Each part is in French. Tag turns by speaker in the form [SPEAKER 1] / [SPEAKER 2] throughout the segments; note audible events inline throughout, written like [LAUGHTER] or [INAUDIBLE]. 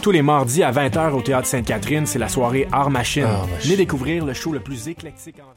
[SPEAKER 1] Tous les mardis à 20h au Théâtre Sainte-Catherine, c'est la soirée Art Machine.
[SPEAKER 2] Art Machine.
[SPEAKER 1] Venez découvrir le show le plus éclectique en ville.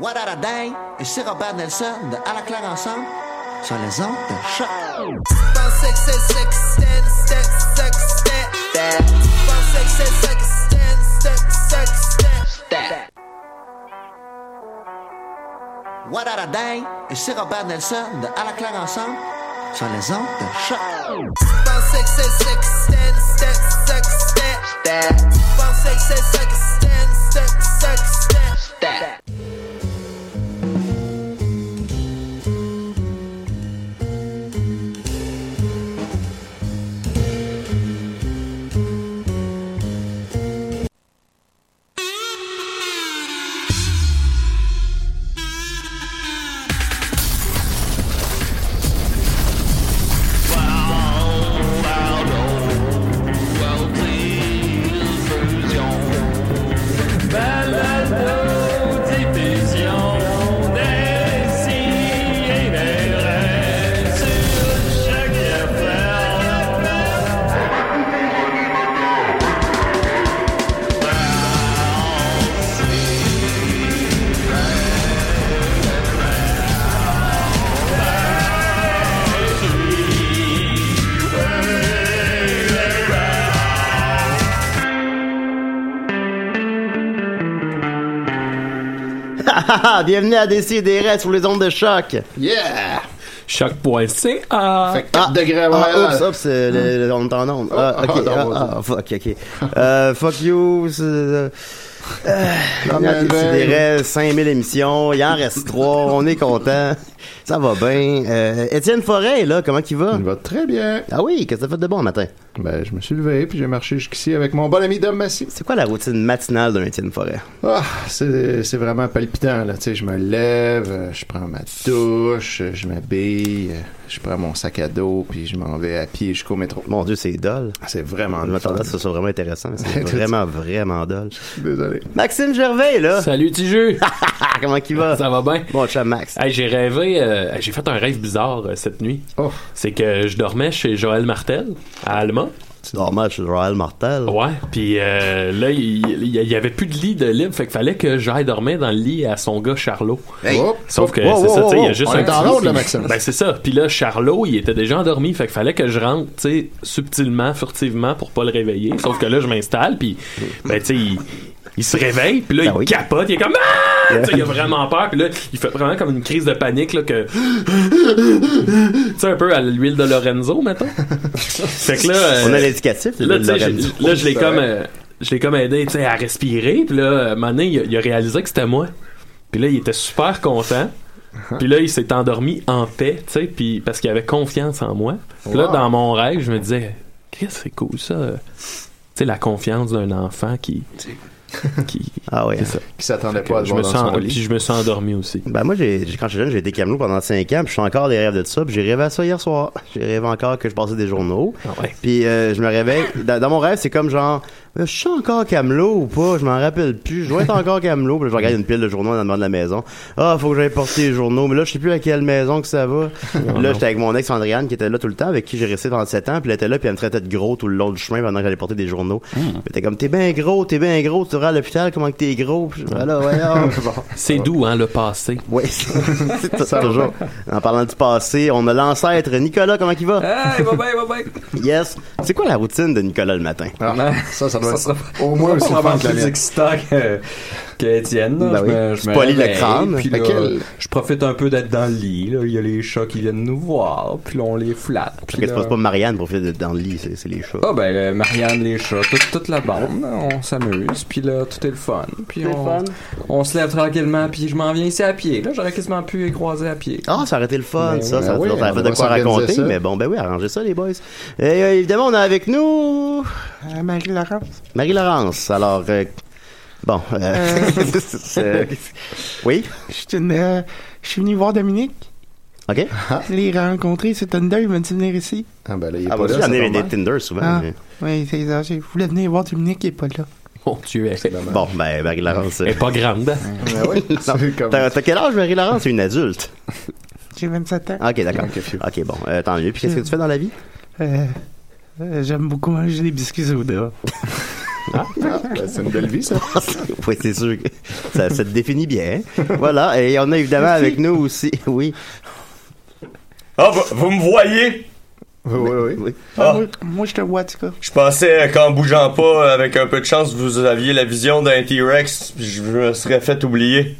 [SPEAKER 3] What a day! Et c'est Robert Nelson de À la claire ensemble sur les ondes de choc. What a day! Et c'est Robert Nelson de À la claire ensemble sur les ondes de choc.
[SPEAKER 4] Bienvenue à DCDR sur les ondes de choc.
[SPEAKER 5] Yeah!
[SPEAKER 6] Choc.ca.
[SPEAKER 5] Ah, Fait que 4 degrés à
[SPEAKER 4] Ah,
[SPEAKER 5] Montréal.
[SPEAKER 4] oups, oups, euh, le- le- on est en onde. Ah,
[SPEAKER 5] Ah,
[SPEAKER 4] ok,
[SPEAKER 5] ah,
[SPEAKER 4] ah,
[SPEAKER 5] non,
[SPEAKER 4] ah, fuck, ok. Euh, fuck you, c'est... euh, euh,
[SPEAKER 5] Comme
[SPEAKER 4] bienvenue à
[SPEAKER 5] la veille.
[SPEAKER 4] DCDR, 5000 émissions, il en reste 3, on est content, ça va bien. Euh, Étienne Forêt, est là, comment qu'il va?
[SPEAKER 5] Il va très bien.
[SPEAKER 4] Ah oui, qu'est-ce que t'as fait de bon le matin?
[SPEAKER 5] Ben, je me suis levé, puis j'ai marché jusqu'ici avec mon bon ami Dom Massy.
[SPEAKER 4] C'est quoi la routine matinale d'un Étienne Forêt?
[SPEAKER 5] Ah, c'est c'est vraiment palpitant, là. Tu sais, je me lève, euh, je prends ma douche, euh, je m'habille, euh, je prends mon sac à dos, puis je m'en vais à pied jusqu'au métro.
[SPEAKER 4] Mon Dieu, c'est dol.
[SPEAKER 5] Ah, C'est vraiment
[SPEAKER 4] Je
[SPEAKER 5] le
[SPEAKER 4] m'attendais
[SPEAKER 5] fun.
[SPEAKER 4] à ce que ce soit vraiment intéressant, mais c'est vraiment, vraiment dol.
[SPEAKER 5] Désolé.
[SPEAKER 4] Maxime Gervais est là!
[SPEAKER 6] Salut, Tiju.
[SPEAKER 4] Ah, comment qu'il va?
[SPEAKER 6] Ça va bien?
[SPEAKER 4] Bon, chat Max.
[SPEAKER 6] Hey, j'ai rêvé, euh, j'ai fait un rêve bizarre euh, cette nuit.
[SPEAKER 5] Oh,
[SPEAKER 6] C'est que je dormais chez Joël Martel à Allemand.
[SPEAKER 4] Tu dors mal, je suis Royal Mortel.
[SPEAKER 6] Ouais, puis euh, là, il il- il y avait plus de lit de libre, fait qu'il fallait que j'aille dormir dans le lit à son gars Charlot.
[SPEAKER 5] Hop.
[SPEAKER 6] Sauf que
[SPEAKER 5] Wow,
[SPEAKER 6] c'est
[SPEAKER 5] wow,
[SPEAKER 6] ça, tu sais, il y
[SPEAKER 5] wow.
[SPEAKER 6] a juste
[SPEAKER 5] On
[SPEAKER 6] un
[SPEAKER 5] est en
[SPEAKER 6] petit-
[SPEAKER 5] ronde, là, Maxime.
[SPEAKER 6] Ben c'est ça. Puis là, Charlot, il était déjà endormi, fait qu'il fallait que je rentre, tu sais, subtilement, furtivement, pour pas le réveiller. Sauf que là, je m'installe, puis ben tu sais, il, il se réveille, puis là,
[SPEAKER 4] Ben
[SPEAKER 6] il
[SPEAKER 4] oui.
[SPEAKER 6] capote, il est comme ah! Tu sais, il a vraiment peur, puis là, il fait vraiment comme une crise de panique là que, tu sais, un peu à l'huile de Lorenzo,
[SPEAKER 5] [LAUGHS]
[SPEAKER 6] maintenant. fait que là, euh,
[SPEAKER 4] On a l'éducatif,
[SPEAKER 6] Là,
[SPEAKER 4] le
[SPEAKER 6] tu sais,
[SPEAKER 4] Lorenzo.
[SPEAKER 6] j'ai- là, je l'ai comme, euh, je l'ai comme aidé, tu sais, à respirer. Puis là, euh, à un moment donné, il a, il a réalisé que c'était moi. Puis là, il était super
[SPEAKER 5] [LAUGHS]
[SPEAKER 6] content. Puis là, il s'est endormi en paix, tu sais, puis parce qu'il avait confiance en moi. Puis là,
[SPEAKER 5] Wow.
[SPEAKER 6] dans mon rêve, je me disais, Chris, c'est cool ça. Tu sais, la confiance d'un enfant
[SPEAKER 5] [LAUGHS]
[SPEAKER 6] qui. qui
[SPEAKER 4] Ah oui.
[SPEAKER 6] c'est ça.
[SPEAKER 5] Qui s'attendait pas à le
[SPEAKER 6] je me
[SPEAKER 5] voir
[SPEAKER 6] suis
[SPEAKER 5] dans
[SPEAKER 6] en-
[SPEAKER 5] son
[SPEAKER 6] puis
[SPEAKER 5] [LAUGHS] lit.
[SPEAKER 6] je me suis endormi
[SPEAKER 5] [LAUGHS]
[SPEAKER 6] aussi.
[SPEAKER 4] Ben moi, j'ai, j'ai- quand j'étais jeune, j'ai été camelot pendant 5 ans, puis je suis encore des rêves de ça, puis j'ai rêvé à ça hier soir. [LAUGHS] J'ai rêvé encore que je passais des journaux,
[SPEAKER 6] Ah ouais.
[SPEAKER 4] puis euh, je me réveille. Dans, dans mon rêve, c'est comme genre, Euh, je suis encore camelot ou pas, je m'en rappelle plus, je dois être encore camelot, puis là, je regarde une pile de journaux dans le bord de la maison. Ah, faut que j'aille porter les journaux, mais là, je sais plus à quelle maison que ça va. Puis là, j'étais avec mon ex Andréane qui était là tout le temps, avec qui j'ai resté pendant 7 ans, puis elle était là, puis elle me traitait de gros tout le long du chemin pendant que j'allais porter des journaux.
[SPEAKER 6] Hmm.
[SPEAKER 4] Elle était comme, t'es bien gros, t'es bien gros, tu vas à l'hôpital, comment que t'es gros? Puis je-
[SPEAKER 6] [LAUGHS]
[SPEAKER 4] Voilà, voyons.
[SPEAKER 6] C'est doux, hein, le passé.
[SPEAKER 4] Oui, c'est tout- toujours. En parlant du passé, on a l'ancêtre Nicolas, comment il va?
[SPEAKER 7] Hey, bye bye, bye
[SPEAKER 4] [LAUGHS]
[SPEAKER 7] bye.
[SPEAKER 4] Yes. C'est quoi la routine de Nicolas le matin?
[SPEAKER 5] Ah, ça, ça doit
[SPEAKER 7] Ça
[SPEAKER 5] être au moins aussi fun que la
[SPEAKER 7] plus
[SPEAKER 5] mienne.
[SPEAKER 7] excitant que,
[SPEAKER 8] qu'Étienne. là. je
[SPEAKER 4] Ben oui.
[SPEAKER 8] me, je
[SPEAKER 4] Tu
[SPEAKER 8] me
[SPEAKER 4] polis le
[SPEAKER 8] réveille,
[SPEAKER 4] crâne.
[SPEAKER 8] Puis
[SPEAKER 5] Fait
[SPEAKER 8] là,
[SPEAKER 5] que-
[SPEAKER 8] je profite un peu d'être dans le lit. là. Il y a les chats qui viennent nous voir. Puis là, on les flatte. puis
[SPEAKER 4] Qu'est-ce que
[SPEAKER 8] là-
[SPEAKER 4] se passe pas Marianne pour faire de- dans le lit, c'est c'est les chats.
[SPEAKER 8] Ah ben euh, Marianne, les chats, toute, toute la bande, on s'amuse, puis là tout est le fun. Puis on, on se lève tranquillement, puis je m'en viens ici à pied. Là j'aurais quasiment pu y croiser à pied.
[SPEAKER 4] Ah, ça aurait été le fun,
[SPEAKER 8] Ben
[SPEAKER 4] ça.
[SPEAKER 5] oui,
[SPEAKER 4] ça
[SPEAKER 5] ben
[SPEAKER 4] aurait
[SPEAKER 5] oui,
[SPEAKER 4] ça aurait
[SPEAKER 5] on va
[SPEAKER 4] fait de quoi
[SPEAKER 5] s'organiser
[SPEAKER 4] raconter.
[SPEAKER 5] ça.
[SPEAKER 4] Mais bon, ben oui, arrangez ça, les boys. Et, euh, évidemment, on a avec nous
[SPEAKER 2] Euh,
[SPEAKER 5] Marie-Laurence.
[SPEAKER 4] Marie-Laurence. Alors, euh, bon. euh, [LAUGHS] c'est- euh, oui,
[SPEAKER 2] Je suis une, euh, je suis venu voir Dominique,
[SPEAKER 4] OK.
[SPEAKER 2] les rencontrer sur Tinder, il m'a dit de venir ici.
[SPEAKER 5] Ah, ben là, il est
[SPEAKER 4] Ah,
[SPEAKER 5] pas
[SPEAKER 4] moi aussi,
[SPEAKER 5] là.
[SPEAKER 4] j'en
[SPEAKER 5] ça
[SPEAKER 4] ai
[SPEAKER 5] tombe
[SPEAKER 4] des
[SPEAKER 5] mal.
[SPEAKER 4] Tinder souvent.
[SPEAKER 2] Ah.
[SPEAKER 4] mais-
[SPEAKER 2] Oui, c'est ça, je voulais venir voir Dominique, il est pas là.
[SPEAKER 6] Mon Dieu, elle- elle
[SPEAKER 4] Bon, ben, Marie-Laurence. euh,
[SPEAKER 6] est pas grande. hein.
[SPEAKER 5] Ah oui, c'est comme...
[SPEAKER 4] T'as t'as quel âge, Marie-Laurence? C'est une adulte.
[SPEAKER 2] J'ai 27 ans.
[SPEAKER 4] OK, d'accord.
[SPEAKER 5] Ok, phew.
[SPEAKER 4] OK, bon, euh, tant mieux. Puis qu'est-ce que tu fais dans la vie?
[SPEAKER 2] Euh, euh, J'aime beaucoup manger des biscuits soda.
[SPEAKER 5] Ah, ben, c'est une belle vie, ça.
[SPEAKER 4] [LAUGHS] oui, c'est sûr que ça, ça te définit bien. hein. Voilà, et on a évidemment avec nous aussi, [LAUGHS] oui,
[SPEAKER 7] Ah, vous, vous me voyez?
[SPEAKER 5] Oui, oui, oui.
[SPEAKER 7] Ah,
[SPEAKER 2] Moi, moi, je te vois, en tout cas.
[SPEAKER 7] je pensais euh, qu'en bougeant pas, euh, avec un peu de chance, vous aviez la vision d'un T-Rex, puis je me serais fait oublier.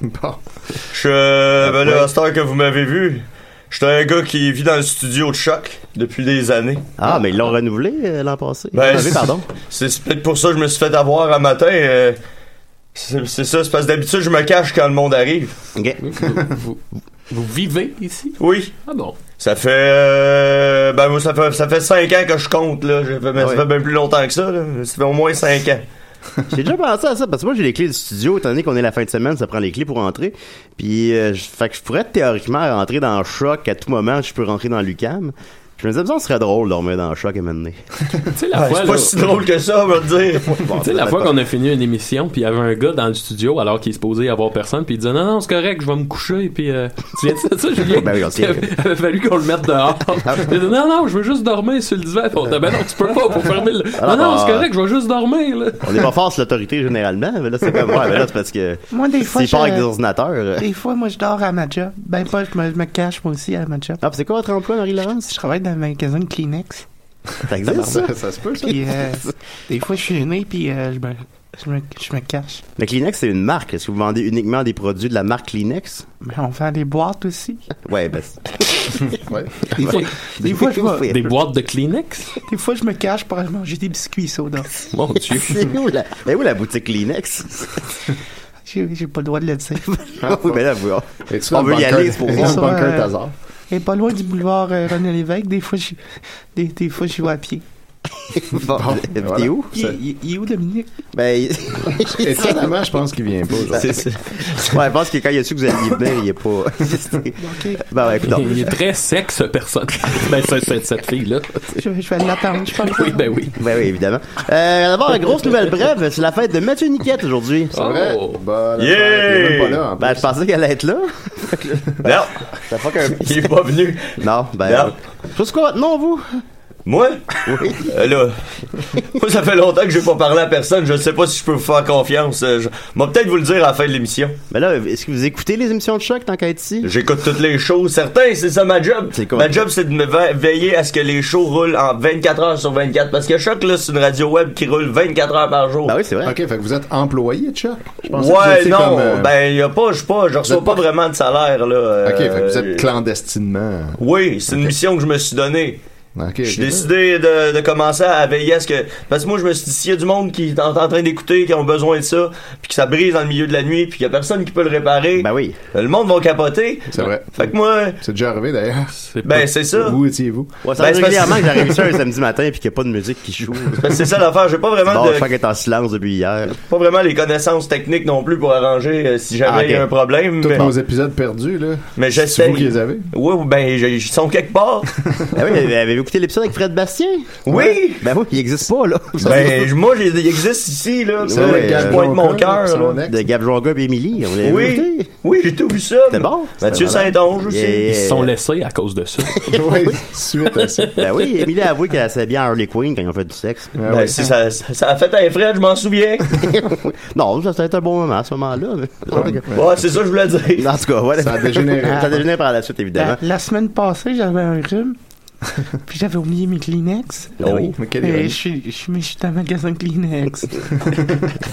[SPEAKER 5] Bon.
[SPEAKER 7] Je ben là, à cette heure que vous m'avez vu, j'étais un gars qui vit dans le studio de choc depuis des années.
[SPEAKER 4] Ah, mais ils l'ont renouvelé euh, l'an passé.
[SPEAKER 7] Ben,
[SPEAKER 4] Renouvelé,
[SPEAKER 7] c'est-
[SPEAKER 4] pardon.
[SPEAKER 7] C'est c'est peut-être pour ça que je me suis fait avoir un matin. euh, c'est c'est ça, c'est parce que d'habitude, je me cache quand le monde arrive.
[SPEAKER 4] OK.
[SPEAKER 6] vous, vous- vous vivez ici?
[SPEAKER 7] Oui.
[SPEAKER 6] Ah bon?
[SPEAKER 7] Ça fait, euh, ben moi ça fait ça fait cinq ans que je compte là. Je fais- mais
[SPEAKER 4] Ah Ouais.
[SPEAKER 7] Ça fait bien plus longtemps que ça. Là. Ça fait au moins cinq ans.
[SPEAKER 4] J'ai déjà pensé à ça, parce que moi, j'ai les clés du studio. Étant donné qu'on est la fin de semaine, ça prend les clés pour entrer. Puis, euh, je- fait que je pourrais théoriquement rentrer dans Choc à tout moment. Je peux rentrer dans l'UCAM. Je me disais, ça serait drôle de dormir dans Choc à un moment donné.
[SPEAKER 6] Tu sais, la
[SPEAKER 7] Ouais,
[SPEAKER 6] fois,
[SPEAKER 7] c'est pas
[SPEAKER 6] là-
[SPEAKER 7] si drôle que ça, on va te dire.
[SPEAKER 6] [LAUGHS]
[SPEAKER 4] Bon,
[SPEAKER 6] Tu sais,
[SPEAKER 4] ça
[SPEAKER 6] la
[SPEAKER 4] serait
[SPEAKER 6] fois
[SPEAKER 4] pas-
[SPEAKER 6] qu'on a fini une émission, puis il y avait un gars dans le studio, alors qu'il est supposé avoir personne, puis il disait Non, non, c'est correct, je vais me coucher, et puis. euh, tu viens de ça, Julien
[SPEAKER 4] Ben oui, on s'y
[SPEAKER 6] Il avait, avait fallu qu'on le mette
[SPEAKER 7] [LAUGHS]
[SPEAKER 6] dehors. il dit Non, non, je veux juste dormir sur le divan. Puis on dit Ben non, tu peux pas, pour fermer le.
[SPEAKER 4] Ah,
[SPEAKER 6] Non, non,
[SPEAKER 4] bah,
[SPEAKER 6] c'est correct, je vais juste dormir, là.
[SPEAKER 4] On est pas fort sur l'autorité généralement, mais là c'est comme ouais, mais là c'est parce que
[SPEAKER 2] Moi, des fois,
[SPEAKER 4] s'ils
[SPEAKER 2] je,
[SPEAKER 4] part avec des ordinateurs. euh,
[SPEAKER 2] des fois, moi, je dors à ma job. Ben, pas, je me, je me cache, moi aussi, à ma job.
[SPEAKER 4] Ah, puis c'est quoi votre emploi, Marie-Laurence?
[SPEAKER 2] Je travaille dans un magasin de Kleenex.
[SPEAKER 4] Ça existe ça?
[SPEAKER 5] Ça, ça se peut, ça.
[SPEAKER 2] Puis, euh, des fois, je suis né, puis euh, je, me, je, me, je me cache.
[SPEAKER 4] Le Kleenex c'est une marque. Est-ce que vous vendez uniquement des produits de la marque Kleenex?
[SPEAKER 2] Mais on fait des boîtes aussi.
[SPEAKER 4] Ouais, ben c'est-
[SPEAKER 5] Ouais.
[SPEAKER 2] Des fois, je vais-
[SPEAKER 6] Des boîtes de Kleenex
[SPEAKER 2] Des fois, je me cache pour aller manger des biscuits soda.
[SPEAKER 6] Mon Dieu.
[SPEAKER 4] C'est où la, ben, où la boutique Kleenex?
[SPEAKER 2] J'ai j'ai pas le droit de le dire.
[SPEAKER 4] [LAUGHS] oui, ben là, vous,
[SPEAKER 5] Es-tu
[SPEAKER 4] On
[SPEAKER 5] dans le
[SPEAKER 4] veut y
[SPEAKER 5] bunker- [LAUGHS]
[SPEAKER 4] aller, c'est pour
[SPEAKER 5] es-tu
[SPEAKER 4] voir.
[SPEAKER 5] dans le bunker
[SPEAKER 2] Ouais.
[SPEAKER 5] d'hasard?
[SPEAKER 2] Et pas loin du boulevard euh, René Lévesque, des fois, je des, des fois, je vais à pied.
[SPEAKER 4] bon,
[SPEAKER 5] Bon,
[SPEAKER 4] t'es
[SPEAKER 5] voilà.
[SPEAKER 4] où?
[SPEAKER 2] Il, il- il est où, Dominique?
[SPEAKER 4] Ben,
[SPEAKER 5] Étonnamment, je pense qu'il vient pas. genre.
[SPEAKER 4] c'est ça. [LAUGHS] Ouais, je pense que quand il a su que vous alliez venir, il est pas. [LAUGHS]
[SPEAKER 2] OK.
[SPEAKER 4] ben ouais, écoute,
[SPEAKER 6] Il est très sec, ce personne. [LAUGHS] ben, c'est- c'est- cette fille-là.
[SPEAKER 2] Je, je vais l'attendre, je pense.
[SPEAKER 6] Oui, ben oui.
[SPEAKER 4] Ben oui, évidemment. Euh, d'abord, la grosse nouvelle brève, c'est la fête de Mathieu Niquette aujourd'hui.
[SPEAKER 5] C'est vrai?
[SPEAKER 6] Oh.
[SPEAKER 5] Bonne
[SPEAKER 7] Yeah!
[SPEAKER 5] affaire, il est même pas là, Ah, en
[SPEAKER 4] Ben, je
[SPEAKER 5] plus.
[SPEAKER 4] pensais qu'elle allait être là.
[SPEAKER 7] Non,
[SPEAKER 4] Ça fait qu'un.
[SPEAKER 7] il est pas venu.
[SPEAKER 4] Non, ben.
[SPEAKER 7] Non.
[SPEAKER 4] Je sais quoi votre nom, vous?
[SPEAKER 7] Moi? Euh, là, moi, ça fait longtemps que j'ai pas parlé à personne. Je sais pas si je peux vous faire confiance. Euh, Je vais peut-être vous le dire à la fin de l'émission.
[SPEAKER 4] Ben là, est-ce que vous écoutez les émissions de choc tant qu'à être ici?
[SPEAKER 7] J'écoute toutes les shows. Certains, c'est ça ma job.
[SPEAKER 4] C'est quoi?
[SPEAKER 7] Ma job, c'est de me ve- veiller à ce que les shows roulent en 24 heures sur 24. Parce que Choc, là, c'est une radio web qui roule 24 heures par jour.
[SPEAKER 4] Ben oui, c'est vrai.
[SPEAKER 5] Ok, fait que vous êtes employé de chat? Je pensais que vous
[SPEAKER 7] Ouais,
[SPEAKER 5] étiez
[SPEAKER 7] non,
[SPEAKER 5] comme, euh,
[SPEAKER 7] ben y a pas, je sais pas, je reçois
[SPEAKER 5] êtes
[SPEAKER 7] pas vraiment de salaire là. euh,
[SPEAKER 5] Ok, fait que vous êtes clandestinement.
[SPEAKER 7] Oui, c'est une mission que je me suis donnée.
[SPEAKER 5] Ok,
[SPEAKER 7] J'ai
[SPEAKER 5] ok.
[SPEAKER 7] décidé de, de commencer à veiller à ce que. Parce que moi, je me suis dit, s'il y a du monde qui est en, en train d'écouter, qui ont besoin de ça, puis que ça brise dans le milieu de la nuit, puis qu'il y a personne qui peut le réparer, euh,
[SPEAKER 4] Ben oui.
[SPEAKER 7] le monde va capoter.
[SPEAKER 5] C'est vrai.
[SPEAKER 7] Fait que moi,
[SPEAKER 5] C'est déjà arrivé d'ailleurs.
[SPEAKER 6] C'est
[SPEAKER 7] ben
[SPEAKER 6] pas-
[SPEAKER 7] c'est ça.
[SPEAKER 5] Où étiez-vous?
[SPEAKER 4] Ouais, ça
[SPEAKER 7] Ben,
[SPEAKER 4] arrive
[SPEAKER 7] c'est
[SPEAKER 4] régulièrement
[SPEAKER 7] parce-
[SPEAKER 4] que j'arrive ici un samedi matin et qu'il n'y a pas de musique qui joue.
[SPEAKER 7] Parce que Ben, c'est ça l'affaire. J'ai pas vraiment
[SPEAKER 4] Bon,
[SPEAKER 7] de,
[SPEAKER 4] je crois qu'elle est en silence depuis hier.
[SPEAKER 7] pas vraiment les connaissances techniques non plus pour arranger euh, si jamais
[SPEAKER 4] Ah, ok.
[SPEAKER 7] il y a un problème.
[SPEAKER 5] Tous
[SPEAKER 7] Mais,
[SPEAKER 5] nos épisodes perdus, là.
[SPEAKER 7] mais
[SPEAKER 5] C'est
[SPEAKER 7] j'essaie.
[SPEAKER 5] vous qui les avez?
[SPEAKER 7] Oui, oui, ben je- ils sont quelque part.
[SPEAKER 4] Ben oui, avez- avez-vous écouté l'épisode avec Fred Bastien?
[SPEAKER 7] Oui.
[SPEAKER 4] Ben oui, il n'existe pas, là.
[SPEAKER 7] Ben, j- moi, j'ai- il existe ici, là. pis
[SPEAKER 4] Ouais,
[SPEAKER 7] là,
[SPEAKER 4] ouais,
[SPEAKER 7] je
[SPEAKER 4] Gab
[SPEAKER 7] pointe mon
[SPEAKER 5] Jonca,
[SPEAKER 7] cœur,
[SPEAKER 5] puis euh, son
[SPEAKER 7] là.
[SPEAKER 5] ex.
[SPEAKER 4] De Gab Jonga et Émilie. On l'avait
[SPEAKER 7] Oui,
[SPEAKER 4] écouté. euh,
[SPEAKER 7] oui, j'ai tout vu ça.
[SPEAKER 4] C'était bon.
[SPEAKER 7] Mathieu
[SPEAKER 4] C'était
[SPEAKER 7] Saint-Onge
[SPEAKER 4] bon.
[SPEAKER 7] aussi.
[SPEAKER 4] Yeah.
[SPEAKER 6] Ils se
[SPEAKER 4] [LAUGHS]
[SPEAKER 7] Euh,
[SPEAKER 6] sont laissés à cause de ça.
[SPEAKER 5] Oui, suite à ça.
[SPEAKER 4] Ben oui, Émilie a avoué qu'elle savait bien Harley Quinn quand on fait du sexe.
[SPEAKER 5] Ah
[SPEAKER 7] Ben,
[SPEAKER 5] ouais.
[SPEAKER 7] si ça, ça a fait un Fred, je m'en souviens.
[SPEAKER 4] [LAUGHS] non, ça, ça a été un bon moment à ce moment-là. mais-
[SPEAKER 7] Ouais, Ah, c'est ça que je voulais
[SPEAKER 4] [LAUGHS]
[SPEAKER 7] dire.
[SPEAKER 4] En tout cas, voilà. [LAUGHS]
[SPEAKER 5] Ça a dégénéré.
[SPEAKER 4] Ça a dégénéré par la suite, évidemment.
[SPEAKER 2] La, la semaine passée, j'avais un rhume. [LAUGHS] Puis j'avais oublié mes Kleenex.
[SPEAKER 6] Ben oui.
[SPEAKER 5] Oh, Mais quelle
[SPEAKER 2] Et je
[SPEAKER 5] ironie.
[SPEAKER 2] suis, je suis, mais je suis dans un magasin de Kleenex.
[SPEAKER 5] [LAUGHS]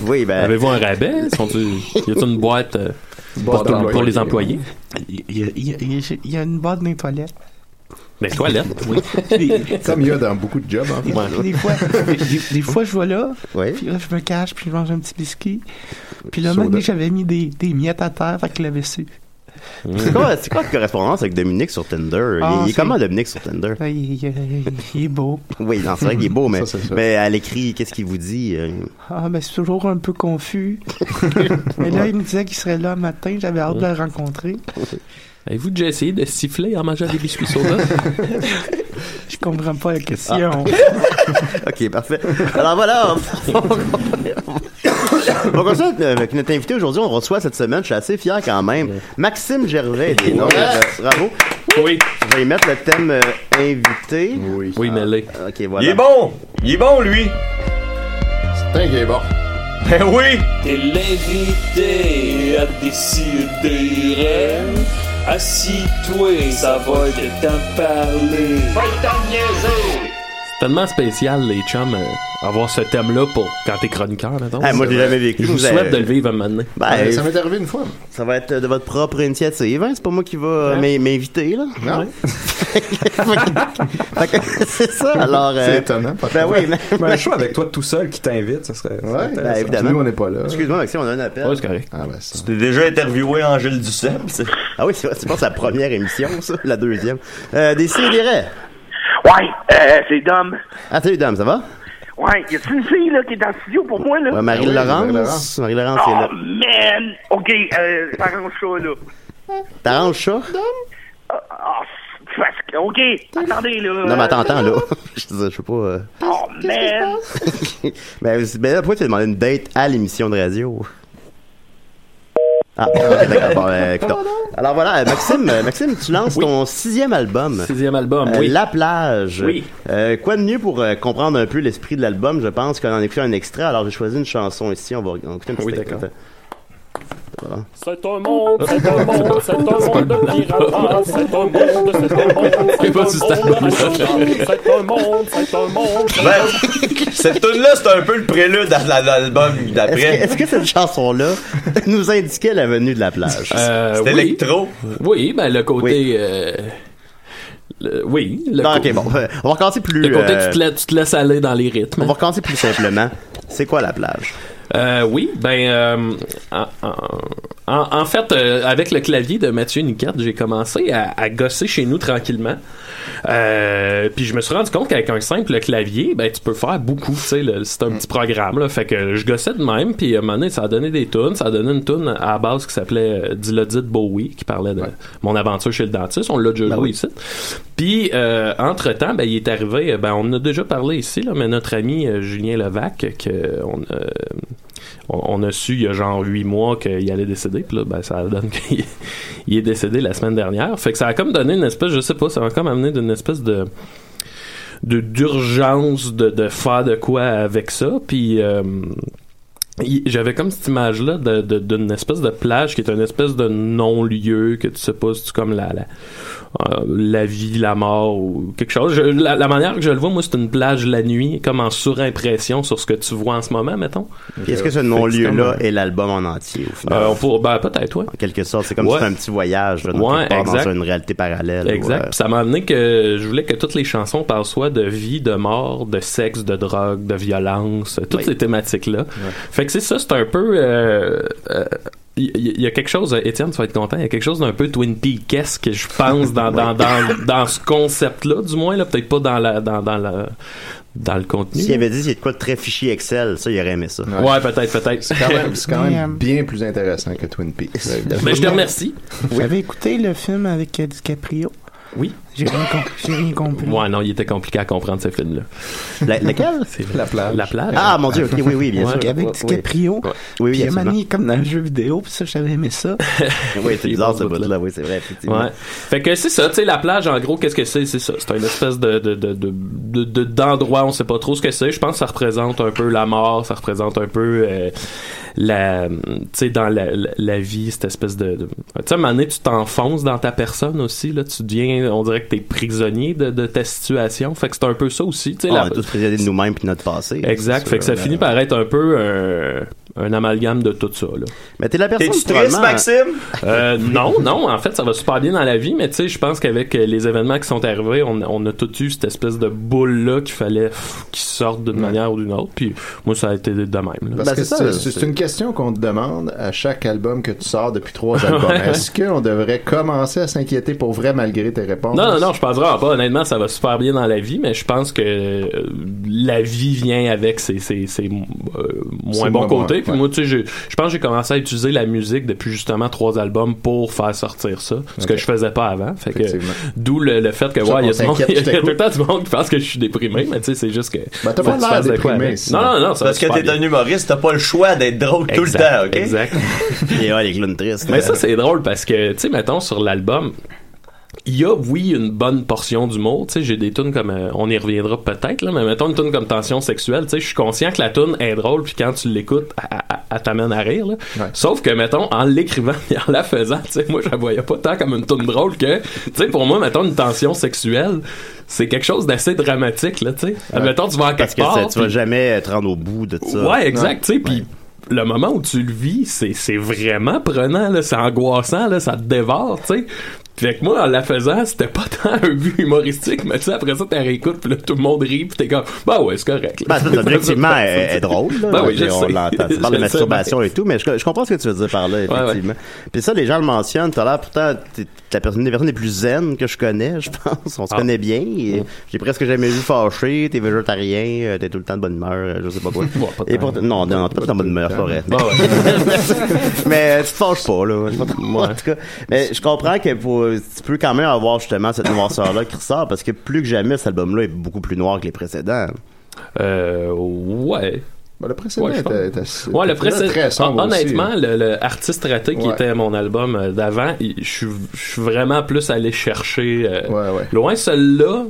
[SPEAKER 4] Oui, ben.
[SPEAKER 7] [LAUGHS] Avez-vous un rabais? Sont-tu- Y a-t-il une boîte euh, pour,
[SPEAKER 5] Boîte d'employés.
[SPEAKER 7] pour les employés?
[SPEAKER 2] Il y, a, il y a- il y a- il y a une boîte dans les toilettes.
[SPEAKER 7] Des toilettes, oui.
[SPEAKER 5] Comme il y a dans beaucoup de jobs, en fait.
[SPEAKER 2] Puis Des fois, des,
[SPEAKER 5] [LAUGHS]
[SPEAKER 2] des fois, je vois là,
[SPEAKER 5] Hein?
[SPEAKER 4] Oui.
[SPEAKER 2] puis là, je me cache, puis je mange un petit biscuit. Puis là,
[SPEAKER 5] Soda.
[SPEAKER 2] maintenant, j'avais mis des, des miettes à terre, fait que l'avait su.
[SPEAKER 4] C'est quoi, c'est quoi la correspondance avec Dominique sur Tinder?
[SPEAKER 2] Ah,
[SPEAKER 4] il, il est
[SPEAKER 2] c'est-
[SPEAKER 4] comment Dominique sur Tinder?
[SPEAKER 2] Là, il, il- il- il est beau.
[SPEAKER 4] [LAUGHS] Oui, non, c'est vrai qu'il est beau, mais,
[SPEAKER 5] Ça, c'est sûr.
[SPEAKER 4] mais elle écrit, qu'est-ce qu'il vous dit? euh,
[SPEAKER 2] Ah, ben, c'est toujours un
[SPEAKER 7] [LAUGHS]
[SPEAKER 2] peu confus. Mais là, il me disait qu'il serait là le matin, j'avais hâte de le rencontrer.
[SPEAKER 7] Avez-vous déjà essayé de siffler en mangeant des biscuits soda?
[SPEAKER 2] [LAUGHS]
[SPEAKER 7] Ah,
[SPEAKER 2] Je comprends pas la question.
[SPEAKER 4] Ok, parfait. Alors voilà, on- donc on se- avec notre invité aujourd'hui, on reçoit cette semaine, je suis assez fier quand même, Maxime Gervais. Des noms, euh, bravo.
[SPEAKER 7] Oui.
[SPEAKER 4] Je vais y mettre le thème euh, invité.
[SPEAKER 5] Oui.
[SPEAKER 7] Oui, mais là.
[SPEAKER 4] Ok,
[SPEAKER 6] Il
[SPEAKER 4] voilà.
[SPEAKER 6] est bon! Il est bon, lui!
[SPEAKER 5] Putain, qu'il est bon.
[SPEAKER 6] Ben oui!
[SPEAKER 9] T'es l'invité à décider. Assis-toi, ça va être le temps de parler.
[SPEAKER 7] C'est tellement spécial, les chums, euh, avoir ce thème-là pour quand t'es chroniqueur, mettons.
[SPEAKER 4] Ah, moi, je l'ai jamais vécu.
[SPEAKER 7] je vous
[SPEAKER 4] avez-
[SPEAKER 7] souhaite de le vivre un moment donné.
[SPEAKER 4] Ben,
[SPEAKER 5] Euh, ça m'est arrivé une fois.
[SPEAKER 4] ça va être de votre propre initiative, hein? C'est pas moi qui va euh, m'in- m'inviter, là.
[SPEAKER 5] Non?
[SPEAKER 4] [LAUGHS] Fait que c'est ça, alors... euh,
[SPEAKER 5] C'est étonnant. par
[SPEAKER 4] Ben
[SPEAKER 5] contre.
[SPEAKER 4] oui, mais...
[SPEAKER 10] Mais un show avec toi tout seul qui t'invite, ça serait. ça serait
[SPEAKER 5] Ouais,
[SPEAKER 4] Ben,
[SPEAKER 10] intéressant.
[SPEAKER 4] évidemment.
[SPEAKER 5] Nous, on n'est pas là.
[SPEAKER 4] Excuse-moi, Maxime, on a un appel.
[SPEAKER 7] Ouais, c'est correct.
[SPEAKER 5] Ah, ben, ça.
[SPEAKER 6] T'es déjà interviewé Angèle Duceppe, c'est-
[SPEAKER 4] Ah oui, c'est vrai, c'est pas sa première émission, ça, la deuxième. Euh, des sidérés.
[SPEAKER 11] Ouais, euh, c'est Dom.
[SPEAKER 4] Ah, salut, dame, ça va?
[SPEAKER 11] Ouais, y a-tu une fille là, qui est dans le studio pour moi là?
[SPEAKER 4] Ouais,
[SPEAKER 5] Ah oui,
[SPEAKER 4] Marie-Laurence.
[SPEAKER 5] Marie-Laurence.
[SPEAKER 4] Marie-Laurence est
[SPEAKER 11] oh
[SPEAKER 4] là.
[SPEAKER 11] man! Ok, euh, t'arranges ça là.
[SPEAKER 4] T'arranges ça?
[SPEAKER 11] Ah, oh, que... Ok, attendez là.
[SPEAKER 4] Non, mais attends,
[SPEAKER 11] Euh,
[SPEAKER 4] attends, là. [LAUGHS] je disais, je sais pas. euh.
[SPEAKER 11] Oh man!
[SPEAKER 4] ben, vous- ben là, pourquoi tu as demandé une date à l'émission de radio? Ah, ok, d'accord. Bon, euh, écoutons. Alors voilà, euh, Maxime, euh, Maxime, tu lances ton sixième album.
[SPEAKER 7] Sixième album,
[SPEAKER 4] Euh,
[SPEAKER 7] oui.
[SPEAKER 4] La plage.
[SPEAKER 7] Oui.
[SPEAKER 4] Euh, quoi de mieux pour euh, comprendre un peu l'esprit de l'album, je pense, qu'on en écoute un extrait. Alors j'ai choisi une chanson ici, on va en écouter un petit
[SPEAKER 7] Oui,
[SPEAKER 4] extrait.
[SPEAKER 7] d'accord.
[SPEAKER 9] C'est un monde, c'est un monde, c'est un monde de pirates. C'est un monde, c'est un monde.
[SPEAKER 7] C'est pas du
[SPEAKER 9] un
[SPEAKER 7] stand-up,
[SPEAKER 9] monde,
[SPEAKER 7] ça.
[SPEAKER 9] c'est un monde, c'est un monde.
[SPEAKER 6] Ben, cette tune-là, c'est un peu le prélude à la- l'album
[SPEAKER 4] Est-ce que,
[SPEAKER 6] d'après.
[SPEAKER 4] est-ce que cette chanson-là [LAUGHS] nous indiquait la venue de la plage?
[SPEAKER 7] Euh,
[SPEAKER 6] C'est
[SPEAKER 7] oui.
[SPEAKER 6] électro.
[SPEAKER 7] Oui, ben le côté.
[SPEAKER 4] Oui.
[SPEAKER 7] euh, le- oui. Le
[SPEAKER 4] Non,
[SPEAKER 7] co-
[SPEAKER 4] ok, bon. euh, On va recommencer plus.
[SPEAKER 7] Le côté,
[SPEAKER 4] euh,
[SPEAKER 7] tu, te la- tu te laisses aller dans les rythmes.
[SPEAKER 4] On va recommencer plus simplement. C'est quoi la plage?
[SPEAKER 7] Euh, oui, ben euh, en, en- en fait, euh, avec le clavier de Mathieu Niquette, j'ai commencé à, à gosser chez nous tranquillement. Euh, puis je me suis rendu compte qu'avec un simple clavier, ben tu peux faire beaucoup. Tu sais, le- c'est un petit programme. Là, fait que je gossais de même. Puis à un moment donné, ça a donné des tunes. Ça a donné une tune à la base qui s'appelait euh, Dilodit Bowie, qui parlait de mon aventure chez le dentiste. On l'a déjà joué ici. Puis, euh, entre-temps, ben, il est arrivé, euh, ben, on en a déjà parlé ici, là, mais notre ami euh, Julien Levac, euh, que on, euh, on, on a su il y a genre huit mois qu'il allait décéder, puis là, ben, ça donne [LAUGHS] qu'il il est décédé la semaine dernière. Fait que ça a comme donné une espèce, je sais pas, ça m'a comme amené d'une espèce de de- d'urgence de, de faire de quoi avec ça. Puis, euh, il- j'avais comme cette image-là de- de- d'une espèce de plage qui est une espèce de non-lieu que tu sais pas si tu comme la, la, euh, la vie, la mort ou quelque chose. Je- la, la manière que je le vois, moi, c'est une plage la nuit, comme en surimpression sur ce que tu vois en ce moment, mettons.
[SPEAKER 4] Puis Est-ce que ce non-lieu-là est l'album en entier, au final?
[SPEAKER 7] Euh, on pourrait- ben, peut-être, ouais.
[SPEAKER 4] En quelque sorte, c'est comme
[SPEAKER 7] Ouais.
[SPEAKER 4] si tu fais un petit voyage là, dans,
[SPEAKER 7] Ouais,
[SPEAKER 4] quelque part, dans
[SPEAKER 7] exact.
[SPEAKER 4] une réalité parallèle. euh,
[SPEAKER 7] Exact.
[SPEAKER 4] ouais.
[SPEAKER 7] Puis Ça m'a amené que je voulais que toutes les chansons parlent soit de vie, de mort, de sexe, de drogue, de violence, toutes
[SPEAKER 4] Oui.
[SPEAKER 7] ces thématiques-là. Fait que c'est ça, c'est un peu. euh, euh, il il y a quelque chose, euh, Étienne, tu vas être content, il y a quelque chose d'un peu Twin Peaks que je pense dans, dans, dans, dans ce concept-là, du moins, là, peut-être pas dans, la, dans, dans, la, dans le contenu.
[SPEAKER 4] S'il avait dit qu'il y a de quoi de très fichier Excel, ça, il aurait aimé ça.
[SPEAKER 5] Ouais.
[SPEAKER 7] Ouais, peut-être, peut-être.
[SPEAKER 5] C'est quand même, c'est quand
[SPEAKER 2] Mais,
[SPEAKER 5] même
[SPEAKER 2] euh,
[SPEAKER 5] bien plus intéressant que Twin Peaks. là, évidemment.
[SPEAKER 7] Mais ben, je te remercie.
[SPEAKER 2] J'avais écouté le film avec euh, DiCaprio.
[SPEAKER 7] Oui.
[SPEAKER 2] J'ai rien, com- j'ai rien compris.
[SPEAKER 7] Ouais, non, il était compliqué à comprendre ce film-là.
[SPEAKER 4] La- laquelle?
[SPEAKER 10] La plage.
[SPEAKER 7] La plage.
[SPEAKER 4] Ah, mon Dieu, ok, oui, oui, bien
[SPEAKER 7] Ouais.
[SPEAKER 4] sûr.
[SPEAKER 2] Avec
[SPEAKER 4] Oui, oui,
[SPEAKER 2] DiCaprio.
[SPEAKER 7] Ouais.
[SPEAKER 4] oui,
[SPEAKER 2] Puis il y a
[SPEAKER 4] absolument.
[SPEAKER 2] Manny comme dans un jeu vidéo, puis ça, j'avais aimé ça.
[SPEAKER 4] Oui, c'est bizarre ce
[SPEAKER 7] Bon, ce
[SPEAKER 4] bout-là, oui, c'est vrai, effectivement.
[SPEAKER 7] Ouais. Fait que c'est ça, tu sais, la plage, en gros, qu'est-ce que c'est? C'est ça. C'est une espèce de, de, de, de- de- de- d'endroit, on sait pas trop ce que c'est. Je pense que ça représente un peu la mort, ça représente un peu euh,
[SPEAKER 6] la, tu sais, dans la, la, la vie, cette espèce de, de- tu sais, à un moment donné, tu t'enfonces dans ta personne aussi, là, tu deviens, on dirait que t'es prisonnier de, de ta situation, fait que c'est un peu ça aussi, tu sais,
[SPEAKER 4] On
[SPEAKER 6] la-
[SPEAKER 4] est tous prisonniers de nous-mêmes puis de notre passé.
[SPEAKER 6] exact,
[SPEAKER 4] C'est
[SPEAKER 6] fait que ça
[SPEAKER 4] sûr,
[SPEAKER 6] finit
[SPEAKER 4] là.
[SPEAKER 6] par être un peu euh, un amalgame de tout ça, là.
[SPEAKER 4] Mais t'es la personne.
[SPEAKER 9] T'es-tu
[SPEAKER 4] probablement-
[SPEAKER 9] triste, Maxime?
[SPEAKER 6] Euh, non, non, en fait, ça va super bien dans la vie, mais tu sais, je pense qu'avec euh, les événements qui sont arrivés, on, on a tout eu cette espèce de boule-là qu'il fallait pff, qu'il sorte d'une manière ou d'une autre, puis moi, ça a été de même. là.
[SPEAKER 5] Parce
[SPEAKER 4] Ben,
[SPEAKER 5] que
[SPEAKER 4] c'est ça,
[SPEAKER 5] c'est-
[SPEAKER 4] c'est-
[SPEAKER 5] c'est une question qu'on te demande à chaque album que tu sors depuis trois
[SPEAKER 6] [LAUGHS]
[SPEAKER 5] albums. Est-ce qu'on devrait commencer à s'inquiéter pour vrai malgré tes réponses?
[SPEAKER 6] Non, non, non, je pense vraiment pas. Honnêtement, ça va super bien dans la vie, mais je pense que euh, la vie vient avec ses, ses- ses, euh, moins
[SPEAKER 5] Ses
[SPEAKER 6] bons
[SPEAKER 5] moins
[SPEAKER 6] côtés.
[SPEAKER 5] bons,
[SPEAKER 6] Puis
[SPEAKER 5] ouais.
[SPEAKER 6] moi, tu sais, je, je pense que j'ai commencé à utiliser la musique depuis justement trois albums pour faire sortir ça, ce que
[SPEAKER 5] Ok.
[SPEAKER 6] je faisais pas avant. Fait que,
[SPEAKER 5] Effectivement.
[SPEAKER 6] D'où le, le fait que,
[SPEAKER 5] Ça,
[SPEAKER 6] ouais, il y
[SPEAKER 5] on
[SPEAKER 6] a, du monde- [LAUGHS]
[SPEAKER 5] s'inquiète
[SPEAKER 6] il y a
[SPEAKER 5] tout à coup.
[SPEAKER 6] tout le temps du monde qui pense que je suis déprimé, mais tu sais, c'est juste que.
[SPEAKER 5] Ben,
[SPEAKER 6] faut
[SPEAKER 5] t'as pas
[SPEAKER 6] que tu
[SPEAKER 5] l'air
[SPEAKER 6] fasses de quoi
[SPEAKER 5] déprimé,
[SPEAKER 6] avec.
[SPEAKER 5] sinon.
[SPEAKER 6] Non, non, non, ça va
[SPEAKER 9] Parce que
[SPEAKER 6] super
[SPEAKER 9] t'es
[SPEAKER 6] bien.
[SPEAKER 9] un humoriste, t'as pas le choix d'être drôle
[SPEAKER 4] [LAUGHS]
[SPEAKER 9] tout le
[SPEAKER 6] Exact,
[SPEAKER 9] temps, ok?
[SPEAKER 6] Exact.
[SPEAKER 4] Et Eh ouais, les clowns tristes.
[SPEAKER 6] Mais ça, c'est drôle parce que, tu sais, mettons, sur l'album, il y a, oui, une bonne portion d'humour. Tu sais, j'ai des tunes comme. euh, on y reviendra peut-être, là, mais mettons une tune comme Tension sexuelle. Tu sais, je suis conscient que la tune est drôle, puis quand tu l'écoutes, elle- elle elle t'amène à rire, là.
[SPEAKER 5] Ouais.
[SPEAKER 6] Sauf que, mettons, en l'écrivant [LAUGHS] et en la faisant, tu sais, moi, je la voyais pas tant comme une tune drôle que. Tu sais, pour moi, mettons, une tension sexuelle, c'est quelque chose d'assez dramatique, là, tu sais. Mettons, tu vas en
[SPEAKER 4] Parce
[SPEAKER 6] quelque
[SPEAKER 4] que
[SPEAKER 6] part.
[SPEAKER 4] ça- tu vas
[SPEAKER 6] puis-
[SPEAKER 4] jamais te rendre au bout de ça.
[SPEAKER 6] Ouais, exact, tu sais, puis le moment où tu le vis, c'est, c'est vraiment prenant, là, c'est angoissant, là, ça te dévore, tu sais. Fait que moi, en la faisant, c'était pas [LAUGHS] tant un but humoristique, mais tu sais, après ça, t'as réécoutes, puis là, tout le monde rit, puis t'es comme, bah ouais, c'est correct. là.
[SPEAKER 4] Ben, ça, objectivement, elle elle est drôle. Là,
[SPEAKER 6] Ben oui,
[SPEAKER 4] Je veux dire,
[SPEAKER 6] je
[SPEAKER 4] on
[SPEAKER 6] sais.
[SPEAKER 4] l'entend. Tu parles de
[SPEAKER 6] [LAUGHS] Je sais,
[SPEAKER 4] masturbation et tout, mais je, je comprends ce que tu veux dire par là, effectivement. Puis ça, les gens le mentionnent. Tout à l'heure, pourtant, t'es la personne, une des personnes les plus zen que je connais, je pense. On se
[SPEAKER 6] Ah.
[SPEAKER 4] connaît bien. et J'ai presque jamais vu fâché. T'es végétarien, euh, t'es tout le temps de bonne humeur, euh, je sais pas quoi.
[SPEAKER 6] [LAUGHS] Ouais, pas
[SPEAKER 4] et
[SPEAKER 6] tant.
[SPEAKER 4] pourtant- non, non, t'es pas de bonne humeur, c'est pas vrai.
[SPEAKER 6] Bah ouais.
[SPEAKER 4] [LAUGHS] mais euh, tu te fâches pas, là. En tout cas, mais je comprends que pour- tu peux quand même avoir justement cette noirceur-là qui ressort parce que plus que jamais, cet album-là est beaucoup plus noir que les précédents.
[SPEAKER 6] Euh, ouais.
[SPEAKER 5] Ben, le précédent
[SPEAKER 6] Ouais, je
[SPEAKER 5] était,
[SPEAKER 6] pense.
[SPEAKER 5] était- était
[SPEAKER 6] Ouais, le précédent.
[SPEAKER 5] très sombre
[SPEAKER 6] hon- Honnêtement,
[SPEAKER 5] aussi. hein.
[SPEAKER 6] le, le artiste raté qui
[SPEAKER 5] Ouais.
[SPEAKER 6] était mon album euh, d'avant, il- je suis je suis vraiment plus allé chercher. euh,
[SPEAKER 5] Ouais, ouais.
[SPEAKER 6] Loin celui-là,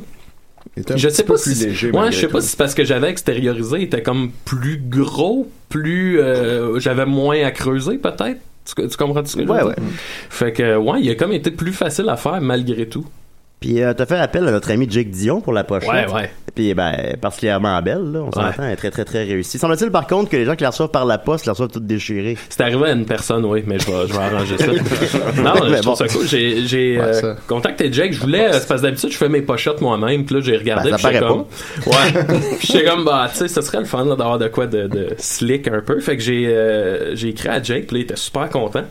[SPEAKER 5] Il était un
[SPEAKER 6] je
[SPEAKER 5] petit
[SPEAKER 6] sais
[SPEAKER 5] peu
[SPEAKER 6] pas
[SPEAKER 5] plus
[SPEAKER 6] si
[SPEAKER 5] léger.
[SPEAKER 6] ouais,
[SPEAKER 5] malgré
[SPEAKER 6] je sais pas
[SPEAKER 5] tout.
[SPEAKER 6] si c'est parce que j'avais extériorisé, il était comme plus gros, plus euh, j'avais moins à creuser peut-être. Tu, tu comprends ce que je veux
[SPEAKER 4] Ouais,
[SPEAKER 6] dire?
[SPEAKER 4] ouais.
[SPEAKER 6] Fait que ouais, il a comme été plus facile à faire malgré tout.
[SPEAKER 4] Puis euh, t'as fait appel à notre ami Jake Dion pour la pochette.
[SPEAKER 6] Ouais, ouais.
[SPEAKER 4] Puis ben particulièrement belle, là, on s'entend, elle est très très très réussie. Semble-t-il par contre que les gens qui la reçoivent par la poste la reçoivent toute déchirée.
[SPEAKER 6] C'est arrivé à une personne, oui, mais je vais, je vais arranger ça. [LAUGHS] non,
[SPEAKER 4] [LAUGHS] Mais
[SPEAKER 6] je trouve
[SPEAKER 4] bon.
[SPEAKER 6] ça cool. J'ai, j'ai,
[SPEAKER 5] Ouais,
[SPEAKER 6] euh,
[SPEAKER 5] ça.
[SPEAKER 6] contacté Jake. Je voulais, euh, parce que d'habitude, je fais mes pochettes moi-même. Puis là, j'ai regardé.
[SPEAKER 4] Ben,
[SPEAKER 6] puis
[SPEAKER 4] ça
[SPEAKER 6] j'étais
[SPEAKER 4] paraît
[SPEAKER 6] comme. Ouais. [LAUGHS] Puis j'étais comme, bah, tu sais, ce serait le fun là, d'avoir de quoi de, de slick un peu. Fait que j'ai, euh, j'ai écrit à Jake. Puis là, il était super content.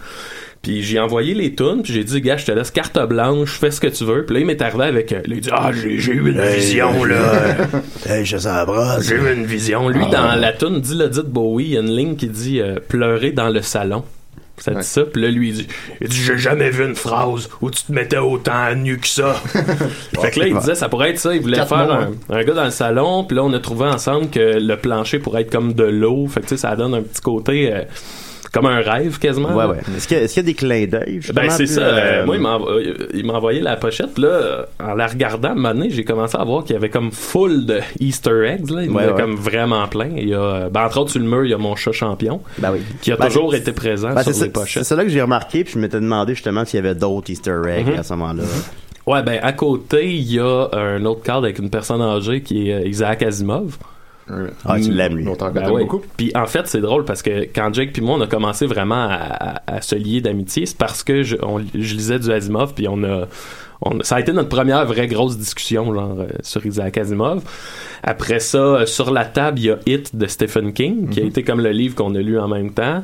[SPEAKER 6] Puis j'ai envoyé les tunes, puis j'ai dit, gars, je te laisse carte blanche, fais ce que tu veux. Puis là, il m'est arrivé avec. euh, il a dit, ah, j'ai, j'ai eu une vision, là.
[SPEAKER 4] [LAUGHS] Hey, je sens la brosse. Ah,
[SPEAKER 6] J'ai eu une vision. Lui, dans la tune d'Ilodite Bowie, il y a une ligne qui dit euh, pleurer dans le salon. Ça dit ça, puis là, lui, il dit, il dit J'ai jamais vu une phrase où tu te mettais autant à nu que ça. fait que là, il disait Ça pourrait être ça. Il voulait
[SPEAKER 5] Quatre
[SPEAKER 6] faire
[SPEAKER 5] mois,
[SPEAKER 6] un, un gars dans le salon, puis là, on a trouvé ensemble que le plancher pourrait être comme de l'eau. Fait que tu sais, ça donne un petit côté euh, comme un rêve quasiment.
[SPEAKER 4] Ouais
[SPEAKER 6] là.
[SPEAKER 4] ouais. Est-ce qu'il y, a- est-ce qu'il y a des clins d'œil
[SPEAKER 6] Ben,
[SPEAKER 4] justement,
[SPEAKER 6] c'est
[SPEAKER 4] plus,
[SPEAKER 6] ça.
[SPEAKER 4] euh,
[SPEAKER 6] Euh, Moi, il m'a euh, il m'a envoyé la pochette. Là, euh, en la regardant, à un moment donné, j'ai commencé à voir qu'il y avait comme full de Easter eggs. Là. Il y en
[SPEAKER 4] Ouais,
[SPEAKER 6] a
[SPEAKER 4] ouais.
[SPEAKER 6] comme vraiment plein. Il y a, euh, ben, entre autres, sur le mur, il y a mon chat champion
[SPEAKER 4] Ben oui.
[SPEAKER 6] qui a
[SPEAKER 4] Ben,
[SPEAKER 6] toujours
[SPEAKER 4] c'est-
[SPEAKER 6] été présent
[SPEAKER 4] ben, c'est
[SPEAKER 6] sur
[SPEAKER 4] ça,
[SPEAKER 6] les
[SPEAKER 4] c'est
[SPEAKER 6] pochettes.
[SPEAKER 4] ça là que j'ai remarqué, puis je m'étais demandé justement s'il y avait d'autres Easter eggs
[SPEAKER 6] Mhm.
[SPEAKER 4] à ce moment-là.
[SPEAKER 6] Ouais, ben, à côté, il y a un autre cadre avec une personne âgée qui est euh, Isaac Asimov.
[SPEAKER 5] Ouais.
[SPEAKER 4] Ah, tu l'aimes lui.
[SPEAKER 5] Longtemps que
[SPEAKER 6] Ben
[SPEAKER 5] t'aimes
[SPEAKER 6] ouais.
[SPEAKER 5] beaucoup.
[SPEAKER 6] Puis en fait, c'est drôle parce que quand Jake puis moi on a commencé vraiment à, à- à se lier d'amitié, c'est parce que je, on- je lisais du Asimov puis on a on- ça a été notre première vraie grosse discussion genre euh, sur Isaac Asimov. Après ça, euh, sur la table, il y a Hit de Stephen King qui a été comme le livre qu'on a lu en même temps.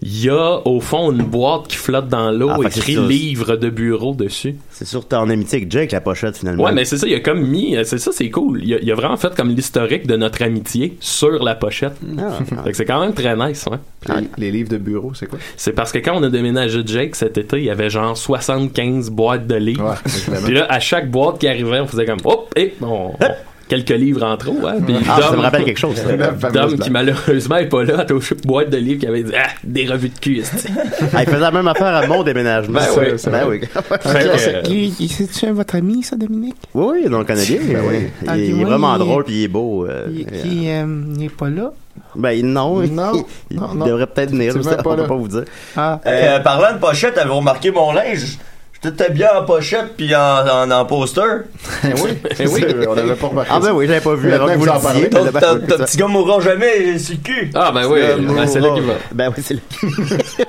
[SPEAKER 6] Il y a au fond une boîte qui flotte dans l'eau
[SPEAKER 4] Ah, fait que
[SPEAKER 6] écrit
[SPEAKER 4] c'est ça.
[SPEAKER 6] livre de bureau dessus.
[SPEAKER 4] C'est sûr que t'es en amitié avec Jake la pochette finalement.
[SPEAKER 6] Ouais, mais c'est ça, il a comme mis euh, c'est ça c'est cool, il a, il a vraiment fait comme l'historique de notre amitié sur la pochette.
[SPEAKER 4] Ah, ah.
[SPEAKER 6] Fait que c'est quand même très nice, hein. ouais.
[SPEAKER 5] Les, les livres de bureau, c'est quoi?
[SPEAKER 6] C'est parce que quand on a déménagé Jake cet été, il y avait genre 75 boîtes de livres.
[SPEAKER 5] Ouais, évidemment.
[SPEAKER 6] Puis là, à chaque boîte qui arrivait, on faisait comme hop, et on,
[SPEAKER 12] Hein?
[SPEAKER 6] on- quelques livres en trop. Hein. Puis
[SPEAKER 4] Ah, ça
[SPEAKER 6] Dom-
[SPEAKER 4] me rappelle quelque chose.
[SPEAKER 5] [LAUGHS]
[SPEAKER 4] ça.
[SPEAKER 5] La fameuse
[SPEAKER 6] Dom, qui
[SPEAKER 5] blague.
[SPEAKER 6] malheureusement est pas là, à touché une boîte de livres qui avait dit Ah, des revues de cul. esti.
[SPEAKER 4] Ah, il faisait la même affaire à mon déménagement.
[SPEAKER 5] Ben oui, c'est
[SPEAKER 4] ben
[SPEAKER 5] vrai.
[SPEAKER 4] oui.
[SPEAKER 6] [LAUGHS] Fait que, euh,
[SPEAKER 2] Il, il- c'est-tu votre ami, ça, Dominique?
[SPEAKER 4] Oui, oui, on le connaît bien.
[SPEAKER 5] Ben oui.
[SPEAKER 4] Il,
[SPEAKER 2] Ah,
[SPEAKER 4] il
[SPEAKER 2] puis
[SPEAKER 4] est
[SPEAKER 2] moi,
[SPEAKER 4] vraiment
[SPEAKER 2] il-
[SPEAKER 4] drôle puis il est beau. euh,
[SPEAKER 2] Il,
[SPEAKER 4] euh,
[SPEAKER 2] qui, euh, il est pas là.
[SPEAKER 4] Ben il- non, il-
[SPEAKER 5] Non,
[SPEAKER 4] il,
[SPEAKER 5] non,
[SPEAKER 4] il
[SPEAKER 5] non.
[SPEAKER 4] devrait peut-être venir, je
[SPEAKER 5] Effectivement
[SPEAKER 4] sais-
[SPEAKER 5] pas
[SPEAKER 4] on peut
[SPEAKER 5] là.
[SPEAKER 4] pas vous dire.
[SPEAKER 2] Ah,
[SPEAKER 12] Euh, parlant de pochette, avez-vous remarqué mon linge? J'étais bien en pochette puis en, en, en poster.
[SPEAKER 6] [LAUGHS]
[SPEAKER 5] Eh oui, eh oui, on n'avait pas remarqué.
[SPEAKER 4] Ah ben oui, j'avais pas vu
[SPEAKER 5] Mais
[SPEAKER 4] avant que
[SPEAKER 5] même
[SPEAKER 4] vous
[SPEAKER 5] vous en
[SPEAKER 4] le
[SPEAKER 5] parlez,
[SPEAKER 4] disiez. Ben,
[SPEAKER 12] Ton,
[SPEAKER 4] mais là-
[SPEAKER 12] ton- ton petit gars mourra jamais sur le cul.
[SPEAKER 7] Ah, ben oui,
[SPEAKER 4] Euh,
[SPEAKER 7] ben, c'est là qu'il va.
[SPEAKER 4] Ben oui, c'est là qui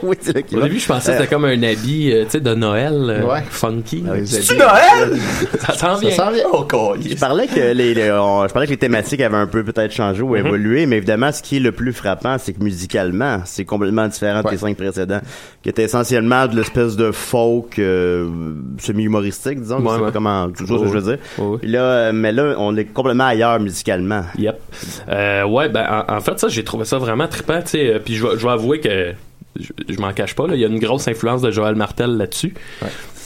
[SPEAKER 4] oui, c'est là qui
[SPEAKER 7] Au
[SPEAKER 4] va.
[SPEAKER 7] début, je pensais que c'était comme un habit, euh, tu sais, de Noël, euh,
[SPEAKER 5] Ouais. Ah,
[SPEAKER 7] funky.
[SPEAKER 12] C'est-tu Noël?
[SPEAKER 7] [LAUGHS] Ça s'en
[SPEAKER 5] Ça
[SPEAKER 7] vient.
[SPEAKER 5] s'en vient.
[SPEAKER 12] Oh, calice.
[SPEAKER 4] Je parlais que les, les- on- je parlais que les thématiques avaient un peu peut-être changé
[SPEAKER 7] Mhm.
[SPEAKER 4] ou évolué, mais évidemment, ce qui est le plus frappant, c'est que musicalement, c'est complètement différent des
[SPEAKER 5] Ouais.
[SPEAKER 4] cinq précédents, qui étaient essentiellement de l'espèce de folk euh, semi-humoristique, disons, je
[SPEAKER 7] Ouais,
[SPEAKER 4] sais pas
[SPEAKER 7] ouais.
[SPEAKER 4] comment, tu vois ce que je veux dire.
[SPEAKER 7] Ouais, ouais.
[SPEAKER 4] Puis là, euh, mais là, on est complètement ailleurs musicalement.
[SPEAKER 7] Yep. Euh, ouais, ben en, en fait, ça, j'ai trouvé ça vraiment trippant, tu sais. euh, Puis je vais je vais avouer que je, je m'en cache pas, là, il y a une grosse influence de Joël Martel là-dessus,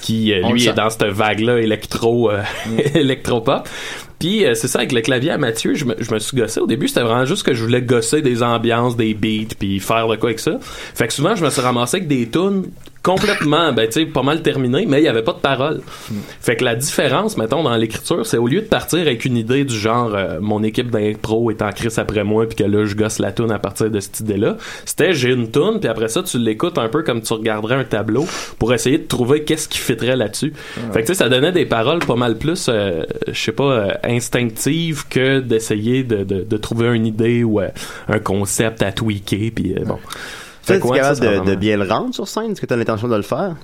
[SPEAKER 7] qui, euh,
[SPEAKER 5] On le
[SPEAKER 7] lui,
[SPEAKER 5] sent. Mm.
[SPEAKER 7] est dans cette vague-là électro, euh, [LAUGHS] électropop. Puis euh, c'est ça, avec le clavier à Mathieu, je me, je me suis gossé. Au début, c'était vraiment juste que je voulais gosser des ambiances, des beats, puis faire de quoi avec ça. Fait que souvent, je me suis ramassé avec des tunes complètement, ben tu sais, pas mal terminées, mais il y avait pas de paroles. Fait que la différence, mettons, dans l'écriture, c'est au lieu de partir avec une idée du genre euh, mon équipe d'impro est en crise après moi puis que là je gosse la toune à partir de cette idée-là, c'était j'ai une toune puis après ça tu l'écoutes un peu comme tu regarderais un tableau pour essayer de trouver qu'est-ce qui fitterait là-dessus. Fait que tu sais ça donnait des paroles pas mal plus euh, je sais pas euh, instinctives que d'essayer de, de, de trouver une idée ou euh, un concept à tweaker puis euh, bon.
[SPEAKER 4] Tu
[SPEAKER 7] Fait
[SPEAKER 4] es
[SPEAKER 7] que ouais, ça,
[SPEAKER 4] capable
[SPEAKER 7] c'est
[SPEAKER 4] de, de
[SPEAKER 7] vraiment-
[SPEAKER 4] bien le rendre sur scène? Est-ce que tu as l'intention de le faire?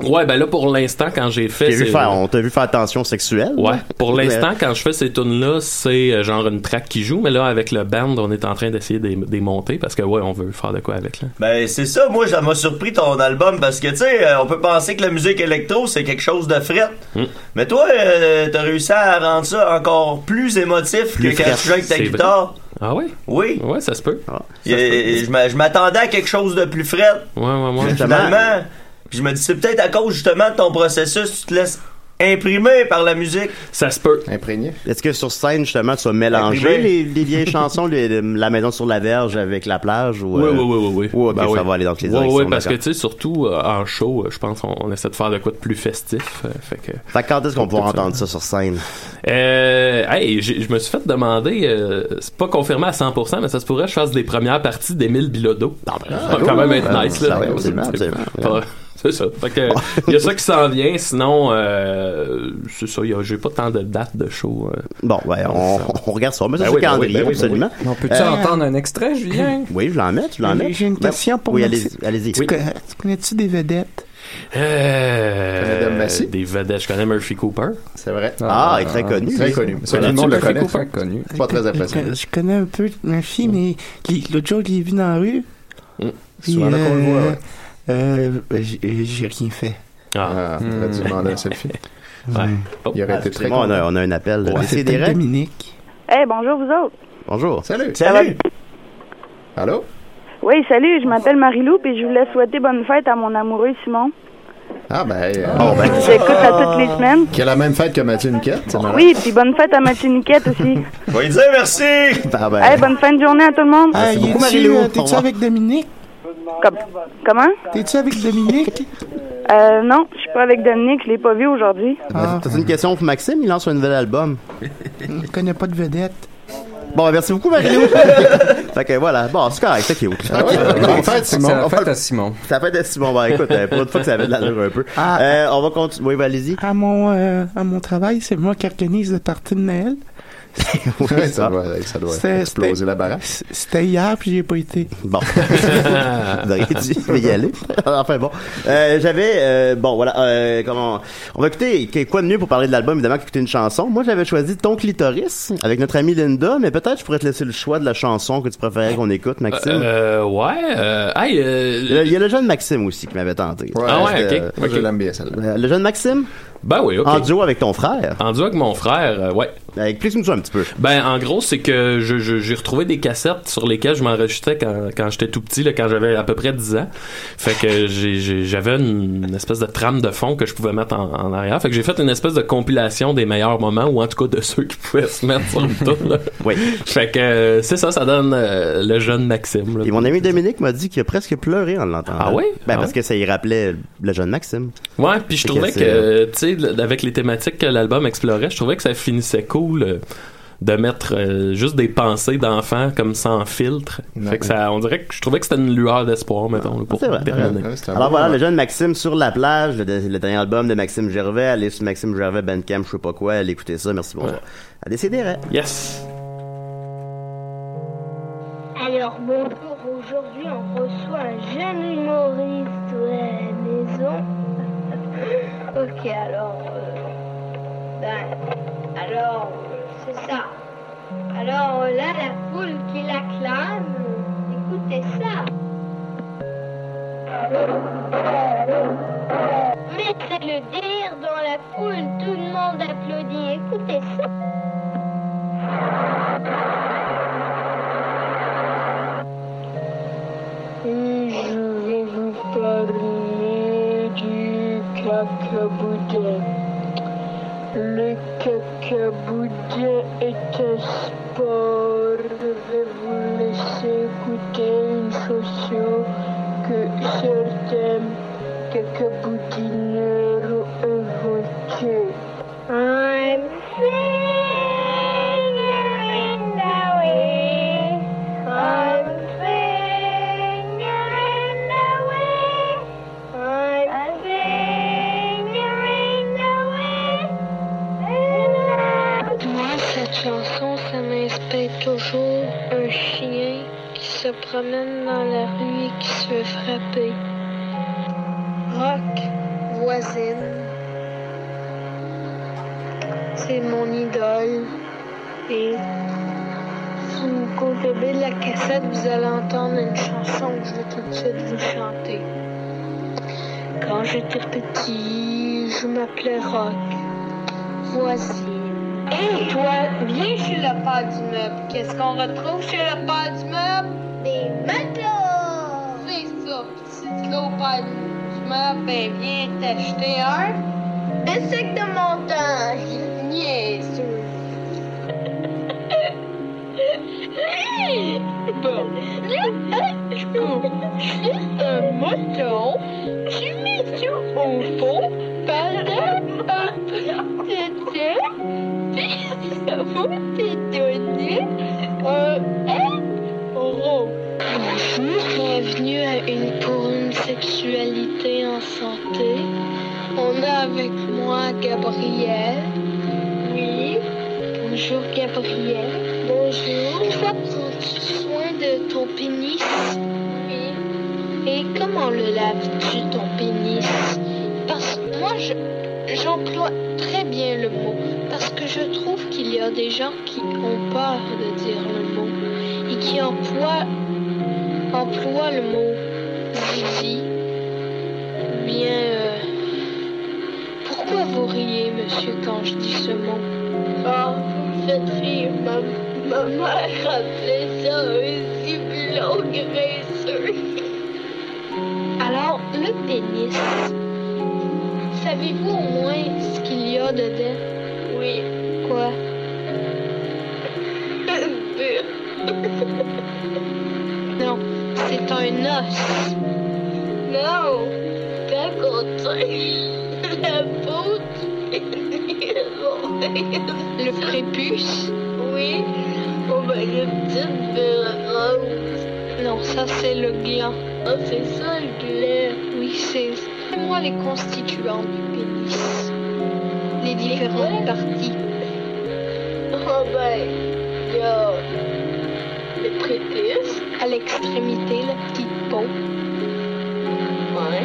[SPEAKER 7] Ouais, ben là pour l'instant quand j'ai fait
[SPEAKER 4] J'ai vu
[SPEAKER 7] c'est-
[SPEAKER 4] faire, on t'a vu faire attention sexuelle. euh,
[SPEAKER 7] Ouais. Pour
[SPEAKER 4] Mais-
[SPEAKER 7] l'instant, quand je fais ces tunes là c'est euh, genre une track qui joue, mais là, avec le band, on est en train d'essayer des, des monter parce que, ouais, on veut faire de quoi avec, là.
[SPEAKER 12] Ben, c'est ça, moi, ça m'a surpris ton album parce que, tu sais, euh, on peut penser que la musique électro, c'est quelque chose de fret. Mais toi, euh, t'as réussi à rendre ça encore plus émotif
[SPEAKER 4] Plus
[SPEAKER 12] que quand
[SPEAKER 4] frette,
[SPEAKER 12] tu joues avec ta
[SPEAKER 7] c'est
[SPEAKER 12] guitare.
[SPEAKER 7] Ah ouais?
[SPEAKER 12] Oui.
[SPEAKER 7] Ouais, ça se peut.
[SPEAKER 4] Ah, ça,
[SPEAKER 12] Et- et je m'a- je m'attendais à quelque chose de plus fret.
[SPEAKER 7] Ouais, ouais, ouais.
[SPEAKER 4] Exactement.
[SPEAKER 12] Finalement, puis je me dis, c'est peut-être à cause justement de ton processus, tu te laisses imprimer par la musique.
[SPEAKER 7] Ça se peut.
[SPEAKER 5] Imprégné.
[SPEAKER 4] Est-ce que sur scène, justement, tu vas mélanger
[SPEAKER 12] Imprimé.
[SPEAKER 4] les,
[SPEAKER 12] [LAUGHS]
[SPEAKER 4] les vieilles chansons, les- la maison sur la verge avec la plage? Ou,
[SPEAKER 7] Oui,
[SPEAKER 4] euh,
[SPEAKER 7] oui, oui, oui.
[SPEAKER 4] Ouais, ok, ça va aller dans toutes les
[SPEAKER 7] Ben Ouais,
[SPEAKER 4] directions,
[SPEAKER 7] ouais, parce que,
[SPEAKER 4] d'accord.
[SPEAKER 7] tu sais, surtout euh, en show, euh, je pense on, on essaie de faire de quoi de plus festif. euh, fait que.
[SPEAKER 4] Fait que quand est-ce qu'on pourra entendre ça sur scène?
[SPEAKER 7] Euh, hey, j'ai- je me suis fait demander, euh, c'est pas confirmé à 100%, mais ça se pourrait que je fasse des premières parties d'Émile Bilodeau.
[SPEAKER 12] Ah,
[SPEAKER 7] Ça va quand même être
[SPEAKER 4] ben,
[SPEAKER 7] nice,
[SPEAKER 4] Ah, ça
[SPEAKER 7] là.
[SPEAKER 4] va, absolument, absolument.
[SPEAKER 7] Pas- C'est ça. Fait que, il y a ça qui s'en vient, sinon, euh, c'est ça, il y a- j'ai pas tant de dates de show. euh.
[SPEAKER 4] Bon, ouais, on, on regarde ça. On met ça
[SPEAKER 7] Ben
[SPEAKER 4] sur
[SPEAKER 7] oui,
[SPEAKER 4] le
[SPEAKER 7] ben
[SPEAKER 4] calendrier,
[SPEAKER 7] oui, ben oui, ben
[SPEAKER 4] absolument.
[SPEAKER 13] On peut-tu
[SPEAKER 4] Euh,
[SPEAKER 13] entendre un extrait, Julien?
[SPEAKER 4] Oui, je l'en mets, je l'en mets.
[SPEAKER 2] J'ai une
[SPEAKER 4] Ben,
[SPEAKER 2] question pour
[SPEAKER 4] Oui,
[SPEAKER 2] moi.
[SPEAKER 4] allez-y. allez-y.
[SPEAKER 2] tu, connais- tu connais-tu des vedettes?
[SPEAKER 7] Euh,
[SPEAKER 5] Madame Massé?
[SPEAKER 7] des vedettes, je connais Murphy Cooper.
[SPEAKER 5] C'est vrai.
[SPEAKER 4] Ah, il est très connu.
[SPEAKER 5] Très
[SPEAKER 4] lui.
[SPEAKER 5] connu. Ça,
[SPEAKER 4] [LAUGHS] Voilà.
[SPEAKER 5] tout le monde le
[SPEAKER 13] Murphy
[SPEAKER 5] connaît.
[SPEAKER 13] Cooper, connu.
[SPEAKER 5] C'est pas très apprécié.
[SPEAKER 2] Je, je connais un peu ma fille, mais qui- l'autre jour, je l'ai vu dans la rue.
[SPEAKER 7] Mm.
[SPEAKER 2] Puis,
[SPEAKER 5] Souvent là qu'on le voit, ouais.
[SPEAKER 2] euh, ben, j'ai j'ai rien fait.
[SPEAKER 7] Ah,
[SPEAKER 5] Ah, t'aurais dû demander un selfie.
[SPEAKER 7] ouais. Oh.
[SPEAKER 5] Il aurait été
[SPEAKER 4] C'est
[SPEAKER 5] très
[SPEAKER 4] bon, on
[SPEAKER 5] content.
[SPEAKER 4] a, on a un appel.
[SPEAKER 2] Ouais,
[SPEAKER 4] C'est
[SPEAKER 2] Ah, C'était
[SPEAKER 4] direct.
[SPEAKER 2] Dominique.
[SPEAKER 11] Eh, bonjour, vous autres.
[SPEAKER 4] Bonjour.
[SPEAKER 5] Salut.
[SPEAKER 12] Salut!
[SPEAKER 5] Allô?
[SPEAKER 11] Oui, salut, je m'appelle Marie-Lou, puis je voulais souhaiter bonne fête à mon amoureux Simon.
[SPEAKER 5] Ah, ben, euh,
[SPEAKER 11] J'écoute à toutes les semaines.
[SPEAKER 5] qui a la même fête que Mathieu Niquette. c'est marrant.
[SPEAKER 11] Oui, puis bonne fête à Mathieu Niquette aussi.
[SPEAKER 12] Je vais lui dire merci!
[SPEAKER 4] Ah, ben,
[SPEAKER 11] Eh, bonne fin de journée à tout le monde.
[SPEAKER 2] Ah,
[SPEAKER 4] beaucoup,
[SPEAKER 2] es-tu,
[SPEAKER 4] Marie-Lou.
[SPEAKER 2] euh,
[SPEAKER 4] Au
[SPEAKER 2] T'es-tu
[SPEAKER 4] revoir.
[SPEAKER 2] avec Dominique?
[SPEAKER 11] Com- comment?
[SPEAKER 2] T'es-tu avec Dominique?
[SPEAKER 11] [LAUGHS] Euh, non, je suis pas avec Dominique, je l'ai pas vu aujourd'hui.
[SPEAKER 2] Ah,
[SPEAKER 4] T'as une question pour Maxime? Il lance un nouvel album.
[SPEAKER 2] je connais pas de vedette.
[SPEAKER 4] Bon, ben, merci
[SPEAKER 5] [LAUGHS]
[SPEAKER 4] beaucoup, Mario. fait que voilà. Bon, c'est correct. C'est cute.
[SPEAKER 5] Ah ouais, bonne fête,
[SPEAKER 13] C'est la
[SPEAKER 5] Simon.
[SPEAKER 13] fête à Simon.
[SPEAKER 4] Ça fait de Simon. Ben, écoute, euh, pour une fois que ça avait de l'allure un peu.
[SPEAKER 2] Ah.
[SPEAKER 4] Euh, on va continuer. Oui, ben, allez-y.
[SPEAKER 2] À mon, euh, à mon travail, c'est moi qui organise la partie de Noël.
[SPEAKER 5] Ouais, ça doit, ça doit
[SPEAKER 2] C'était-
[SPEAKER 5] exploser
[SPEAKER 2] c'était-
[SPEAKER 5] la baraque.
[SPEAKER 2] c- C'était hier, puis j'ai pas été.
[SPEAKER 4] Bon. [LAUGHS] Vous auriez dû y aller. [LAUGHS] enfin bon. Euh, j'avais euh, bon voilà euh, comment on va écouter que- quoi de mieux pour parler de l'album évidemment qu'écouter une chanson. Moi j'avais choisi Ton clitoris avec notre amie Linda, mais peut-être je pourrais te laisser le choix de la chanson que tu préférais qu'on écoute Maxime.
[SPEAKER 7] Euh, ouais, euh, hey, euh,
[SPEAKER 4] Il y a- Il y a le jeune Maxime aussi qui m'avait tenté.
[SPEAKER 7] Ah ouais,
[SPEAKER 5] c'était-
[SPEAKER 7] ok.
[SPEAKER 5] Moi, euh, je
[SPEAKER 7] Ok.
[SPEAKER 5] l'aime bien, celle-là.
[SPEAKER 4] Euh, Le jeune Maxime
[SPEAKER 7] ben oui, ok.
[SPEAKER 4] en duo avec ton frère.
[SPEAKER 7] En duo avec mon frère, euh, ouais.
[SPEAKER 4] Euh, Explique-nous ça un petit peu.
[SPEAKER 7] Ben, en gros, c'est que je- je- j'ai retrouvé des cassettes sur lesquelles je m'enregistrais quand, quand j'étais tout petit, là, quand j'avais à peu près 10 ans. Fait que j'ai- j'ai- j'avais une, une espèce de trame de fond que je pouvais mettre en, en arrière. Fait que j'ai fait une espèce de compilation des meilleurs moments, ou en tout cas de ceux qui pouvaient se mettre sur [LAUGHS] le tour. là.
[SPEAKER 4] Oui.
[SPEAKER 7] Fait que euh, c'est ça, ça donne euh, le jeune Maxime. là.
[SPEAKER 4] Et mon ami Dominique m'a dit qu'il a presque pleuré en l'entendant.
[SPEAKER 7] Ah oui?
[SPEAKER 4] Ben
[SPEAKER 7] Ah
[SPEAKER 4] parce
[SPEAKER 7] oui?
[SPEAKER 4] que ça y rappelait le jeune Maxime.
[SPEAKER 7] Ouais, puis je
[SPEAKER 4] Fait que
[SPEAKER 7] trouvais
[SPEAKER 4] c'est-
[SPEAKER 7] que, euh, tu sais, le- avec les thématiques que l'album explorait, je trouvais que ça finissait cool. euh,
[SPEAKER 5] de mettre euh, juste des pensées d'enfants comme sans filtre. Fait que ça, on dirait que je trouvais que c'était une lueur d'espoir, mettons, là, pour
[SPEAKER 4] C'est vrai.
[SPEAKER 5] terminer.
[SPEAKER 4] Alors voilà, le jeune Maxime sur la plage, le, le dernier album de Maxime Gervais. Allez sur Maxime Gervais, Bandcamp, je sais pas quoi. Allez écouter ça. Merci, bonsoir. À décider, hein?
[SPEAKER 5] Yes!
[SPEAKER 2] Alors bonjour, aujourd'hui on reçoit un jeune humoriste ouais, maison. ok, alors. euh, ben, alors, euh, c'est ça. Alors euh, là, la foule qui l'acclame, euh, écoutez ça. Mais c'est le délire dans la foule, tout le monde applaudit, écoutez ça. Et je vais vous parler du cacaboudin. Le cacaboudin est un sport. Je vais vous laisser écouter une chanson que certains cacaboudineurs ont inventée. I'm figuring the way. I'm figuring the way. I'm figuring the way. Moi, cette chanson, ça m'inspire toujours un chien qui se promène dans la rue et qui se fait frapper. Rock, voisine. C'est mon idole. Et si vous consommez de la cassette, vous allez entendre une chanson que je vais tout de suite vous chanter. Quand j'étais petit, je m'appelais Rock. Voici. Et toi, viens chez le pas du meuble. Qu'est-ce qu'on retrouve chez le pas du meuble? Des matelots! C'est ça, petit clopin du meuble. Ben viens t'acheter un. Un sac de montagne. Niaiseux. Bon. Je coupe. Je fais un moton. Je mets ça au fond pendant un petit temps. Puis ça va te donner un euro. Bonjour, bienvenue à une pour une sexualité en santé. On a avec moi Gabriel. Oui. Bonjour Gabriel. Bonjour. Toi, prends-tu soin de ton pénis? Oui. Et comment le laves-tu ton pénis? Parce que moi, je, j'emploie très bien le mot. Parce que je trouve qu'il y a des gens qui ont peur de dire le mot. Et qui emploient, emploient le mot zizi. Ou Bien. euh, pourquoi vous riez, monsieur, quand je dis ce mot Oh, vous me faites rire. Ma, ma mère appelait ça un ziblon graisseux. Alors, le pénis, savez-vous au moins ce qu'il y a dedans Oui. Quoi Une bulle. [LAUGHS] Non, c'est un os. Non, pas la peau Le prépuce Oui. Oh ben le petit Non, ça c'est le gland. Ah, c'est ça le gland Oui, c'est... Moi les constituants du pénis. Les différentes parties. Oh ben, il y a le prépuce. À l'extrémité, la petite peau. Ouais.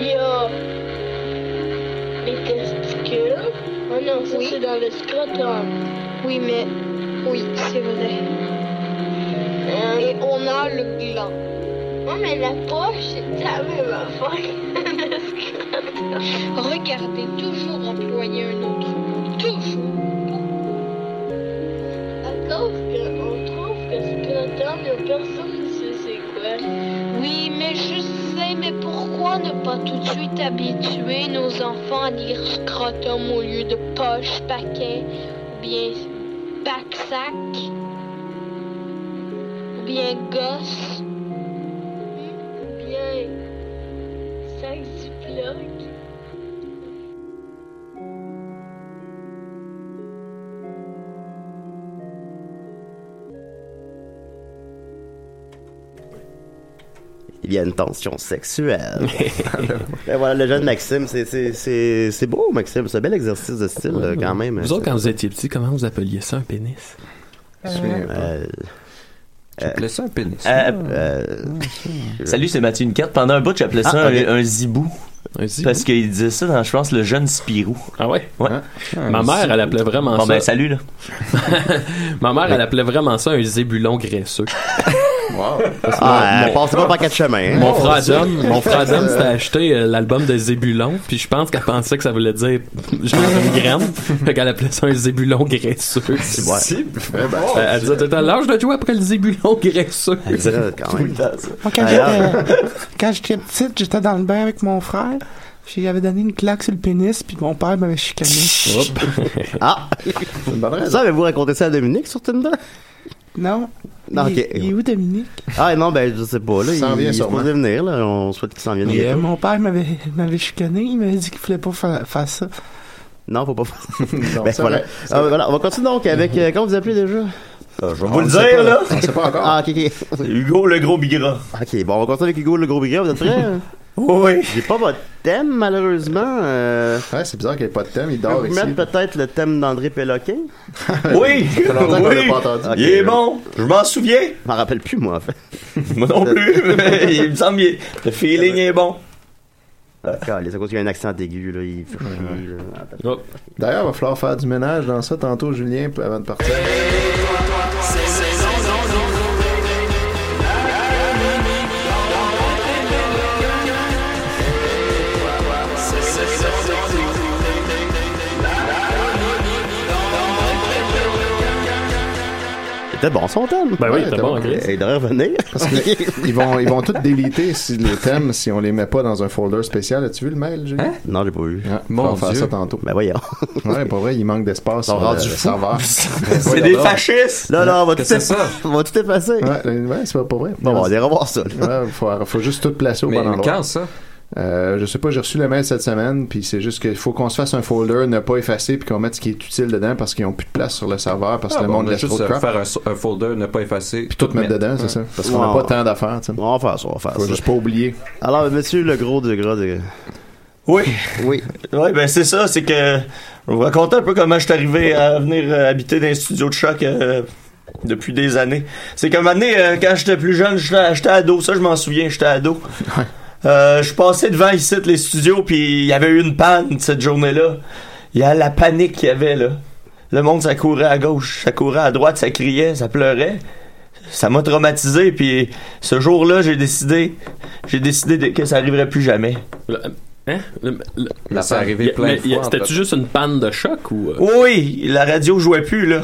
[SPEAKER 2] Il y a les testicules. Oh non, ça c'est dans le scrotum. Oui, mais. Oui, c'est vrai. Et on a le gland. Oh, Hein? mais la poche, c'est la même affaire. [LAUGHS] le scrotum. Regardez, toujours employer un autre mot. Toujours. À cause qu'on trouve que scrotum, il n'y a personne qui sait c'est quoi. Oui, mais je sais, mais pourquoi ne pas tout de suite habituer nos enfants à dire scrotum au lieu de poche, paquet, ou bien backsack, ou bien gosse, ou bien sac Ziploc.
[SPEAKER 4] il y a une tension
[SPEAKER 7] [LAUGHS]
[SPEAKER 4] sexuelle. Et voilà, le jeune Maxime, c'est- c'est- c'est c'est beau, Maxime. C'est un bel exercice de style, euh, quand même.
[SPEAKER 6] Vous autres, quand vous étiez petit, comment vous appeliez ça un pénis
[SPEAKER 4] Euh,
[SPEAKER 7] J'appelais ça un pénis.
[SPEAKER 2] Euh, Salut, c'est Mathieu Niquette. Pendant un bout, j'appelais ça
[SPEAKER 7] Ah, ok.
[SPEAKER 2] un, un zibou. Parce qu'il disait ça dans, je pense, le jeune Spirou.
[SPEAKER 6] Ah ouais?
[SPEAKER 2] Ouais.
[SPEAKER 6] Ma mère, elle appelait vraiment
[SPEAKER 2] Bon,
[SPEAKER 6] ça.
[SPEAKER 2] ben, salut, là.
[SPEAKER 6] Ma mère, elle appelait vraiment ça un zébulon graisseux. Parce que
[SPEAKER 4] Ah,
[SPEAKER 2] [LAUGHS]
[SPEAKER 6] mon-
[SPEAKER 4] elle passe pas par quatre chemins. hein.
[SPEAKER 6] Mon frère Dom, mon frère Dom s'était acheté euh, l'album de Zébulon, puis je pense qu'elle pensait que ça voulait dire je mange une graine, fait qu'elle appelait ça un Zébulon graisseux.
[SPEAKER 4] Ouais.
[SPEAKER 6] Euh, Elle disait tout à l'âge de jouer après le Zébulon graisseux.
[SPEAKER 4] Elle disait, quand même.
[SPEAKER 14] Moi, quand
[SPEAKER 4] Ah,
[SPEAKER 14] j'étais, euh, quand j'étais petite, j'étais dans le bain avec mon frère. Puis j'avais donné une claque sur le pénis, puis mon père m'avait chicané.
[SPEAKER 4] Ah! Ça, avez-vous raconté ça à Dominique sur Tinder?
[SPEAKER 14] Non.
[SPEAKER 4] Non,
[SPEAKER 14] Il-
[SPEAKER 4] ok.
[SPEAKER 14] Il est où, Dominique?
[SPEAKER 4] Ah non, ben je sais pas. Là,
[SPEAKER 5] Il
[SPEAKER 4] il,
[SPEAKER 5] s'en vient
[SPEAKER 4] il est
[SPEAKER 5] sûrement.
[SPEAKER 4] supposé venir. Là. On souhaite qu'il s'en vienne.
[SPEAKER 14] Mais, euh,
[SPEAKER 4] bientôt.
[SPEAKER 14] mon père m'avait m'avait chicané, il m'avait dit qu'il voulait pas fa- faire ça.
[SPEAKER 4] Non, faut pas faire
[SPEAKER 5] [LAUGHS] Non,
[SPEAKER 4] ben,
[SPEAKER 5] c'est
[SPEAKER 4] voilà.
[SPEAKER 5] vrai, c'est
[SPEAKER 4] Ah,
[SPEAKER 5] vrai. Euh,
[SPEAKER 4] voilà. On va continuer donc avec... euh, comment vous appelez déjà? je vais
[SPEAKER 2] vous le dire, là.
[SPEAKER 5] On sait pas encore.
[SPEAKER 4] Ah, ok, ok.
[SPEAKER 2] Hugo, le gros bigra.
[SPEAKER 4] Ok, bon, on va continuer avec Hugo le gros bigot. Vous êtes
[SPEAKER 2] [LAUGHS]
[SPEAKER 4] prêts? hein?
[SPEAKER 2] Oui.
[SPEAKER 4] J'ai pas votre thème, malheureusement. Euh,
[SPEAKER 5] Ouais, c'est bizarre qu'il n'y ait pas de thème, il
[SPEAKER 4] je vais
[SPEAKER 5] dort
[SPEAKER 4] vous
[SPEAKER 5] ici.
[SPEAKER 4] mettre peut-être le thème d'André Péloquin.
[SPEAKER 5] [LAUGHS]
[SPEAKER 2] Oui.
[SPEAKER 5] Ça fait longtemps qu'on l'a
[SPEAKER 2] oui.
[SPEAKER 5] pas entendu.
[SPEAKER 2] Il est bon. Je m'en souviens.
[SPEAKER 4] Je m'en rappelle plus, moi, en fait.
[SPEAKER 2] [LAUGHS] Moi non plus. [LAUGHS] mais il me semble que le feeling est bon.
[SPEAKER 4] Ah, les cause qu'il y a un accent aigu, là. Il fait chier, là. Attends.
[SPEAKER 6] Hop.
[SPEAKER 5] D'ailleurs, il va falloir faire du ménage dans ça tantôt, Julien, p- avant de partir.
[SPEAKER 4] C'était bon, son thème.
[SPEAKER 6] Ben oui,
[SPEAKER 5] Ouais,
[SPEAKER 6] t'as
[SPEAKER 5] t'as
[SPEAKER 6] bon,
[SPEAKER 5] bon.
[SPEAKER 6] Chris.
[SPEAKER 4] Et il devrait revenir.
[SPEAKER 5] Parce que ils vont, ils vont tous déliter si les thèmes si on les met pas dans un folder spécial. As-tu vu le mail, Julien?
[SPEAKER 4] Non, j'ai pas eu.
[SPEAKER 5] Ah,
[SPEAKER 7] Mon
[SPEAKER 5] on va faire
[SPEAKER 7] Dieu.
[SPEAKER 5] ça tantôt. [LAUGHS]
[SPEAKER 4] Ben voyons.
[SPEAKER 5] Ouais, pour vrai, il manque d'espace sur le,
[SPEAKER 4] rendu
[SPEAKER 5] le
[SPEAKER 4] fous.
[SPEAKER 5] serveur.
[SPEAKER 2] C'est des fascistes.
[SPEAKER 4] Là, là, on va tout,
[SPEAKER 7] c'est ça?
[SPEAKER 4] effa- on va tout effacer.
[SPEAKER 5] Ouais, ouais, c'est pas pour vrai.
[SPEAKER 4] Bon, bon, on ira revoir ça. là.
[SPEAKER 5] Ouais, faut, faut juste tout placer au
[SPEAKER 7] Mais
[SPEAKER 5] bon endroit.
[SPEAKER 7] quand ça?
[SPEAKER 5] Euh, je sais pas, j'ai reçu le mail cette semaine, puis c'est juste qu'il faut qu'on se fasse un folder, ne pas effacer, puis qu'on mette ce qui est utile dedans parce qu'ils ont plus de place sur le serveur, parce que le monde laisse
[SPEAKER 7] juste
[SPEAKER 5] trop de
[SPEAKER 7] euh,
[SPEAKER 5] crap.
[SPEAKER 7] faire un, so- un folder, ne pas effacer.
[SPEAKER 5] Puis tout mettre dedans, c'est ça. Parce qu'on n'a
[SPEAKER 4] Ouais.
[SPEAKER 5] pas tant d'affaires, tu sais.
[SPEAKER 4] On va faire ça, on va faire
[SPEAKER 5] Faut
[SPEAKER 4] ça.
[SPEAKER 5] juste pas oublier.
[SPEAKER 4] Alors, monsieur le gros de gras de...
[SPEAKER 2] Oui.
[SPEAKER 4] Oui.
[SPEAKER 2] Ouais, ben c'est ça, c'est que je vais vous raconter un peu comment je suis arrivé à venir euh, habiter dans un studio de choc euh, depuis des années. C'est qu'à un moment donné, euh, quand j'étais plus jeune, j'étais j'étais ado, ça je m'en souviens, j'étais ado. Euh, je passais devant ici les studios, puis il y avait eu une panne cette journée-là. Il y a la panique qu'il y avait là. Le monde, ça courait à gauche, ça courait à droite, ça criait, ça pleurait. Ça m'a traumatisé, puis ce jour-là, j'ai décidé, j'ai décidé de- que ça arriverait plus jamais.
[SPEAKER 6] Le- Hein? Le- le-
[SPEAKER 7] Là, c'est
[SPEAKER 6] y a-
[SPEAKER 7] arrivé plein
[SPEAKER 6] mais
[SPEAKER 7] de
[SPEAKER 6] y a-
[SPEAKER 7] fois. en
[SPEAKER 6] C'était-tu
[SPEAKER 7] fait.
[SPEAKER 6] juste une panne de choc ou. euh?
[SPEAKER 2] Oui, la radio jouait plus, là.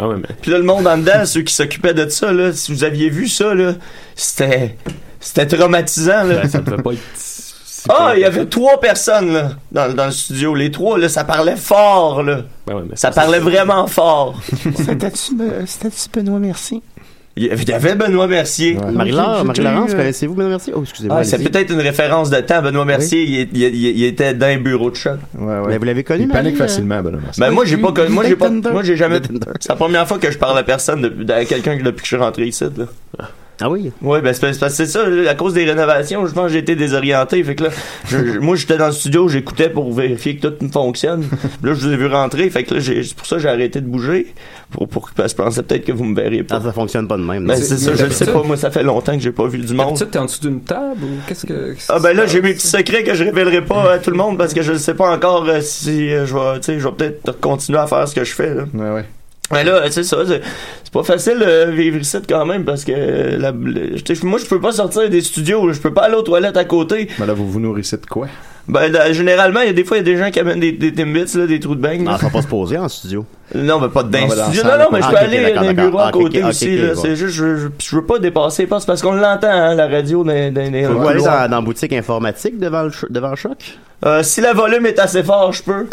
[SPEAKER 6] Ah ouais, mais.
[SPEAKER 2] Puis là, le monde en dedans, ceux qui s'occupaient de ça, là, si vous aviez vu ça, là, c'était. C'était traumatisant, là.
[SPEAKER 6] ben, ça devait pas être. si-
[SPEAKER 2] Ah, il y avait trois personnes, là, dans, dans le studio. Les trois, là, ça parlait fort, là.
[SPEAKER 6] Ben ouais, mais-
[SPEAKER 2] Ça parlait vraiment fort.
[SPEAKER 14] [LAUGHS] C'était-tu Be- c'était-tu Benoît Mercier?
[SPEAKER 2] Il y avait- il y avait Benoît Mercier.
[SPEAKER 4] Marie-Laure,
[SPEAKER 14] j'ai- j'ai déjà
[SPEAKER 4] Marie-Laurence,
[SPEAKER 14] eu, euh,
[SPEAKER 4] connaissez-vous, madame Mercier? Oh, excusez-moi.
[SPEAKER 2] Ah, c'est
[SPEAKER 4] allez-y.
[SPEAKER 2] peut-être une référence de temps. Benoît Mercier, il est- il, est- il est- il était dans un bureau de choc.
[SPEAKER 5] Ouais,
[SPEAKER 4] Mais
[SPEAKER 5] ouais.
[SPEAKER 4] vous l'avez connu,
[SPEAKER 5] Il panique
[SPEAKER 4] Marie, euh?
[SPEAKER 5] facilement, ben là, merci.
[SPEAKER 2] Ben, moi, j'ai pas, con- moi, j'ai pas,
[SPEAKER 14] Tinder.
[SPEAKER 2] moi, j'ai jamais,
[SPEAKER 4] Tinder.
[SPEAKER 2] c'est la première fois que je parle à personne, depuis- à quelqu'un que- depuis que je suis rentré ici, là.
[SPEAKER 4] Ah oui?
[SPEAKER 2] Ouais, ben c'est parce- c'est parce que c'est ça, là, à cause des rénovations, je pense que j'ai été désorienté. Fait que là, je- je- moi j'étais dans le studio, j'écoutais pour vérifier que tout me fonctionne. Puis Là, je vous ai vu rentrer, fait que là, j'ai- c'est pour ça que j'ai arrêté de bouger. Pour, pour, parce que je pensais peut-être que vous me verriez pas.
[SPEAKER 4] Ah, ça fonctionne pas de même. non.
[SPEAKER 2] ben c'est ça, je le sais pas, moi ça fait longtemps que j'ai pas vu du monde.
[SPEAKER 7] D'habitude, t'es en dessous d'une table ou qu'est-ce que. qu'est-ce
[SPEAKER 2] Ah
[SPEAKER 7] qui
[SPEAKER 2] ben
[SPEAKER 7] se
[SPEAKER 2] là, j'ai
[SPEAKER 7] passe?
[SPEAKER 2] mes petits secrets que je révélerai pas à tout le monde parce que je ne sais pas encore euh, si euh, je vais, tu sais, je vais peut-être continuer à faire ce que je fais. Là.
[SPEAKER 5] Ouais, ouais.
[SPEAKER 2] Mais là, c'est ça, c'est c'est pas facile de vivre ici quand même parce que euh, la, le- tu sais, moi je peux pas sortir des studios, je peux pas aller aux toilettes à côté.
[SPEAKER 5] Ben là, vous vous nourrissez de quoi?
[SPEAKER 2] Ben, là, généralement, il y a des fois, il y a des gens qui amènent des, des timbits, là, des trous de beigne.
[SPEAKER 4] Ah, ça va pas se poser en studio.
[SPEAKER 2] Non, mais pas de
[SPEAKER 5] Non,
[SPEAKER 2] dingue.
[SPEAKER 5] mais dans
[SPEAKER 2] non,
[SPEAKER 5] la
[SPEAKER 2] non, mais je
[SPEAKER 4] salle.
[SPEAKER 2] peux
[SPEAKER 4] Ah, ok,
[SPEAKER 2] aller
[SPEAKER 4] d'accord,
[SPEAKER 2] dans les bureaux à
[SPEAKER 4] d'accord.
[SPEAKER 2] côté
[SPEAKER 4] Ah, ok, ok,
[SPEAKER 2] aussi,
[SPEAKER 4] ok,
[SPEAKER 2] là.
[SPEAKER 4] ouais.
[SPEAKER 2] C'est juste, je, je, je veux pas dépasser les portes parce qu'on l'entend, hein, la radio dans, dans, dans-
[SPEAKER 4] Faut
[SPEAKER 2] dans-
[SPEAKER 4] aller dans, dans la boutique informatique devant le, cho- devant le [LAUGHS] choc.
[SPEAKER 2] Euh, si la volume est assez fort, je peux.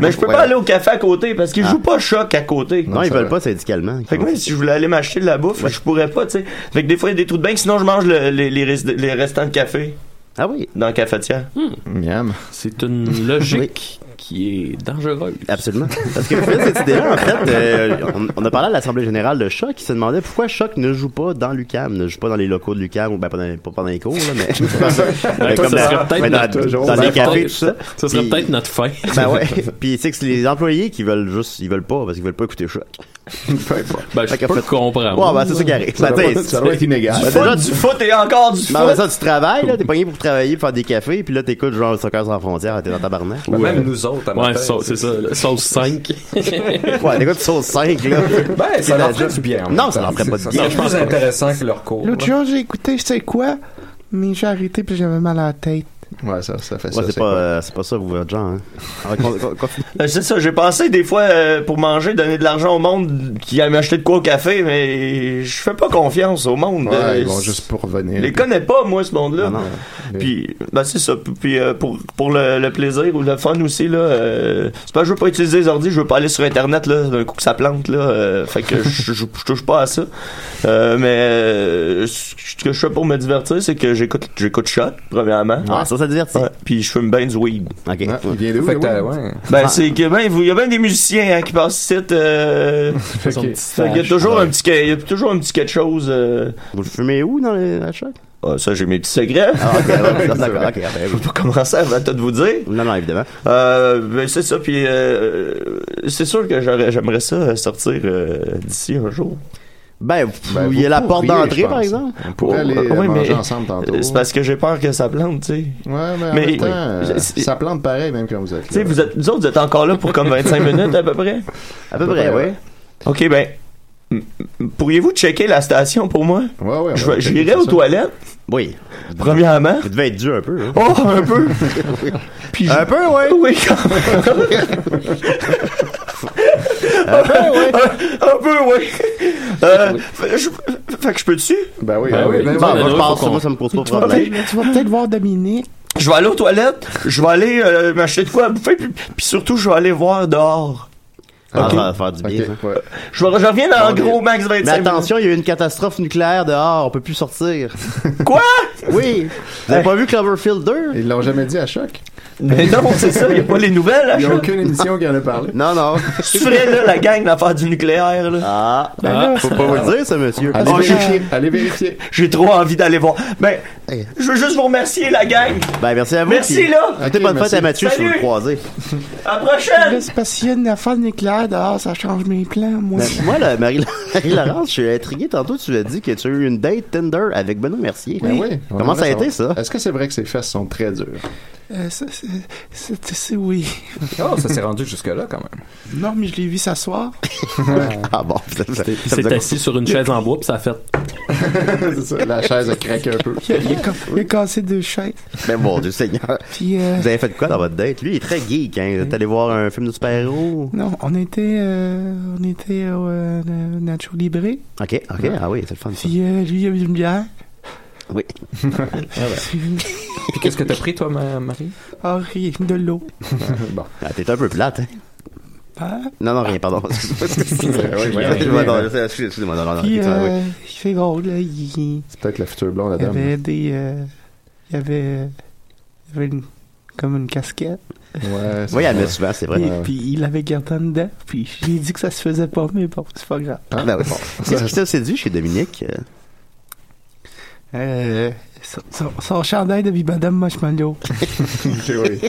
[SPEAKER 2] mais je peux pas aller au café à côté parce qu'ils
[SPEAKER 4] Ah.
[SPEAKER 2] jouent pas choc à côté.
[SPEAKER 4] Non, ils veulent pas syndicalement.
[SPEAKER 2] Fait que même si je voulais aller m'acheter de la bouffe, je pourrais pas, tu sais. Fait que des fois, il y a des trous de bain, sinon je mange le- les, les, res- les restants de café
[SPEAKER 4] Ah oui.
[SPEAKER 2] dans la cafetière.
[SPEAKER 5] Miam.
[SPEAKER 4] Hmm.
[SPEAKER 6] C'est une logique qui est dangereuse.
[SPEAKER 4] Absolument. Parce que Phil, cette idée-là, en fait, euh, on, on a parlé à l'Assemblée générale de Choc qui se demandait pourquoi Choc ne joue pas dans l'UCAM, ne joue pas dans les locaux de l'UCAM, ou ben, pas, dans les- pas pendant les cours, là, mais, mais
[SPEAKER 6] Toi,
[SPEAKER 4] Ben, comme
[SPEAKER 6] ça
[SPEAKER 4] dans-
[SPEAKER 6] serait peut-être
[SPEAKER 4] mais dans,
[SPEAKER 6] notre-
[SPEAKER 4] dans
[SPEAKER 6] ça
[SPEAKER 4] les
[SPEAKER 6] serait
[SPEAKER 4] cafés,
[SPEAKER 6] peut-être-
[SPEAKER 4] tout ça.
[SPEAKER 6] ça serait
[SPEAKER 4] Puis-
[SPEAKER 6] peut-être notre fin.
[SPEAKER 4] Ben ouais. Puis c'est que c'est les employés qui veulent juste, ils veulent pas parce qu'ils veulent pas écouter Choc.
[SPEAKER 6] Ben, je
[SPEAKER 4] Fait que
[SPEAKER 6] peux
[SPEAKER 4] fait-
[SPEAKER 6] comprendre.
[SPEAKER 4] Ouais, ben, c'est ça qui arrive.
[SPEAKER 5] Ça
[SPEAKER 4] Ben,
[SPEAKER 5] doit-
[SPEAKER 4] t'sais,
[SPEAKER 5] ça doit être inégal.
[SPEAKER 4] Ben,
[SPEAKER 5] Du
[SPEAKER 4] déjà,
[SPEAKER 5] foot,
[SPEAKER 4] tu-
[SPEAKER 2] Du foot et encore du foot.
[SPEAKER 4] ben, ben, ça, tu travailles, là, t'es pogné pour travailler, pour faire des cafés, puis là, t'écoutes genre Soccer sans frontières, t'es dans ta barnaque.
[SPEAKER 7] Ben, Même nous autres, à
[SPEAKER 6] Ouais,
[SPEAKER 7] matin,
[SPEAKER 6] sau- c'est ça. là, Sauce 5.
[SPEAKER 4] Ouais, t'écoutes sauce 5, là.
[SPEAKER 7] Ben, ça leur ferait du bien. en
[SPEAKER 4] Non,
[SPEAKER 7] même
[SPEAKER 4] ça
[SPEAKER 7] temps.
[SPEAKER 4] leur ferait pas de
[SPEAKER 7] C'est
[SPEAKER 4] bien.
[SPEAKER 7] c'est plus intéressant que leur cours.
[SPEAKER 15] L'autre jour, j'ai écouté, je sais quoi, mais j'ai arrêté puis j'avais mal à la tête.
[SPEAKER 5] Ouais, ça, ça fait
[SPEAKER 4] Ouais,
[SPEAKER 5] ça.
[SPEAKER 4] c'est pas, euh, c'est pas ça, vous, votre genre, hein. Alors, qu'on- qu'on- qu'on-
[SPEAKER 2] Euh, C'est ça, j'ai pensé des fois euh, pour manger, donner de l'argent au monde qui allait m'acheter de quoi au café, mais je fais pas confiance au monde.
[SPEAKER 5] Ouais,
[SPEAKER 2] Euh,
[SPEAKER 5] ils vont juste pour revenir.
[SPEAKER 2] Je les connais pas, moi, ce monde-là.
[SPEAKER 4] Non, non.
[SPEAKER 2] Puis, ben, c'est ça. Puis, euh, pour, pour le, le plaisir ou le fun aussi, là, euh, c'est pas que je veux pas utiliser les ordi, je veux pas aller sur Internet, là, d'un coup que ça plante, là. euh, fait que je, je, je touche pas à ça. Euh, mais, euh, ce que je fais pour me divertir, c'est que j'écoute, j'écoute Shot, premièrement.
[SPEAKER 4] Ah, ça, ça divertit.
[SPEAKER 2] Ouais, Puis, je fume ben du weed.
[SPEAKER 4] Ok.
[SPEAKER 5] Ah, il vient d'où?
[SPEAKER 7] Fait
[SPEAKER 5] le
[SPEAKER 7] que t'as-
[SPEAKER 5] Will?
[SPEAKER 7] ouais.
[SPEAKER 2] Ben, c'est que ben, il y a bien des musiciens hein, qui passent ici. [LAUGHS] Euh,
[SPEAKER 5] Fait que-
[SPEAKER 2] fait qu'il y a toujours un petit, que- il y a toujours un petit quelque chose. euh,
[SPEAKER 4] Vous le fumez où dans les, à Choc?
[SPEAKER 2] ah, ça, j'ai mes petits secrets.
[SPEAKER 4] Ah, ok, ouais, d'accord, ok,
[SPEAKER 2] [LAUGHS]
[SPEAKER 4] ben,
[SPEAKER 2] Je vais pas commencer avant de tout vous dire.
[SPEAKER 4] Non, non, évidemment.
[SPEAKER 2] Euh, ben, c'est ça, puis euh, c'est sûr que j'aurais, j'aimerais ça euh, sortir euh, d'ici un jour.
[SPEAKER 4] Ben, vous
[SPEAKER 5] Ben,
[SPEAKER 4] y
[SPEAKER 5] vous
[SPEAKER 4] a la porte
[SPEAKER 5] pourriez,
[SPEAKER 4] d'entrée,
[SPEAKER 5] je
[SPEAKER 4] par
[SPEAKER 5] pense.
[SPEAKER 4] exemple?
[SPEAKER 5] On pourrait aller
[SPEAKER 2] Ouais,
[SPEAKER 5] manger
[SPEAKER 2] mais-
[SPEAKER 5] ensemble tantôt.
[SPEAKER 2] Euh, [LAUGHS] c'est parce que j'ai peur que ça plante, tu sais.
[SPEAKER 5] Ouais, mais en
[SPEAKER 2] Mais-
[SPEAKER 5] même temps, euh,
[SPEAKER 2] C'est-
[SPEAKER 5] ça plante pareil, même quand vous êtes
[SPEAKER 2] Tu sais,
[SPEAKER 5] là.
[SPEAKER 2] vous êtes, vous autres, vous êtes encore là pour comme [LAUGHS] 25 minutes à peu près.
[SPEAKER 4] À peu près, ouais.
[SPEAKER 2] Ok, ben, m- m- pourriez-vous checker la station pour moi?
[SPEAKER 5] Ouais, ouais.
[SPEAKER 2] Je vais- J'irai aux toilettes,
[SPEAKER 4] Oui.
[SPEAKER 2] premièrement.
[SPEAKER 4] Vous devez être dû un peu, hein.
[SPEAKER 2] Oh, un peu. [LAUGHS] Puis Un peu, ouais. Oui, quand même. [LAUGHS] un peu, ouais. [LAUGHS] Un peu, ouais. Euh, fait- je- fait que je peux dessus?
[SPEAKER 5] Ben oui,
[SPEAKER 6] Ben
[SPEAKER 5] ben
[SPEAKER 6] oui.
[SPEAKER 5] oui. ben
[SPEAKER 4] Bon,
[SPEAKER 6] Ben,
[SPEAKER 5] oui.
[SPEAKER 4] moi,
[SPEAKER 6] non,
[SPEAKER 4] je pense
[SPEAKER 6] faut
[SPEAKER 4] que moi, ça me pose pas de
[SPEAKER 15] Tu vas
[SPEAKER 4] problème.
[SPEAKER 15] peut-être- tu vas peut-être voir Dominique.
[SPEAKER 2] Je vais aller aux toilettes, je vais aller euh, m'acheter de quoi à bouffer, puis, puis surtout, je vais aller voir dehors.
[SPEAKER 4] Ah,
[SPEAKER 2] Ok.
[SPEAKER 4] Ça va faire du hein. bien, ça.
[SPEAKER 5] Ok, ouais.
[SPEAKER 2] Je, vais- je reviens dans
[SPEAKER 4] Bon,
[SPEAKER 2] gros max 25
[SPEAKER 4] Ah, Mais attention, il y a eu une catastrophe nucléaire dehors, on peut plus sortir.
[SPEAKER 2] minutes. Quoi?
[SPEAKER 4] Oui! Vous avez pas vu Cloverfield 2?
[SPEAKER 5] Ils l'ont jamais dit à choc.
[SPEAKER 2] Mais non, c'est ça, il a pas les nouvelles, hein. là.
[SPEAKER 5] Il n'y a
[SPEAKER 2] je-
[SPEAKER 5] aucune émission qui en a parlé.
[SPEAKER 4] Non, non.
[SPEAKER 2] Tu ferais, là, la gang d'affaires du nucléaire, là.
[SPEAKER 4] Ah,
[SPEAKER 15] Ben
[SPEAKER 4] faut pas vous le dire, ça, monsieur.
[SPEAKER 5] Allez
[SPEAKER 4] Oh, je-
[SPEAKER 5] vérifier. Allez vérifier.
[SPEAKER 2] J'ai trop envie d'aller voir. Ben,
[SPEAKER 4] Hey.
[SPEAKER 2] je veux juste vous remercier, la gang.
[SPEAKER 4] Ben, merci à vous.
[SPEAKER 2] Merci,
[SPEAKER 4] puis-
[SPEAKER 2] là.
[SPEAKER 4] Écoutez, bonne
[SPEAKER 5] Ok,
[SPEAKER 4] fête à
[SPEAKER 5] merci.
[SPEAKER 4] Mathieu si vous le
[SPEAKER 2] Salut.
[SPEAKER 4] croisez.
[SPEAKER 2] À la prochaine!
[SPEAKER 15] Là, c'est parce qu'il y a une affaire nucléaire dehors, ça change mes plans, moi.
[SPEAKER 4] Ben, moi, là, Marie- [LAUGHS] Marie-Laurence, je suis intrigué. Tantôt, tu as dit que tu as eu une date Tinder avec Benoît Mercier.
[SPEAKER 5] Ben oui. on
[SPEAKER 4] Comment ça a
[SPEAKER 5] aimerait
[SPEAKER 4] été,
[SPEAKER 5] savoir.
[SPEAKER 4] ça?
[SPEAKER 5] Est-ce que c'est vrai que ses fesses sont très dures?
[SPEAKER 15] Euh, ça, c'est- c'est c'est- oui.
[SPEAKER 7] Oh, ça s'est rendu jusque-là quand même.
[SPEAKER 15] Non, mais je l'ai vu
[SPEAKER 4] [LAUGHS]
[SPEAKER 15] s'asseoir.
[SPEAKER 4] Ah bon, ça, ça- ça
[SPEAKER 6] Il
[SPEAKER 4] vous a-
[SPEAKER 6] s'est assis sur une chaise en bois, puis ça a fait.
[SPEAKER 5] C'est ça, La chaise a craqué un peu.
[SPEAKER 15] Il a, il a ca- il a cassé deux chaises.
[SPEAKER 4] Mais Ben, mon Dieu Seigneur.
[SPEAKER 15] Puis, euh,
[SPEAKER 4] Vous avez fait quoi dans votre date? Lui, il est très geek, hein. Vous êtes allé voir un film de super-héros?
[SPEAKER 15] non, on était, euh, on était au euh, na- Nacho Libre.
[SPEAKER 4] Ok, ok, ah oui, c'est le fun, ça.
[SPEAKER 15] Puis euh, lui, il a vu une bière.
[SPEAKER 4] Oui.
[SPEAKER 15] [LAUGHS]
[SPEAKER 7] Puis qu'est-ce que t'as pris, toi, ma- Marie
[SPEAKER 15] Ah, rien, de l'eau.
[SPEAKER 4] Ah, T'es un peu plate, hein.
[SPEAKER 15] Ah,
[SPEAKER 4] Non, non, rien, pardon. [LAUGHS]
[SPEAKER 5] Ouais, ouais.
[SPEAKER 4] Excusez-moi, non, excusez-moi, non, non, non,
[SPEAKER 15] puis
[SPEAKER 4] excusez-moi,
[SPEAKER 15] euh,
[SPEAKER 4] oui.
[SPEAKER 15] il fait drôle, là. Il, il
[SPEAKER 5] C'est peut-être la future blonde, la
[SPEAKER 15] y
[SPEAKER 5] dame.
[SPEAKER 2] Eh ben.
[SPEAKER 15] avait des... euh, il y avait... Il y avait une- comme une casquette.
[SPEAKER 5] Ouais, c'est
[SPEAKER 4] Oui, elle
[SPEAKER 5] vrai.
[SPEAKER 4] met souvent, c'est vrai.
[SPEAKER 15] Et puis il l'avait gardé en dedans. Puis j'ai dit que ça se faisait pas, mais bon, c'est pas grave.
[SPEAKER 4] Ah, ben oui, [LAUGHS] bon. Qu'est-ce qui t'a séduit chez Dominique? euh?
[SPEAKER 15] Euh, son, son- son chandail de Bibadam Marshmallow.
[SPEAKER 5] Ok, oui.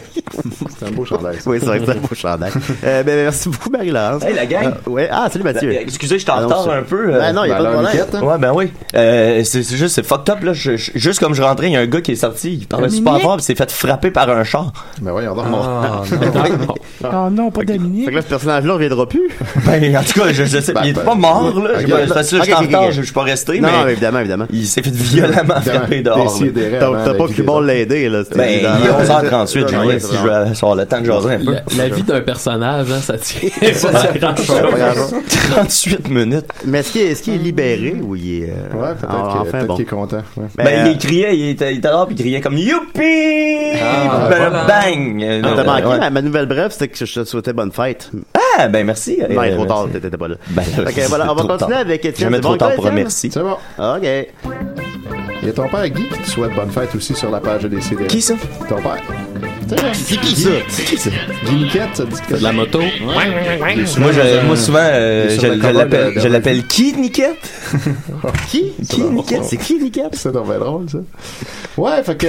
[SPEAKER 5] C'est un beau chandail. ça.
[SPEAKER 4] Euh, Oui, c'est vrai que c'est un
[SPEAKER 5] [LAUGHS]
[SPEAKER 4] beau chandail. Euh, ben, merci beaucoup, Marie-Laurence.
[SPEAKER 2] Hey, la gang.
[SPEAKER 4] Euh, ouais. Ah, salut, Mathieu.
[SPEAKER 2] Euh, Excusez, je
[SPEAKER 4] Ah non,
[SPEAKER 2] t'entends
[SPEAKER 4] ça-
[SPEAKER 2] un peu. euh,
[SPEAKER 4] Ben non, il n'y a
[SPEAKER 5] Ben,
[SPEAKER 4] pas de
[SPEAKER 5] alors,
[SPEAKER 4] problème.
[SPEAKER 5] Niquette, [LAUGHS]
[SPEAKER 4] [LAUGHS]
[SPEAKER 5] hein?
[SPEAKER 2] Ouais, ben oui. Euh, c'est c'est juste, c'est fucked up, là. Je- je- juste comme je rentrais, il y a un gars qui est sorti, il parlait super
[SPEAKER 15] Dominique?
[SPEAKER 2] fort, puis s'est fait frapper par un char.
[SPEAKER 5] Ben voyons [LAUGHS] donc.
[SPEAKER 7] Ah,
[SPEAKER 6] Non,
[SPEAKER 15] Ah non, pas Dominique.
[SPEAKER 4] Fait que là, ce personnage-là, on reviendra plus.
[SPEAKER 2] Ben, en tout cas, je, je sais,
[SPEAKER 5] Ben,
[SPEAKER 2] il est
[SPEAKER 5] ben,
[SPEAKER 2] pas mort, là.
[SPEAKER 5] ok,
[SPEAKER 2] Je- ben, c'est parce que là,
[SPEAKER 4] ok,
[SPEAKER 2] je suis en
[SPEAKER 4] ok,
[SPEAKER 2] retard,
[SPEAKER 4] ok.
[SPEAKER 2] je je suis pas resté,
[SPEAKER 4] non,
[SPEAKER 2] mais
[SPEAKER 4] non, évidemment, évidemment.
[SPEAKER 2] il s'est fait violemment frapper dehors. là.
[SPEAKER 5] Décidérément,
[SPEAKER 4] T'as t'as
[SPEAKER 5] la
[SPEAKER 4] pas
[SPEAKER 5] vie
[SPEAKER 4] pu
[SPEAKER 5] des
[SPEAKER 4] bon
[SPEAKER 5] autres.
[SPEAKER 4] l'aider, là. c'était
[SPEAKER 2] Ben, il est
[SPEAKER 4] évident.
[SPEAKER 2] 11h38,
[SPEAKER 4] Non, non,
[SPEAKER 2] j'ai
[SPEAKER 4] c'est
[SPEAKER 2] si je
[SPEAKER 4] vrai.
[SPEAKER 2] vais avoir le temps de jaser un peu.
[SPEAKER 6] la, la vie
[SPEAKER 2] [LAUGHS]
[SPEAKER 6] d'un personnage, hein, ça tient.
[SPEAKER 4] C'est pas grave.
[SPEAKER 2] 38 minutes.
[SPEAKER 4] Mais est-ce qu'il est, est, qu'il est libéré ou il est. euh,
[SPEAKER 5] Ouais, peut-être
[SPEAKER 4] en-
[SPEAKER 5] que-
[SPEAKER 4] enfin,
[SPEAKER 5] peut-être
[SPEAKER 4] bon.
[SPEAKER 5] qu'il est content. ouais.
[SPEAKER 2] Ben,
[SPEAKER 4] Ben,
[SPEAKER 2] il criait, il était, il était dehors, puis il criait comme Youpi!
[SPEAKER 7] Ah, voilà.
[SPEAKER 2] ben, bang! Euh,
[SPEAKER 4] euh,
[SPEAKER 2] non,
[SPEAKER 4] T'as manqué,
[SPEAKER 2] ouais.
[SPEAKER 4] ma, ma nouvelle brève, c'était que je te souhaitais bonne fête.
[SPEAKER 2] Ah, ben merci.
[SPEAKER 4] non, il est trop
[SPEAKER 2] Euh, merci.
[SPEAKER 4] tard, t'étais pas là.
[SPEAKER 2] Ben,
[SPEAKER 4] Ok, voilà, on va
[SPEAKER 2] trop
[SPEAKER 4] continuer
[SPEAKER 2] tard.
[SPEAKER 4] avec Étienne.
[SPEAKER 2] Jamais
[SPEAKER 4] C'est
[SPEAKER 2] trop
[SPEAKER 4] bon,
[SPEAKER 2] tard
[SPEAKER 4] toi,
[SPEAKER 2] pour
[SPEAKER 4] Étienne?
[SPEAKER 2] remercier.
[SPEAKER 5] C'est bon.
[SPEAKER 4] Ok.
[SPEAKER 5] Il y a ton père Guy qui te souhaite bonne fête aussi sur la page des CD.
[SPEAKER 2] Qui ça?
[SPEAKER 5] Ton père. C'est
[SPEAKER 9] qui, ça?
[SPEAKER 5] C'est qui ça? Guiniquette, ça dit que
[SPEAKER 6] de la moto.
[SPEAKER 5] Il est souvent
[SPEAKER 9] Moi, je-
[SPEAKER 5] dans
[SPEAKER 9] moi,
[SPEAKER 5] un-
[SPEAKER 9] souvent, euh,
[SPEAKER 5] il est sur
[SPEAKER 9] je-
[SPEAKER 5] le
[SPEAKER 9] je
[SPEAKER 5] cover
[SPEAKER 9] l'appelle-
[SPEAKER 5] de-
[SPEAKER 9] je
[SPEAKER 5] de-
[SPEAKER 9] l'appelle qui,
[SPEAKER 2] [LAUGHS]
[SPEAKER 9] Niquette? qui? Qui, Niquette? C'est qui, Niquette?
[SPEAKER 5] C'est devrait drôle, ça. Ouais, fait que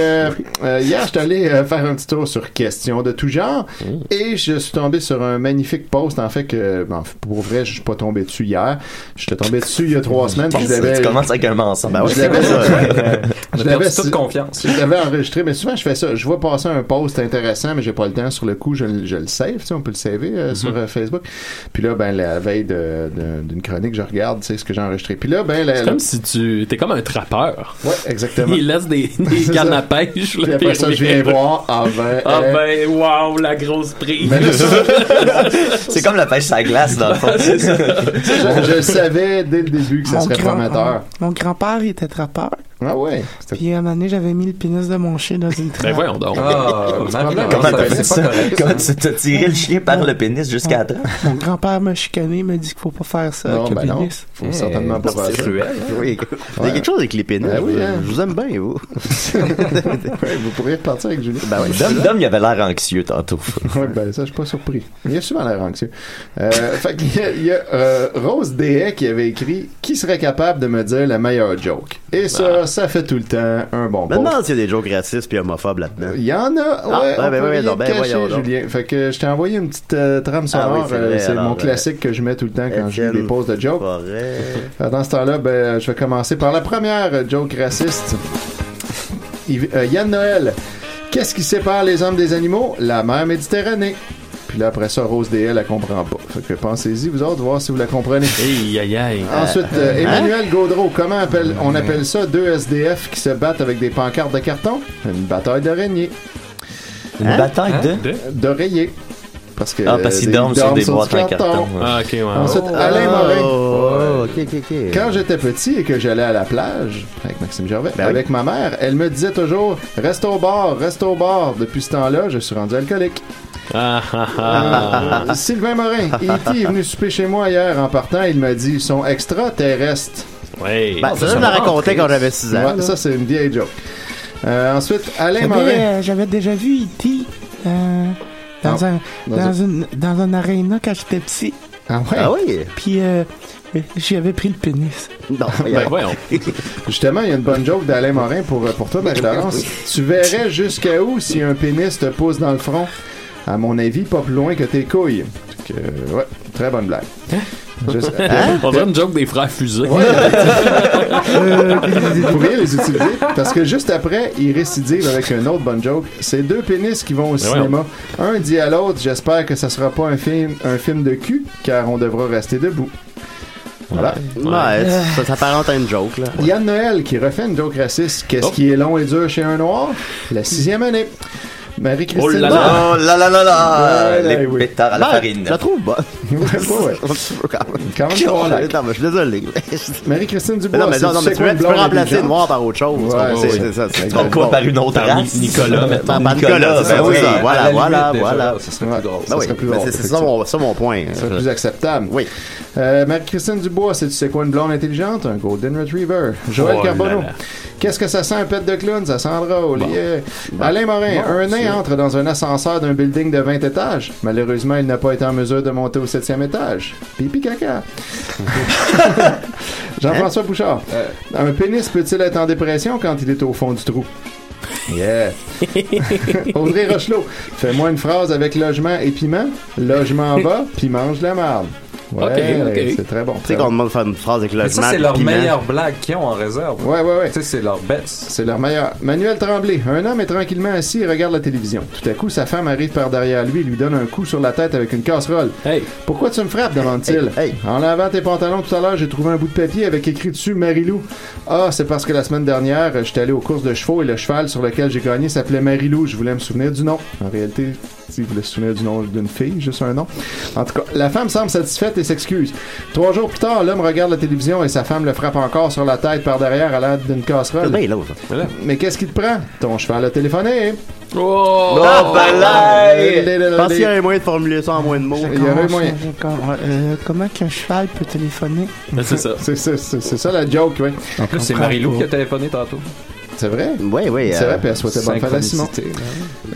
[SPEAKER 5] euh, hier, j'étais allé euh, faire un petit tour sur questions de tout genre et je suis tombé sur un magnifique post. En fait, que ben, pour vrai, je suis pas tombé dessus hier. Je suis tombé dessus il y a trois semaines. puis je l'avais-
[SPEAKER 9] Tu commences avec un mensonge.
[SPEAKER 5] Ben ouais, je l'avais-
[SPEAKER 7] On a
[SPEAKER 5] je
[SPEAKER 7] perdu
[SPEAKER 5] l'avais-
[SPEAKER 7] toute confiance.
[SPEAKER 5] Je l'avais enregistré, mais souvent je fais ça. Je vois passer un post intéressant, mais j'ai pas le temps sur le coup. Je, le- je le save, tu sais, on peut le saver euh, sur euh, Facebook. Puis là, ben la veille de- de- d'une chronique, je regarde, tu sais, ce que j'ai enregistré. Puis là, ben la-
[SPEAKER 6] C'est
[SPEAKER 5] la-
[SPEAKER 6] comme si tu. T'es comme un trappeur.
[SPEAKER 5] ouais, exactement.
[SPEAKER 6] Il laisse des,
[SPEAKER 5] C'est
[SPEAKER 6] des
[SPEAKER 5] ça.
[SPEAKER 6] cannes à pêche. là,
[SPEAKER 5] Puis après ça,
[SPEAKER 6] il
[SPEAKER 5] je viens
[SPEAKER 6] revient.
[SPEAKER 5] voir. Ah ben,
[SPEAKER 6] Ah
[SPEAKER 5] eh,
[SPEAKER 6] ben, wow, la grosse prise.
[SPEAKER 5] Mais là, ça,
[SPEAKER 9] C'est comme la pêche sur la glace, dans le
[SPEAKER 4] [LAUGHS]
[SPEAKER 9] fond.
[SPEAKER 5] je, je le savais dès le début que ça
[SPEAKER 2] Mon
[SPEAKER 5] serait
[SPEAKER 2] grand-
[SPEAKER 5] prometteur.
[SPEAKER 2] Mon grand-père, il était trappeur.
[SPEAKER 5] Ah ouais. C'était-
[SPEAKER 2] Puis à un moment donné, j'avais mis le pénis de mon chien
[SPEAKER 9] [LAUGHS]
[SPEAKER 2] dans une trappe.
[SPEAKER 6] Ben voyons donc.
[SPEAKER 7] Ah,
[SPEAKER 5] Oh,
[SPEAKER 7] Marie-Laure,
[SPEAKER 9] Comment
[SPEAKER 7] ça,
[SPEAKER 9] t'as fait
[SPEAKER 7] c'est
[SPEAKER 9] ça?
[SPEAKER 7] pas correct.
[SPEAKER 9] Comment tu t'as tiré le chien par le pénis jusqu'à temps?
[SPEAKER 2] Mon grand-père m'a chicané, m'a dit qu'il faut pas faire ça
[SPEAKER 5] Non,
[SPEAKER 2] avec
[SPEAKER 5] ben
[SPEAKER 2] le
[SPEAKER 5] non.
[SPEAKER 2] pénis.
[SPEAKER 5] Faut certainement pas faire ça.
[SPEAKER 4] Oui. Il y a quelque chose avec les pénis.
[SPEAKER 5] Ben oui,
[SPEAKER 4] je-
[SPEAKER 5] hein.
[SPEAKER 4] hein. Je vous aime bien, vous.
[SPEAKER 5] [LAUGHS] Ouais, vous pourriez repartir avec Julie. Ben
[SPEAKER 9] Ah Dom, Dom, il avait l'air anxieux tantôt.
[SPEAKER 5] Ouais, ben ça, je suis pas surpris. Il a souvent l'air anxieux. Euh, fait qu'il y a, il y a, euh, Rose Dehay qui avait écrit Qui serait capable de me dire la meilleure joke Et ça, ça fait tout le temps un bon
[SPEAKER 4] Ah. Je me
[SPEAKER 5] post.
[SPEAKER 4] demande s'il y a des jokes racistes et homophobes là-dedans.
[SPEAKER 5] Il y en a,
[SPEAKER 4] Ah,
[SPEAKER 5] ouais,
[SPEAKER 4] ben,
[SPEAKER 5] on peut
[SPEAKER 4] ben, ben,
[SPEAKER 5] rien
[SPEAKER 4] non, ben,
[SPEAKER 5] te cacher,
[SPEAKER 4] voyons donc. Ah
[SPEAKER 5] Julien. Fait que je t'ai envoyé une petite euh, trame sonore,
[SPEAKER 4] oui, c'est
[SPEAKER 5] euh,
[SPEAKER 4] vrai,
[SPEAKER 5] c'est mon
[SPEAKER 4] alors,
[SPEAKER 5] classique que je mets tout le temps quand je
[SPEAKER 4] Étienne
[SPEAKER 5] fais des pauses de joke.
[SPEAKER 4] Forêt.
[SPEAKER 5] Euh, Dans ce temps-là, ben, je vais commencer par la première euh, joke raciste. Yves- euh, Yann Noël. Qu'est-ce qui sépare les hommes des animaux? La mer Méditerranée. Puis là, après ça, Rose DL, elle comprend pas. Fait que pensez-y, vous autres, voir si vous la
[SPEAKER 9] [LAUGHS]
[SPEAKER 5] comprenez.
[SPEAKER 6] Aïe, aïe, aïe.
[SPEAKER 5] Ensuite,
[SPEAKER 9] hein?
[SPEAKER 5] euh, Emmanuel Gaudreau, comment appelle- on appelle ça deux SDF qui se battent avec des pancartes de carton? Une bataille d'araignées.
[SPEAKER 9] Une
[SPEAKER 4] Hein?
[SPEAKER 9] bataille de.
[SPEAKER 5] D'oreiller. Parce que,
[SPEAKER 9] Ah, parce qu'ils
[SPEAKER 5] euh,
[SPEAKER 9] dorment sur des
[SPEAKER 5] du
[SPEAKER 9] boîtes en carton. Oh!
[SPEAKER 6] Ah, ok, ouais.
[SPEAKER 5] Ensuite, Alain Morin.
[SPEAKER 4] Oh, ok, ok, ok.
[SPEAKER 5] Quand j'étais petit et que j'allais à la plage avec Maxime Gervais,
[SPEAKER 6] Ben
[SPEAKER 5] avec ma mère, elle me disait toujours reste au bord, reste au bord. Depuis ce temps-là, je suis rendu alcoolique.
[SPEAKER 6] Ah, ah, ah.
[SPEAKER 5] Euh, Sylvain Morin, E.T. est venu souper chez moi hier en partant. Il m'a dit ils sont extraterrestres.
[SPEAKER 6] Ouais.
[SPEAKER 4] Ben, ça, je la racontais quand j'avais 6 ans.
[SPEAKER 5] Ouais, ça, c'est une vieille joke. Euh, ensuite, Alain
[SPEAKER 2] J'avais,
[SPEAKER 5] Morin.
[SPEAKER 2] euh, j'avais déjà vu E.T. euh, dans,
[SPEAKER 5] Non,
[SPEAKER 2] un,
[SPEAKER 5] dans
[SPEAKER 2] dans, une, dans un aréna quand j'étais petit.
[SPEAKER 5] Ah ouais?
[SPEAKER 4] Ah oui?
[SPEAKER 2] Puis euh, j'y avais pris le pénis.
[SPEAKER 4] Non,
[SPEAKER 6] Ben, [LAUGHS] voyons.
[SPEAKER 5] Justement, il y a une bonne joke d'Alain Morin pour, euh, pour toi, Marie-Laurence. tu verrais jusqu'à où si un pénis te pousse dans le front? À mon avis, pas plus loin que tes couilles. Fait que, ouais, très bonne blague. Juste-
[SPEAKER 6] On dirait une Hein? joke des frères fusés.
[SPEAKER 5] Euh, Vous pourriez les utiliser parce que juste après, ils récidivent avec une autre bonne joke. C'est deux pénis qui vont au cinéma. Un dit à l'autre J'espère que ça sera pas un film, un film de cul, car on devra rester debout. Voilà.
[SPEAKER 4] Ouais, ça s'apparente à une joke, là.
[SPEAKER 5] Yann Noël qui refait une joke raciste. Qu'est-ce
[SPEAKER 6] Oh.
[SPEAKER 5] qui est long et dur chez un noir? La sixième année. Marie-Christine.
[SPEAKER 6] Oh là là.
[SPEAKER 4] Ah.
[SPEAKER 9] Oh là là là là!
[SPEAKER 5] Ouais, ouais,
[SPEAKER 9] Les
[SPEAKER 5] oui.
[SPEAKER 9] pétards à la
[SPEAKER 4] Ben,
[SPEAKER 9] farine.
[SPEAKER 4] Je la trouve bonne. [LAUGHS]
[SPEAKER 5] [LAUGHS] Ouais, ouais, ouais.
[SPEAKER 4] Un petit peu, quand même.
[SPEAKER 5] Quand même,
[SPEAKER 4] Non,
[SPEAKER 5] voilà.
[SPEAKER 4] mais je suis désolé.
[SPEAKER 5] Marie-Christine
[SPEAKER 4] Mais
[SPEAKER 5] Dubois.
[SPEAKER 4] non, mais
[SPEAKER 5] c'est-
[SPEAKER 4] non, non,
[SPEAKER 5] tu
[SPEAKER 4] mais
[SPEAKER 5] sais
[SPEAKER 4] tu
[SPEAKER 5] quoi,
[SPEAKER 4] peux,
[SPEAKER 5] une
[SPEAKER 4] tu peux
[SPEAKER 5] blonde
[SPEAKER 4] remplacer
[SPEAKER 5] intelligente?
[SPEAKER 4] noir par autre chose.
[SPEAKER 5] Ouais,
[SPEAKER 4] tu comprends?
[SPEAKER 5] c'est-
[SPEAKER 4] c'est ça. c'est-
[SPEAKER 9] Par quoi? Par une autre
[SPEAKER 6] Par
[SPEAKER 9] race?
[SPEAKER 6] Nicolas, maintenant.
[SPEAKER 4] Par Nicolas,
[SPEAKER 9] ben
[SPEAKER 4] ben oui,
[SPEAKER 9] oui.
[SPEAKER 4] ça,
[SPEAKER 5] À la
[SPEAKER 4] voilà, voilà,
[SPEAKER 7] Limite, déjà,
[SPEAKER 4] voilà.
[SPEAKER 7] Ça serait plus drôle.
[SPEAKER 4] Ben oui,
[SPEAKER 5] serait plus
[SPEAKER 4] mais
[SPEAKER 5] drôle,
[SPEAKER 4] c'est c'est ça mon, ça mon point.
[SPEAKER 5] Ça serait plus acceptable.
[SPEAKER 4] Oui.
[SPEAKER 5] Euh, Marie-Christine Dubois, c'est tu sais quoi une blonde intelligente? Un Golden Retriever. Joël
[SPEAKER 6] Oh là
[SPEAKER 5] Carbonneau.
[SPEAKER 6] là.
[SPEAKER 5] Qu'est-ce que ça sent un pet de clown? Ça sent drôle. Yeah. Alain Morin, un nain entre dans un ascenseur d'un building de 20 étages. Malheureusement, il n'a pas été en mesure de monter au 7e étage.
[SPEAKER 6] [LAUGHS]
[SPEAKER 5] Pipi caca. [LAUGHS] Jean-François Bouchard, un pénis peut-il être en dépression quand il est au fond du trou?
[SPEAKER 6] [LAUGHS]
[SPEAKER 5] Yeah. Audrey Rochelot, fais-moi une phrase avec logement et piment. Logement va, puis mange de la marde. Ouais,
[SPEAKER 6] Ok, ok.
[SPEAKER 5] c'est très bon.
[SPEAKER 4] Tu sais
[SPEAKER 5] très
[SPEAKER 4] qu'on
[SPEAKER 5] bon.
[SPEAKER 4] demande de faire une phrase avec le
[SPEAKER 7] Mais ça,
[SPEAKER 4] snack,
[SPEAKER 7] c'est leur
[SPEAKER 4] puis, man,
[SPEAKER 7] meilleure blague qu'ils ont en réserve.
[SPEAKER 5] Ouais, ouais, ouais.
[SPEAKER 7] Tu sais, c'est leur best.
[SPEAKER 5] C'est leur meilleur. Manuel Tremblay, un homme est tranquillement assis et regarde la télévision. Tout à coup, sa femme arrive par derrière lui et lui donne un coup sur la tête avec une casserole.
[SPEAKER 6] Hey,
[SPEAKER 5] Pourquoi tu me frappes demande-t-il.
[SPEAKER 4] Hey, hey.
[SPEAKER 5] En lavant tes pantalons tout à l'heure, j'ai trouvé un bout de papier avec écrit dessus Marilou. Ah, c'est parce que la semaine dernière, euh, j'étais allé aux courses de chevaux et le cheval sur lequel j'ai gagné s'appelait Marilou. Je voulais me souvenir du nom. En réalité, si vous voulez se souvenir du nom d'une fille, juste un nom. En tout cas, la femme semble satisfaite et s'excuse. Trois jours plus tard, l'homme regarde la télévision et sa femme le frappe encore sur la tête par derrière à l'aide d'une
[SPEAKER 4] C'est
[SPEAKER 5] casserole.
[SPEAKER 4] bien l'autre.
[SPEAKER 5] Mais qu'est-ce qui te prend? Ton cheval a téléphoné.
[SPEAKER 9] Oh, balai!
[SPEAKER 4] Je pense qu'il y a un moyen de formuler ça en moins de mots.
[SPEAKER 5] oh, Il y aurait moyen.
[SPEAKER 2] Comment, euh, comment qu'un cheval peut téléphoner
[SPEAKER 6] ben, c'est ça.
[SPEAKER 5] C'est c'est- c'est- c'est ça la joke, oui.
[SPEAKER 4] Ah.
[SPEAKER 7] En plus, c'est
[SPEAKER 2] comprends
[SPEAKER 7] Marie-Lou
[SPEAKER 2] pas.
[SPEAKER 7] qui a téléphoné tantôt.
[SPEAKER 5] C'est vrai?
[SPEAKER 4] Oui, oui.
[SPEAKER 5] C'est
[SPEAKER 4] euh,
[SPEAKER 5] vrai, puis elle souhaitait bonne fête à Simon.
[SPEAKER 4] synchronicité,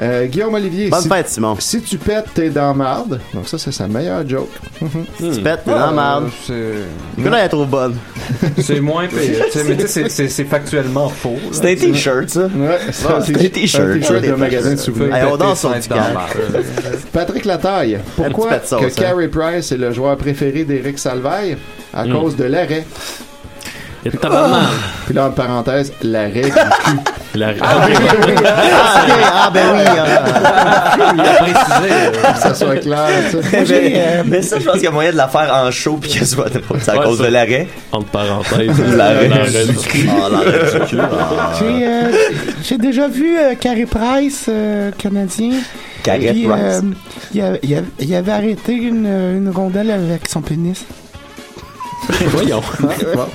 [SPEAKER 5] Euh, Guillaume Olivier.
[SPEAKER 4] Bonne
[SPEAKER 5] si,
[SPEAKER 4] fête, Simon.
[SPEAKER 5] Si tu pètes, t'es dans marde. Donc, ça, c'est sa meilleure joke. Hmm.
[SPEAKER 4] Si tu pètes, t'es dans la merde.
[SPEAKER 5] Ah. C'est.
[SPEAKER 4] Nicolas, elle est trop bonne.
[SPEAKER 7] Ah, C'est moins pire. tu sais, mais tu sais, c'est- c'est- c'est factuellement faux. là.
[SPEAKER 9] C'est un t-shirt, ça.
[SPEAKER 5] Ouais, c'est un
[SPEAKER 9] c'est un t-shirt.
[SPEAKER 5] t-shirt
[SPEAKER 9] Ouais,
[SPEAKER 5] de
[SPEAKER 9] des
[SPEAKER 5] magasin de
[SPEAKER 9] t-shirts.
[SPEAKER 5] souvenirs.
[SPEAKER 4] Hey, on danse sur
[SPEAKER 7] T'es
[SPEAKER 4] le petit camp.
[SPEAKER 5] Patrick Lataille. Pourquoi
[SPEAKER 4] petit peu de sauce,
[SPEAKER 5] que
[SPEAKER 4] hein.
[SPEAKER 5] Carey Price est le joueur préféré d'Éric Salvaille? À
[SPEAKER 6] Mm.
[SPEAKER 5] cause de l'arrêt.
[SPEAKER 6] Il y a tabarnak.
[SPEAKER 5] Puis là, en parenthèse, l'arrêt du cul.
[SPEAKER 6] La-
[SPEAKER 4] Ah, ok, ah, ben oui. ah.
[SPEAKER 7] euh,
[SPEAKER 5] que ça soit clair, tu sais.
[SPEAKER 9] Mais,
[SPEAKER 4] [LAUGHS] euh,
[SPEAKER 9] mais ça, je pense qu'il y a moyen de la faire en show puis qu'elle soit drôle. C'est à
[SPEAKER 6] Ouais,
[SPEAKER 9] cause
[SPEAKER 6] ça.
[SPEAKER 9] de l'arrêt.
[SPEAKER 6] [LAUGHS] Entre parenthèses.
[SPEAKER 9] L'arrêt.
[SPEAKER 6] l'arrêt du cul.
[SPEAKER 4] Ah, l'arrêt du cul, ah.
[SPEAKER 2] J'ai euh, j'ai déjà vu euh, Carey Price, euh, canadien.
[SPEAKER 9] Carey
[SPEAKER 2] Puis,
[SPEAKER 9] Price.
[SPEAKER 2] euh, il, avait, il avait- il avait arrêté une, euh, une rondelle avec son pénis.
[SPEAKER 6] Voyons.
[SPEAKER 5] Bon.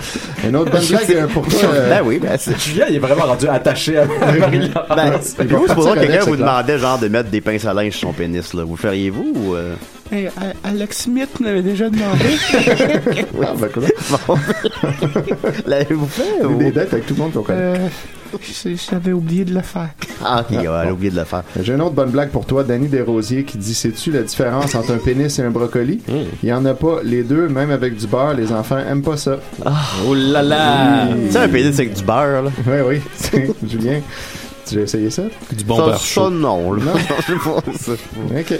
[SPEAKER 5] Une autre bonne blague pour toi. euh,
[SPEAKER 4] Ben oui, ben c'est.
[SPEAKER 9] [LAUGHS]
[SPEAKER 7] Julien, il est vraiment rendu attaché à Marie-Laure.
[SPEAKER 4] Ben,
[SPEAKER 5] Il va
[SPEAKER 4] vous, supposons
[SPEAKER 5] partir
[SPEAKER 4] que quelqu'un
[SPEAKER 5] avec, c'est
[SPEAKER 4] vous
[SPEAKER 5] clair.
[SPEAKER 4] demandait genre de mettre des pinces à linge sur son pénis, là. Vous le feriez-vous
[SPEAKER 9] [LAUGHS]
[SPEAKER 4] ou. euh?
[SPEAKER 2] Hey, A- Alex Smith m'avait déjà demandé.
[SPEAKER 5] Ah, ben, cool.
[SPEAKER 4] Bon. L'avez-vous fait ou.
[SPEAKER 5] Des dates avec tout le monde qu'on connaît.
[SPEAKER 2] Euh, je- J'avais oublié de le faire.
[SPEAKER 4] Ah, ok, ouais, elle a oublié de le faire.
[SPEAKER 5] J'ai une autre bonne blague pour toi, Danny Desrosiers, qui dit Sais-tu la différence entre un pénis et un brocoli Il y en a pas. Les deux, même avec du beurre, les enfants aiment pas ça.
[SPEAKER 6] Oh là là.
[SPEAKER 4] Tu sais, un pénis avec du beurre, là.
[SPEAKER 5] Oui, oui. C'est- Julien, tu as essayé ça
[SPEAKER 6] Du bon
[SPEAKER 4] ça,
[SPEAKER 6] beurre
[SPEAKER 4] ça,
[SPEAKER 6] chaud.
[SPEAKER 4] non, là.
[SPEAKER 5] Non.
[SPEAKER 4] [LAUGHS] Je pense.
[SPEAKER 5] Ok.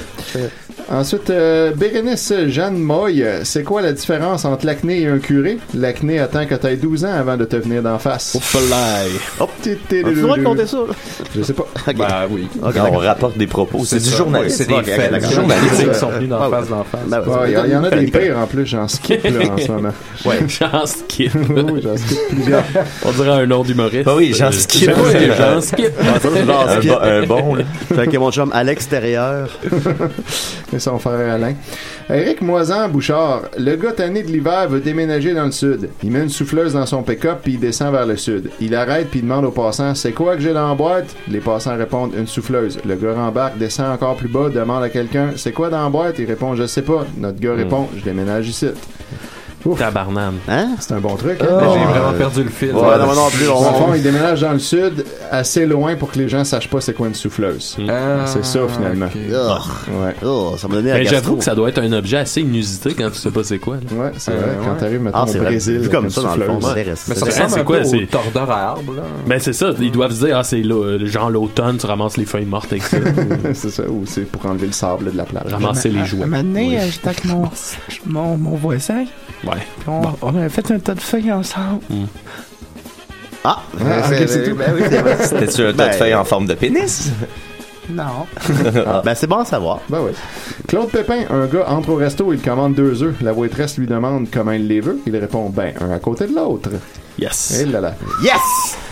[SPEAKER 5] Ensuite, euh, Bérénice Jeanne Moy, euh, c'est quoi la différence entre l'acné et un curé L'acné attend que t'aies 12 ans avant de te venir d'en face.
[SPEAKER 4] Hop,
[SPEAKER 9] Ah,
[SPEAKER 5] Titi-
[SPEAKER 4] tu dois compter ça, là.
[SPEAKER 5] Je sais pas.
[SPEAKER 4] Ok.
[SPEAKER 7] Bah oui.
[SPEAKER 9] on rapporte des propos. C'est du
[SPEAKER 7] ça, ouais,
[SPEAKER 9] journaliste.
[SPEAKER 7] C'est des
[SPEAKER 4] Ok,
[SPEAKER 7] faits.
[SPEAKER 4] d'accord.
[SPEAKER 7] Les journalistes qui sont venus
[SPEAKER 4] Ah
[SPEAKER 7] d'en
[SPEAKER 4] ouais.
[SPEAKER 7] face d'en face.
[SPEAKER 4] Ben,
[SPEAKER 5] Il
[SPEAKER 4] ouais,
[SPEAKER 5] y, en a des
[SPEAKER 4] Nicolas.
[SPEAKER 5] pires en plus, j'en skip là, en ce
[SPEAKER 4] [LAUGHS]
[SPEAKER 5] moment.
[SPEAKER 6] J'en skip.
[SPEAKER 5] Oui, j'en skip plusieurs.
[SPEAKER 6] On dirait un nom d'humoriste.
[SPEAKER 9] Bah oui, j'en
[SPEAKER 6] Euh,
[SPEAKER 9] skip.
[SPEAKER 6] oui, J'en skip.
[SPEAKER 9] [LAUGHS] Un, bo- un bon, [LAUGHS] là.
[SPEAKER 4] Fait que mon chum à l'extérieur.
[SPEAKER 5] Et son frère Alain. Eric Moisan Bouchard, le gars tanné de l'hiver veut déménager dans le sud. Il met une souffleuse dans son pick-up puis il descend vers le sud. Il arrête puis il demande aux passants C'est quoi que j'ai dans la boîte Les passants répondent Une souffleuse. Le gars rembarque, descend encore plus bas, demande à quelqu'un C'est quoi dans la boîte Il répond Je sais pas. Notre
[SPEAKER 4] Hmm.
[SPEAKER 5] gars répond Je déménage ici.
[SPEAKER 6] Tabarnane.
[SPEAKER 4] Hein?
[SPEAKER 5] C'est un bon truc. Hein?
[SPEAKER 7] Ben, J'ai
[SPEAKER 4] Ah.
[SPEAKER 5] Dans
[SPEAKER 7] vraiment perdu le fil.
[SPEAKER 4] Ouais, non, non, plus,
[SPEAKER 5] le fond,
[SPEAKER 4] on.
[SPEAKER 5] il déménage dans le sud, assez loin pour que les gens sachent pas c'est quoi une souffleuse.
[SPEAKER 4] Hmm.
[SPEAKER 7] Ah,
[SPEAKER 5] C'est ça, finalement.
[SPEAKER 7] ok.
[SPEAKER 4] Oh,
[SPEAKER 5] Ouais.
[SPEAKER 4] oh, ça m'a donné la
[SPEAKER 5] Ben,
[SPEAKER 6] Mais
[SPEAKER 4] gastro.
[SPEAKER 6] Ben, j'avoue que ça doit être un objet assez inusité quand tu sais pas c'est quoi. là.
[SPEAKER 5] Ouais, c'est vrai.
[SPEAKER 7] ouais.
[SPEAKER 5] Quand t'arrives maintenant
[SPEAKER 4] Ah,
[SPEAKER 5] au
[SPEAKER 4] c'est vrai.
[SPEAKER 5] Brésil,
[SPEAKER 4] Vu
[SPEAKER 5] avec
[SPEAKER 4] comme
[SPEAKER 5] une
[SPEAKER 4] ça, dans le fond,
[SPEAKER 5] souffleuse.
[SPEAKER 4] c'est intéressant.
[SPEAKER 7] Mais ça
[SPEAKER 6] C'est-
[SPEAKER 7] ressemble
[SPEAKER 6] c'est
[SPEAKER 7] un
[SPEAKER 6] quoi,
[SPEAKER 7] peu
[SPEAKER 6] c'est-
[SPEAKER 7] au tordeur à arbre, là.
[SPEAKER 6] Ben c'est ça, ils doivent se dire, ah c'est là, genre l'automne, tu ramasses les feuilles mortes avec ça,
[SPEAKER 5] [LAUGHS] c'est ça, ou c'est pour enlever le sable là, de la plage.
[SPEAKER 6] ramasser les
[SPEAKER 2] À
[SPEAKER 6] jouets.
[SPEAKER 2] un moment donné,
[SPEAKER 6] Oui.
[SPEAKER 2] euh, j'étais avec mon, mon, mon voisin.
[SPEAKER 6] [LAUGHS] Ouais.
[SPEAKER 2] puis On, on avait fait un tas de feuilles ensemble.
[SPEAKER 4] Ah,
[SPEAKER 5] Ah, ok, c'est tout.
[SPEAKER 4] Ben oui, c'est vrai.
[SPEAKER 9] C'était-tu un tas de
[SPEAKER 4] Ben-
[SPEAKER 9] feuilles en forme de pénis? Hmm.
[SPEAKER 2] Non.
[SPEAKER 4] Ah, Ben c'est bon à savoir.
[SPEAKER 5] Ben ouais. Claude Pépin, un gars entre au resto, il commande deux œufs. La waitress lui demande comment il les veut. Il répond ben un à côté de l'autre.
[SPEAKER 6] Yes.
[SPEAKER 5] Et là là.
[SPEAKER 4] Yes!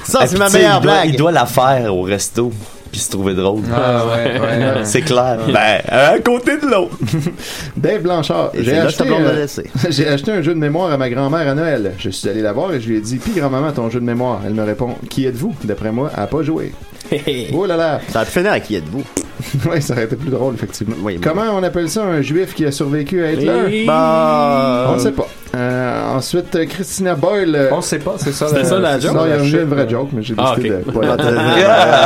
[SPEAKER 4] Ça,
[SPEAKER 9] Ah,
[SPEAKER 4] c'est
[SPEAKER 9] puis
[SPEAKER 4] ma
[SPEAKER 9] tu sais,
[SPEAKER 4] meilleure
[SPEAKER 9] il doit-
[SPEAKER 4] blague.
[SPEAKER 9] Il doit la faire au resto puis se trouver drôle.
[SPEAKER 7] Ah ouais, ouais.
[SPEAKER 9] C'est
[SPEAKER 4] [LAUGHS]
[SPEAKER 9] clair. Ben, à côté de l'autre.
[SPEAKER 5] Dave Blanchard,
[SPEAKER 4] Et
[SPEAKER 5] j'ai
[SPEAKER 4] c'est là que
[SPEAKER 5] acheté,
[SPEAKER 4] ta blonde
[SPEAKER 5] euh,
[SPEAKER 4] l'a laissé.
[SPEAKER 5] [LAUGHS] j'ai acheté un jeu de mémoire à ma grand-mère à Noël. Je suis allé la voir et je lui ai dit Puis grand-maman, ton jeu de mémoire. Elle me répond Qui êtes-vous D'après moi, elle a pas joué. oh là là [LAUGHS]
[SPEAKER 4] Ça a pu finir à qui êtes-vous?
[SPEAKER 5] Oui, ça aurait été plus drôle, effectivement.
[SPEAKER 4] Oui, mais-
[SPEAKER 5] Comment on appelle ça un juif qui a survécu à Hitler
[SPEAKER 4] Bah,
[SPEAKER 5] On ne sait pas. Euh, ensuite, euh, Christina Boyle. euh,
[SPEAKER 7] [LAUGHS] On sait pas, c'est ça.
[SPEAKER 6] C'était
[SPEAKER 7] la-
[SPEAKER 6] ça, la
[SPEAKER 7] c'est
[SPEAKER 6] joke?
[SPEAKER 5] Non, il y a
[SPEAKER 7] la
[SPEAKER 5] eu
[SPEAKER 7] chute,
[SPEAKER 5] une vraie
[SPEAKER 7] là.
[SPEAKER 5] joke, mais j'ai
[SPEAKER 6] Ah,
[SPEAKER 5] décidé
[SPEAKER 6] ok.
[SPEAKER 5] de
[SPEAKER 6] [LAUGHS]
[SPEAKER 5] pas la
[SPEAKER 4] euh,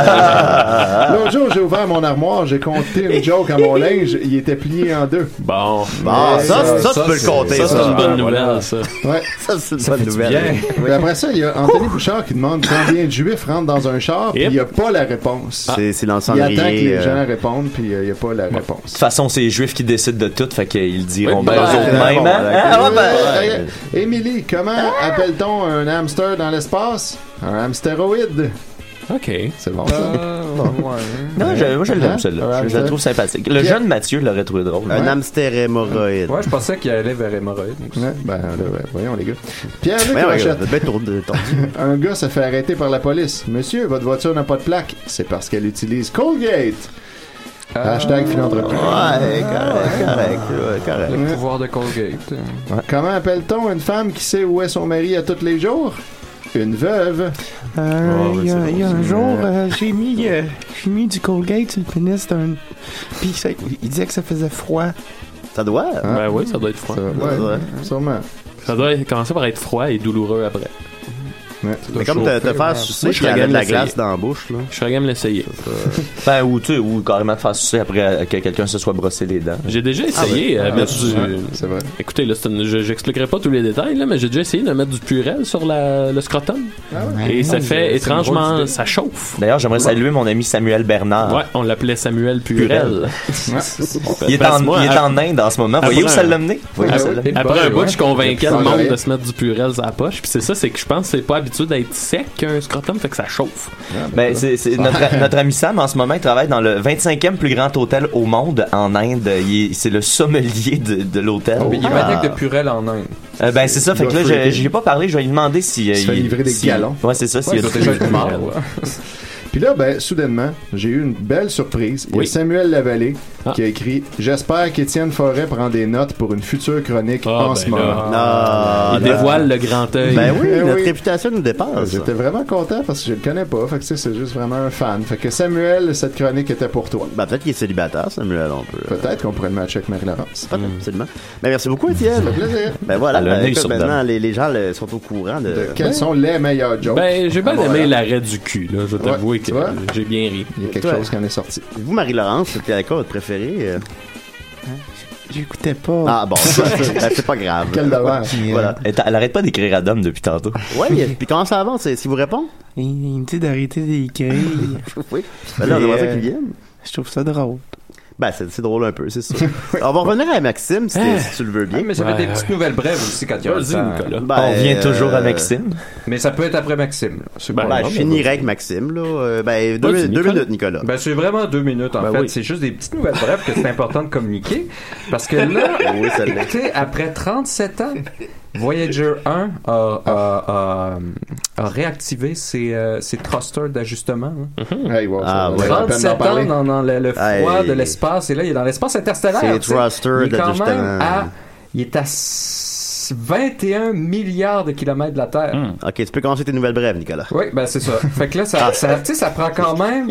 [SPEAKER 9] [LAUGHS]
[SPEAKER 4] [LAUGHS]
[SPEAKER 5] L'autre jour, j'ai ouvert mon armoire, j'ai compté une joke à mon linge, il était plié en deux.
[SPEAKER 6] Bon. Ah,
[SPEAKER 4] Bah,
[SPEAKER 5] Mais
[SPEAKER 4] ça,
[SPEAKER 5] ça,
[SPEAKER 4] ça,
[SPEAKER 7] ça,
[SPEAKER 4] tu peux le
[SPEAKER 7] c'est-
[SPEAKER 4] compter.
[SPEAKER 6] Ça, c'est
[SPEAKER 4] Ça,
[SPEAKER 6] une bonne
[SPEAKER 7] voilà.
[SPEAKER 6] nouvelle, ça.
[SPEAKER 5] Ouais.
[SPEAKER 4] Ça, c'est une bonne
[SPEAKER 7] Bien.
[SPEAKER 4] nouvelle.
[SPEAKER 5] Et après ça, il y a Anthony Bouchard qui demande combien de juifs rentrent dans un char, puis
[SPEAKER 6] Yep.
[SPEAKER 5] il n'y a pas la réponse.
[SPEAKER 4] Ah, C'est c'est dans le
[SPEAKER 5] Il attend que
[SPEAKER 4] cendrier.
[SPEAKER 5] les
[SPEAKER 4] euh,
[SPEAKER 5] gens répondent, puis euh, il n'y a pas la
[SPEAKER 9] De
[SPEAKER 5] réponse.
[SPEAKER 9] toute façon, c'est les Juifs qui décident de tout, fait qu'ils diront ben
[SPEAKER 4] ben,
[SPEAKER 9] eux autres
[SPEAKER 4] ben,
[SPEAKER 9] mêmes,
[SPEAKER 4] bon,
[SPEAKER 9] hein?
[SPEAKER 4] ben,
[SPEAKER 9] Ah, ouais, ben,
[SPEAKER 5] Euh, euh, Émilie, comment appelle-t-on un hamster dans l'espace? Un hamstéroïde.
[SPEAKER 6] Ok.
[SPEAKER 5] C'est bon, ça.
[SPEAKER 7] Ah, ouais.
[SPEAKER 9] Non, je- moi je
[SPEAKER 5] Hein?
[SPEAKER 9] l'aime celle-là.
[SPEAKER 5] Ouais,
[SPEAKER 9] Je la
[SPEAKER 5] ouais.
[SPEAKER 9] trouve sympathique. Le
[SPEAKER 5] Puis-
[SPEAKER 9] jeune Mathieu l'aurait trouvé drôle.
[SPEAKER 4] ben, Un hamster hémorroïde.
[SPEAKER 7] Ouais, je pensais qu'il allait vers hémorroïde.
[SPEAKER 5] Ouais, ben, là, ouais, voyons, les gars. Pierre-Luc
[SPEAKER 4] Ouais, ben, ouais,
[SPEAKER 5] Rochette.
[SPEAKER 4] ça doit être tourné- tordu.
[SPEAKER 5] Un gars se fait arrêter par la police. Monsieur, votre voiture n'a pas de plaque. C'est parce qu'elle utilise Colgate. Hashtag philanthropie.
[SPEAKER 4] Ouais, correct, correct, ouais, correct.
[SPEAKER 7] Le pouvoir de Colgate.
[SPEAKER 5] Comment appelle-t-on une femme qui sait où est son mari à tous les jours? Une veuve.
[SPEAKER 2] Euh,
[SPEAKER 4] Oh,
[SPEAKER 2] il y a,
[SPEAKER 4] mais c'est
[SPEAKER 2] il y a
[SPEAKER 4] bon,
[SPEAKER 2] un
[SPEAKER 4] c'est
[SPEAKER 2] jour,
[SPEAKER 4] vrai.
[SPEAKER 2] euh, j'ai mis, euh, j'ai mis du Colgate sur le pénis d'un. Puis ça- il disait que ça faisait froid.
[SPEAKER 4] Ça doit. hein?
[SPEAKER 7] Hein?
[SPEAKER 5] Ah.
[SPEAKER 6] Ben oui, ça doit être froid.
[SPEAKER 5] Ça, ouais,
[SPEAKER 4] Ouais.
[SPEAKER 5] sûrement.
[SPEAKER 6] Ça doit commencer par être froid et douloureux après.
[SPEAKER 4] Mais comme te, te faire sucer,
[SPEAKER 9] Moi, je
[SPEAKER 4] puis
[SPEAKER 9] serais
[SPEAKER 4] avec de
[SPEAKER 9] game
[SPEAKER 4] la
[SPEAKER 9] d'essayer.
[SPEAKER 4] glace dans la bouche, là.
[SPEAKER 6] Je serais game l'essayer.
[SPEAKER 9] Ben, ou, tu sais, ou carrément te faire sucer après euh, que quelqu'un se soit brossé les dents.
[SPEAKER 6] J'ai déjà essayé
[SPEAKER 9] Ah ouais.
[SPEAKER 6] à
[SPEAKER 9] Ah,
[SPEAKER 6] mettre
[SPEAKER 9] c'est vrai.
[SPEAKER 6] du. Écoutez, là, c'est une- je- j'expliquerai pas tous les détails, là, mais j'ai déjà essayé de mettre du purel sur la- le scrotum.
[SPEAKER 9] ouais.
[SPEAKER 6] Et ça
[SPEAKER 9] Ah,
[SPEAKER 6] fait
[SPEAKER 9] c'est une drôle
[SPEAKER 6] étrangement.
[SPEAKER 9] d'idée.
[SPEAKER 6] Ça chauffe.
[SPEAKER 9] D'ailleurs, j'aimerais saluer mon ami Samuel Bernard.
[SPEAKER 6] Ouais, on l'appelait Samuel Purel.
[SPEAKER 9] Purel. Il est en- il est en Inde en ce moment. Voyez où ça l'a mené? Voyez où ça
[SPEAKER 7] ben,
[SPEAKER 9] l'a-
[SPEAKER 6] Après un bout, je convainquais le monde de
[SPEAKER 9] Ouais.
[SPEAKER 6] se mettre du Purel à la poche. Puis c'est ça, c'est que je pense que c'est pas habitué d'être sec un scrotum, fait que ça chauffe.
[SPEAKER 9] Ben, c'est, c'est notre, notre ami Sam, en ce moment, il travaille dans le 25e plus grand hôtel au monde en Inde. Il est- c'est le sommelier de, de l'hôtel.
[SPEAKER 7] Mais il y a
[SPEAKER 9] Ah.
[SPEAKER 7] une technique de purée en Inde.
[SPEAKER 9] Euh, ben, c'est ça. Fait que là,
[SPEAKER 7] Oh. Il doit
[SPEAKER 9] je, je lui ai pas parlé. Je vais lui demander si. euh,
[SPEAKER 5] Il se fait livrer des
[SPEAKER 9] si-
[SPEAKER 5] galons.
[SPEAKER 9] Ouais, c'est ça.
[SPEAKER 5] Ouais,
[SPEAKER 9] s'il y a
[SPEAKER 7] Ah,
[SPEAKER 5] il doit
[SPEAKER 9] du
[SPEAKER 5] déjà
[SPEAKER 9] fruit.
[SPEAKER 5] être mort, ouais. Puis là, ben, soudainement, j'ai eu une belle surprise. Il y a
[SPEAKER 9] Oui.
[SPEAKER 5] Samuel Lavallée qui a écrit J'espère qu'Étienne Forêt prend des notes pour une future chronique en
[SPEAKER 6] ben
[SPEAKER 5] ce
[SPEAKER 6] là.
[SPEAKER 5] moment.
[SPEAKER 6] Ah, Il là. dévoile le grand œil.
[SPEAKER 4] Ben oui,
[SPEAKER 5] Eh
[SPEAKER 4] notre réputation nous
[SPEAKER 5] Ah,
[SPEAKER 4] dépasse.
[SPEAKER 5] J'étais vraiment content parce que je le connais pas. Fait que tu sais, c'est juste vraiment un fan. Fait que Samuel, cette chronique était pour toi.
[SPEAKER 4] Ben, peut-être qu'il est célibataire, Samuel, on peut. euh,
[SPEAKER 5] Peut-être qu'on pourrait le matcher avec Marie-Laurence.
[SPEAKER 4] Absolument. Ben, merci beaucoup, Étienne.
[SPEAKER 5] Ça fait plaisir.
[SPEAKER 4] Ben voilà,
[SPEAKER 5] Elle a un
[SPEAKER 4] ben,
[SPEAKER 5] œil
[SPEAKER 4] écoute,
[SPEAKER 5] sur
[SPEAKER 4] maintenant,
[SPEAKER 5] Dan.
[SPEAKER 4] les, les gens le, sont au courant de.
[SPEAKER 5] De quels sont les meilleurs jokes
[SPEAKER 6] Ben, j'ai bien
[SPEAKER 5] Ah, voilà.
[SPEAKER 6] aimé l'arrêt du cul, là. Je vais
[SPEAKER 5] Ouais,
[SPEAKER 6] t'avouer
[SPEAKER 5] tu
[SPEAKER 6] que
[SPEAKER 5] vois?
[SPEAKER 6] j'ai bien ri.
[SPEAKER 5] Il y a quelque
[SPEAKER 4] Toi,
[SPEAKER 5] chose qui en est sorti.
[SPEAKER 4] Vous, Marie-Laurence, c'était à quoi votre préféré euh?
[SPEAKER 2] J'écoutais pas.
[SPEAKER 4] Ah bon,
[SPEAKER 2] [LAUGHS]
[SPEAKER 4] ben, c'est pas grave.
[SPEAKER 2] Quel dommage.
[SPEAKER 9] Voilà. Et t'as- Elle arrête pas d'écrire à Dom depuis tantôt.
[SPEAKER 4] Ouais, puis comment ça avance? Est-ce qu'il vous répond?
[SPEAKER 2] Il, il me dit d'arrêter d'écrire.
[SPEAKER 4] [LAUGHS] oui. Ben là, on
[SPEAKER 2] Mais,
[SPEAKER 4] aimerait ça
[SPEAKER 2] euh,
[SPEAKER 4] qu'il vienne.
[SPEAKER 2] Je trouve ça drôle.
[SPEAKER 4] Ben, c'est c'est drôle un peu, c'est sûr. on va revenir à Maxime, si, t'es- si tu le veux bien.
[SPEAKER 7] mais ça fait des petites nouvelles brèves aussi quand il y a
[SPEAKER 4] Vas-y,
[SPEAKER 7] le temps.
[SPEAKER 4] Nicolas. Ben, On vient toujours à euh, Maxime.
[SPEAKER 7] Mais ça peut être après Maxime. là. C'est
[SPEAKER 4] Ben,
[SPEAKER 7] pas
[SPEAKER 2] Ah,
[SPEAKER 4] je
[SPEAKER 7] grave,
[SPEAKER 4] finirai avec Maxime, là. Euh, Ben, deux,
[SPEAKER 7] Vas-y,
[SPEAKER 4] deux
[SPEAKER 7] Nicolas.
[SPEAKER 4] minutes, Nicolas.
[SPEAKER 7] Ben, c'est vraiment deux minutes, en
[SPEAKER 4] Ben
[SPEAKER 7] fait.
[SPEAKER 4] oui.
[SPEAKER 7] C'est juste des petites nouvelles brèves que c'est important de communiquer. Parce que là,
[SPEAKER 4] [LAUGHS] Ben Oui, ça
[SPEAKER 7] [LAUGHS]
[SPEAKER 4] l'est.
[SPEAKER 7] tu sais, après 37 ans, Voyager 1 a, a- a- a réactivé ses, euh, ses thrusters d'ajustement. hein.
[SPEAKER 5] Hey, wow, ça
[SPEAKER 4] Ah,
[SPEAKER 5] vaut
[SPEAKER 4] ouais.
[SPEAKER 5] la peine d'en
[SPEAKER 7] 37 ans
[SPEAKER 5] parler.
[SPEAKER 7] dans, dans le, le froid
[SPEAKER 4] Hey.
[SPEAKER 7] de l'espace. Et là, il est dans l'espace interstellaire.
[SPEAKER 4] C'est les
[SPEAKER 7] tu sais.
[SPEAKER 4] thrusters
[SPEAKER 7] Il est quand
[SPEAKER 4] d'ajustement.
[SPEAKER 7] même à... Il est à s- 21 milliards de kilomètres de la Terre.
[SPEAKER 4] Ok, tu peux commencer tes nouvelles brèves, Nicolas.
[SPEAKER 7] Oui, ben c'est ça. Fait que là, ça, ça, tu sais, ça prend quand même.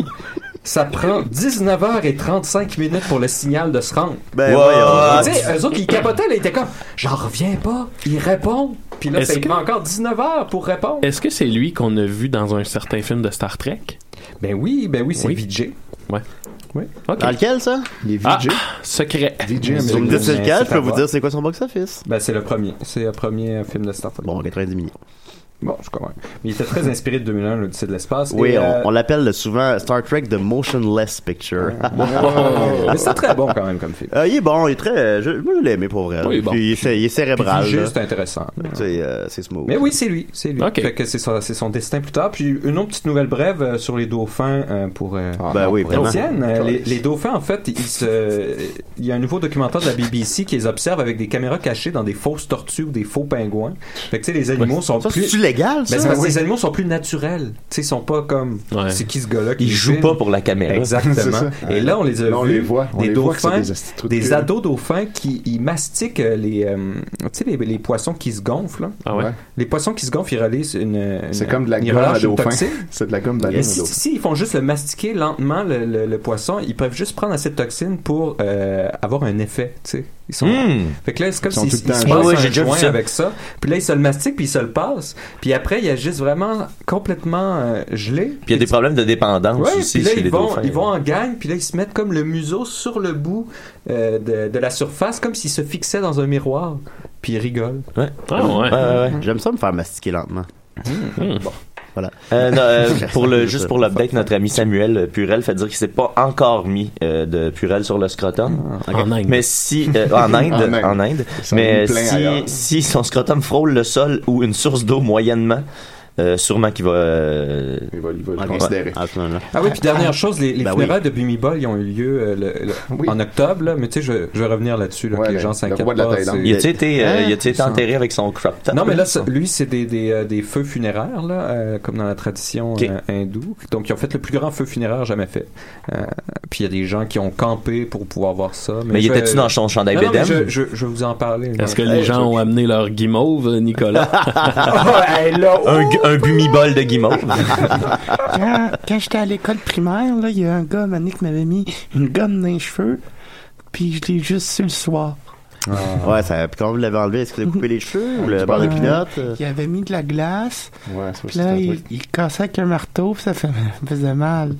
[SPEAKER 7] Ça prend 19h35 minutes pour le signal de se rendre.
[SPEAKER 4] Ben,
[SPEAKER 7] Wow.
[SPEAKER 4] voyons.
[SPEAKER 7] Ah, Tu sais, eux autres, ils capotaient, là, ils étaient comme, j'en reviens pas, ils répondent. Puis là,
[SPEAKER 6] Est-ce
[SPEAKER 7] ça
[SPEAKER 6] que-
[SPEAKER 7] que... encore 19h pour répondre.
[SPEAKER 6] Est-ce que c'est lui qu'on a vu dans un certain film de Star Trek?
[SPEAKER 7] Ben oui, ben oui, c'est
[SPEAKER 6] Oui.
[SPEAKER 7] VJ.
[SPEAKER 6] Ouais.
[SPEAKER 7] Oui.
[SPEAKER 6] Ok.
[SPEAKER 4] Dans lequel, ça?
[SPEAKER 5] Il est
[SPEAKER 6] Ah,
[SPEAKER 5] VJ.
[SPEAKER 6] secret.
[SPEAKER 5] VJ
[SPEAKER 4] Si vous me
[SPEAKER 5] américain.
[SPEAKER 4] dites c'est
[SPEAKER 7] Mais
[SPEAKER 4] lequel,
[SPEAKER 7] c'est
[SPEAKER 4] je peux
[SPEAKER 7] à
[SPEAKER 4] vous
[SPEAKER 7] voir.
[SPEAKER 4] dire c'est quoi son box-office.
[SPEAKER 7] Ben c'est le premier. C'est le premier euh, film de Star Trek. Bon,
[SPEAKER 4] Bon, 90 millions.
[SPEAKER 7] je comprends. Mais il était très inspiré de 2001, l'Odyssée de l'espace.
[SPEAKER 4] Oui,
[SPEAKER 7] Et,
[SPEAKER 4] on,
[SPEAKER 7] euh,
[SPEAKER 4] on l'appelle souvent Star Trek The Motionless Picture.
[SPEAKER 7] euh, [LAUGHS] Mais c'était très bon quand même comme film.
[SPEAKER 4] Euh, il est bon, il est très. euh, je, moi, je l'ai aimé pour vrai.
[SPEAKER 6] Oui, bon.
[SPEAKER 4] Puis il, est, cé- il est cérébral.
[SPEAKER 7] Puis VJ,
[SPEAKER 4] là.
[SPEAKER 7] c'est intéressant.
[SPEAKER 4] C'est euh, c'est smooth.
[SPEAKER 7] Mais oui, c'est lui, c'est lui.
[SPEAKER 6] Ok.
[SPEAKER 7] Fait que c'est son, c'est son destin plus tard. Puis une autre petite nouvelle brève euh, sur les dauphins euh, pour euh,
[SPEAKER 9] Ah,
[SPEAKER 5] Ah,
[SPEAKER 4] Ben oui,
[SPEAKER 7] pour
[SPEAKER 4] vraiment.
[SPEAKER 7] Étienne. Euh, les, les dauphins, en fait, ils se... il y a un nouveau documentaire de la BBC qui les observe avec des caméras cachées dans des fausses tortues ou des faux pingouins. Fait que tu sais, les animaux sont
[SPEAKER 4] Ça,
[SPEAKER 7] plus.
[SPEAKER 4] c'est-tu légal, ça?
[SPEAKER 7] Ben, c'est parce que
[SPEAKER 4] Oui.
[SPEAKER 7] les animaux sont plus naturels. Tu sais, ils sont pas comme.
[SPEAKER 6] Ouais.
[SPEAKER 7] C'est qui ce gars-là qui
[SPEAKER 9] Il
[SPEAKER 7] nous
[SPEAKER 9] joue
[SPEAKER 7] filme?
[SPEAKER 9] pas pour la caméra.
[SPEAKER 7] Exactement.
[SPEAKER 5] [LAUGHS] C'est ça.
[SPEAKER 7] Et là, on les a
[SPEAKER 5] Là, on
[SPEAKER 7] vus,
[SPEAKER 5] les voit. On
[SPEAKER 7] des
[SPEAKER 5] les voit que c'est
[SPEAKER 7] dauphins,
[SPEAKER 5] des astuces de
[SPEAKER 7] des,
[SPEAKER 5] cul.
[SPEAKER 7] ados dauphins qui ils mastiquent euh, les, euh, tu sais, les, les poissons qui se gonflent. là.
[SPEAKER 6] Ah ouais?
[SPEAKER 5] Ouais.
[SPEAKER 7] Les poissons qui se gonflent, ils relâchent une. une-
[SPEAKER 5] C'est comme de la
[SPEAKER 7] ils
[SPEAKER 5] gomme à
[SPEAKER 7] relâchent une
[SPEAKER 5] dauphin.
[SPEAKER 7] toxine.
[SPEAKER 5] C'est de la gomme
[SPEAKER 7] Mais
[SPEAKER 5] baleine
[SPEAKER 7] si,
[SPEAKER 5] à
[SPEAKER 7] si- si ils font juste le mastiquer lentement, le, le- le poisson, ils peuvent juste prendre assez de toxine pour euh, avoir un effet, tu sais. Ils sont...
[SPEAKER 9] Hmm.
[SPEAKER 7] Fait que là, c'est comme
[SPEAKER 5] Ils sont
[SPEAKER 7] s'ils
[SPEAKER 5] tout
[SPEAKER 7] se
[SPEAKER 5] le temps
[SPEAKER 7] passent
[SPEAKER 5] jeunes.
[SPEAKER 9] Ouais, ouais, j'ai
[SPEAKER 7] un
[SPEAKER 9] déjà vu
[SPEAKER 7] joint
[SPEAKER 9] ça.
[SPEAKER 7] avec ça. Puis là, ils se le mastiquent, puis ils se le passent. Puis après, il agissent vraiment complètement euh, gelé.
[SPEAKER 9] Puis il y a des problèmes de dépendance
[SPEAKER 7] Ouais,
[SPEAKER 9] aussi
[SPEAKER 7] puis là,
[SPEAKER 9] chez
[SPEAKER 7] ils
[SPEAKER 9] les
[SPEAKER 7] vont,
[SPEAKER 9] dauphins.
[SPEAKER 7] ils vont en gang, puis là, ils se mettent comme le museau sur le bout euh, de, de la surface, comme s'ils se fixaient dans un miroir, puis ils rigolent.
[SPEAKER 9] Ouais.
[SPEAKER 6] Ah ouais.
[SPEAKER 9] Ouais, ouais, ouais.
[SPEAKER 4] J'aime ça me faire mastiquer lentement. Voilà.
[SPEAKER 9] Euh, non, euh,
[SPEAKER 4] [LAUGHS]
[SPEAKER 9] pour le, juste pour l'update, notre ami Samuel euh, Purel fait dire qu'il s'est pas encore mis euh, de Purel sur le scrotum.
[SPEAKER 6] En Inde.
[SPEAKER 9] Mais si euh, en Inde,
[SPEAKER 5] En
[SPEAKER 9] en
[SPEAKER 5] Inde.
[SPEAKER 9] Inde,
[SPEAKER 5] Ah, Ça
[SPEAKER 9] mais
[SPEAKER 5] nous plaint ailleurs.
[SPEAKER 9] si, si son scrotum frôle le sol ou une source d'eau moyennement, euh, sûrement qu'il va. euh,
[SPEAKER 5] Il va, il va le
[SPEAKER 4] Ok.
[SPEAKER 5] considérer.
[SPEAKER 4] Absolument.
[SPEAKER 7] Ah oui, puis dernière chose, les, les
[SPEAKER 4] Ben
[SPEAKER 7] funérailles de Bumi Bol, ils ont eu lieu euh, le- le-
[SPEAKER 5] Oui.
[SPEAKER 7] en octobre, là, mais tu sais, je, je vais revenir là-dessus, là,
[SPEAKER 5] Ouais,
[SPEAKER 7] que les
[SPEAKER 5] le-
[SPEAKER 7] gens
[SPEAKER 5] le
[SPEAKER 7] s'inquiètent
[SPEAKER 5] roi de la
[SPEAKER 7] pas,
[SPEAKER 5] Thaïlande.
[SPEAKER 7] c'est-
[SPEAKER 9] il a-tu été, euh,
[SPEAKER 4] Hein?
[SPEAKER 9] il a-tu été
[SPEAKER 7] Ça.
[SPEAKER 9] enterré avec son crop top
[SPEAKER 7] Non, mais là, ça- lui, c'est des, des, euh, des feux funéraires, là, euh, comme dans la tradition
[SPEAKER 9] Ok.
[SPEAKER 7] euh, hindoue. Donc, ils ont fait le plus grand feu funéraire jamais fait. Euh, puis, il y a des gens qui ont campé pour pouvoir voir ça.
[SPEAKER 9] Mais il
[SPEAKER 7] je vais-
[SPEAKER 9] était-tu dans son chandail
[SPEAKER 7] Non, non, mais
[SPEAKER 9] BDM?
[SPEAKER 7] je, je, je vais vous en parler.
[SPEAKER 6] Est-ce que les gens ont amené leur guimauve, euh, Nicolas?
[SPEAKER 7] Ah,
[SPEAKER 9] Un, gu- un bumibol de guimauve.
[SPEAKER 2] quand, quand j'étais à l'école primaire, là, il y a un gars, Mané, qui m'avait mis une gomme dans les cheveux, puis je l'ai juste su le soir.
[SPEAKER 4] Ouais, ça, puis quand vous l'avez enlevé, est-ce que vous avez coupé
[SPEAKER 9] Ah,
[SPEAKER 4] les cheveux ou le bord de pinotte? euh?
[SPEAKER 2] Il avait mis de la glace.
[SPEAKER 4] Ouais, ça
[SPEAKER 2] Puis là, il, il cassait avec un marteau, puis ça fait- [LAUGHS] faisait mal.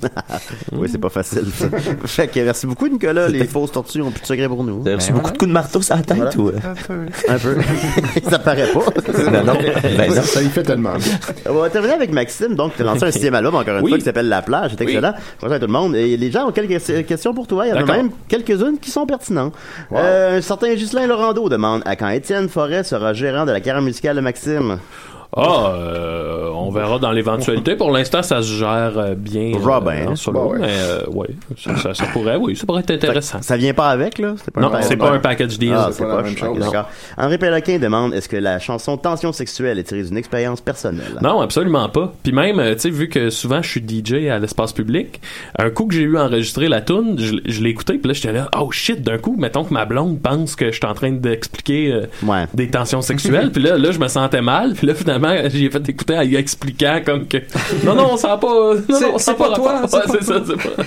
[SPEAKER 4] Oui, c'est pas facile, ça. [LAUGHS] fait que merci beaucoup, Nicolas. Les fausses tortues ont plus de secret pour nous.
[SPEAKER 9] T'as reçu beaucoup de coups de marteau sur la tête ou. euh?
[SPEAKER 2] Un peu.
[SPEAKER 4] Un peu. [LAUGHS] ça paraît pas.
[SPEAKER 9] Non, non. Ben non.
[SPEAKER 5] Ça y fait tellement. bien.
[SPEAKER 4] On va terminer avec Maxime, donc tu as lancé un sixième album encore une
[SPEAKER 6] Oui.
[SPEAKER 4] fois qui s'appelle La Plage, c'est excellent. Bonjour à tout le monde. Et les gens ont quelques questions pour toi, il y en a
[SPEAKER 6] D'accord.
[SPEAKER 4] même quelques-unes qui sont pertinentes. Euh, un certain Ghislain Laurando demande à quand Étienne Forêt sera gérant de la carrière musicale de Maxime.
[SPEAKER 6] [LAUGHS] Ah, euh, on verra dans l'éventualité. Pour l'instant, ça se gère euh, bien. euh,
[SPEAKER 4] Robin.
[SPEAKER 6] en solo, mais euh, ouais, ça, ça- ça pourrait, oui, ça pourrait être intéressant.
[SPEAKER 4] Ça vient pas avec là, c'est
[SPEAKER 6] Non,
[SPEAKER 4] package
[SPEAKER 6] c'est pas un package deal.
[SPEAKER 4] Ah,
[SPEAKER 6] C'est
[SPEAKER 4] c'est
[SPEAKER 6] pas la
[SPEAKER 4] pas
[SPEAKER 6] même
[SPEAKER 4] ok,
[SPEAKER 6] chose.
[SPEAKER 4] d'accord. Henri Péloquin demande est-ce que la chanson Tension sexuelle est tirée d'une expérience personnelle
[SPEAKER 6] Non, absolument pas. Puis même, euh, tu sais, vu que souvent je suis DJ à l'espace public, un coup que j'ai eu enregistré la tune, je, l- je l'ai écouté, puis là j'étais là, oh shit, d'un coup, mettons que ma blonde pense que je suis en train d'expliquer euh,
[SPEAKER 4] Ouais.
[SPEAKER 6] des tensions sexuelles, puis là, là je me sentais mal, puis là finalement [LAUGHS] j'ai fait écouter en lui expliquant comme que non non, ça a pas, non,
[SPEAKER 7] C'est-
[SPEAKER 6] non, ça
[SPEAKER 7] c'est
[SPEAKER 6] a pas
[SPEAKER 7] pas toi,
[SPEAKER 6] rapport.
[SPEAKER 7] c'est
[SPEAKER 6] Ouais,
[SPEAKER 7] pas
[SPEAKER 6] c'est ça,
[SPEAKER 7] toi.
[SPEAKER 6] c'est pas.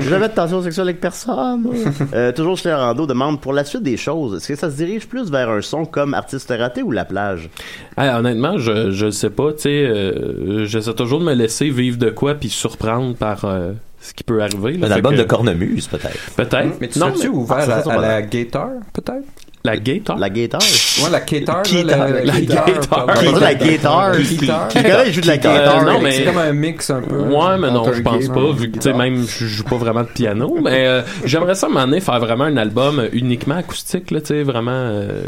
[SPEAKER 4] Jamais de tension sexuelle avec personne. Euh, toujours chez Rando demande pour la suite des choses, est-ce que ça se dirige plus vers un son comme artiste raté ou la plage?
[SPEAKER 6] Hey, honnêtement, je je sais pas, tu sais, euh, j'essaie toujours de me laisser vivre de quoi puis surprendre par euh, ce qui peut arriver. là.
[SPEAKER 9] Un
[SPEAKER 6] Fait
[SPEAKER 9] album
[SPEAKER 6] que-
[SPEAKER 9] de cornemuse, peut-être.
[SPEAKER 6] Peut-être.
[SPEAKER 7] Mais tu
[SPEAKER 6] Non,
[SPEAKER 7] serais-tu
[SPEAKER 6] mais-
[SPEAKER 4] Ah,
[SPEAKER 7] ouvert
[SPEAKER 4] ça,
[SPEAKER 7] à,
[SPEAKER 4] ça,
[SPEAKER 7] à
[SPEAKER 4] pas
[SPEAKER 7] la gator, peut-être?
[SPEAKER 6] la gay talk?
[SPEAKER 4] La guitare?
[SPEAKER 7] Ouais, la gator.
[SPEAKER 9] Keytar.
[SPEAKER 7] là, le-
[SPEAKER 9] La
[SPEAKER 7] le gator,
[SPEAKER 6] gator.
[SPEAKER 7] pardon.
[SPEAKER 4] J'ai entendu la guitare.
[SPEAKER 7] Keytar.
[SPEAKER 4] Nicolas, il joue de la
[SPEAKER 6] Euh,
[SPEAKER 4] guitare.
[SPEAKER 6] non, mais-
[SPEAKER 7] C'est comme un mix un peu. hein.
[SPEAKER 6] Ouais, mais non,
[SPEAKER 7] entre
[SPEAKER 6] je
[SPEAKER 7] un
[SPEAKER 6] pense
[SPEAKER 7] gay,
[SPEAKER 6] pas, vu
[SPEAKER 7] un
[SPEAKER 6] que, tu sais,
[SPEAKER 7] guitar.
[SPEAKER 6] même, je joue pas vraiment de piano, [LAUGHS] mais euh, j'aimerais ça, à un moment donné, faire vraiment un album euh, uniquement acoustique, là, tu sais, vraiment... euh,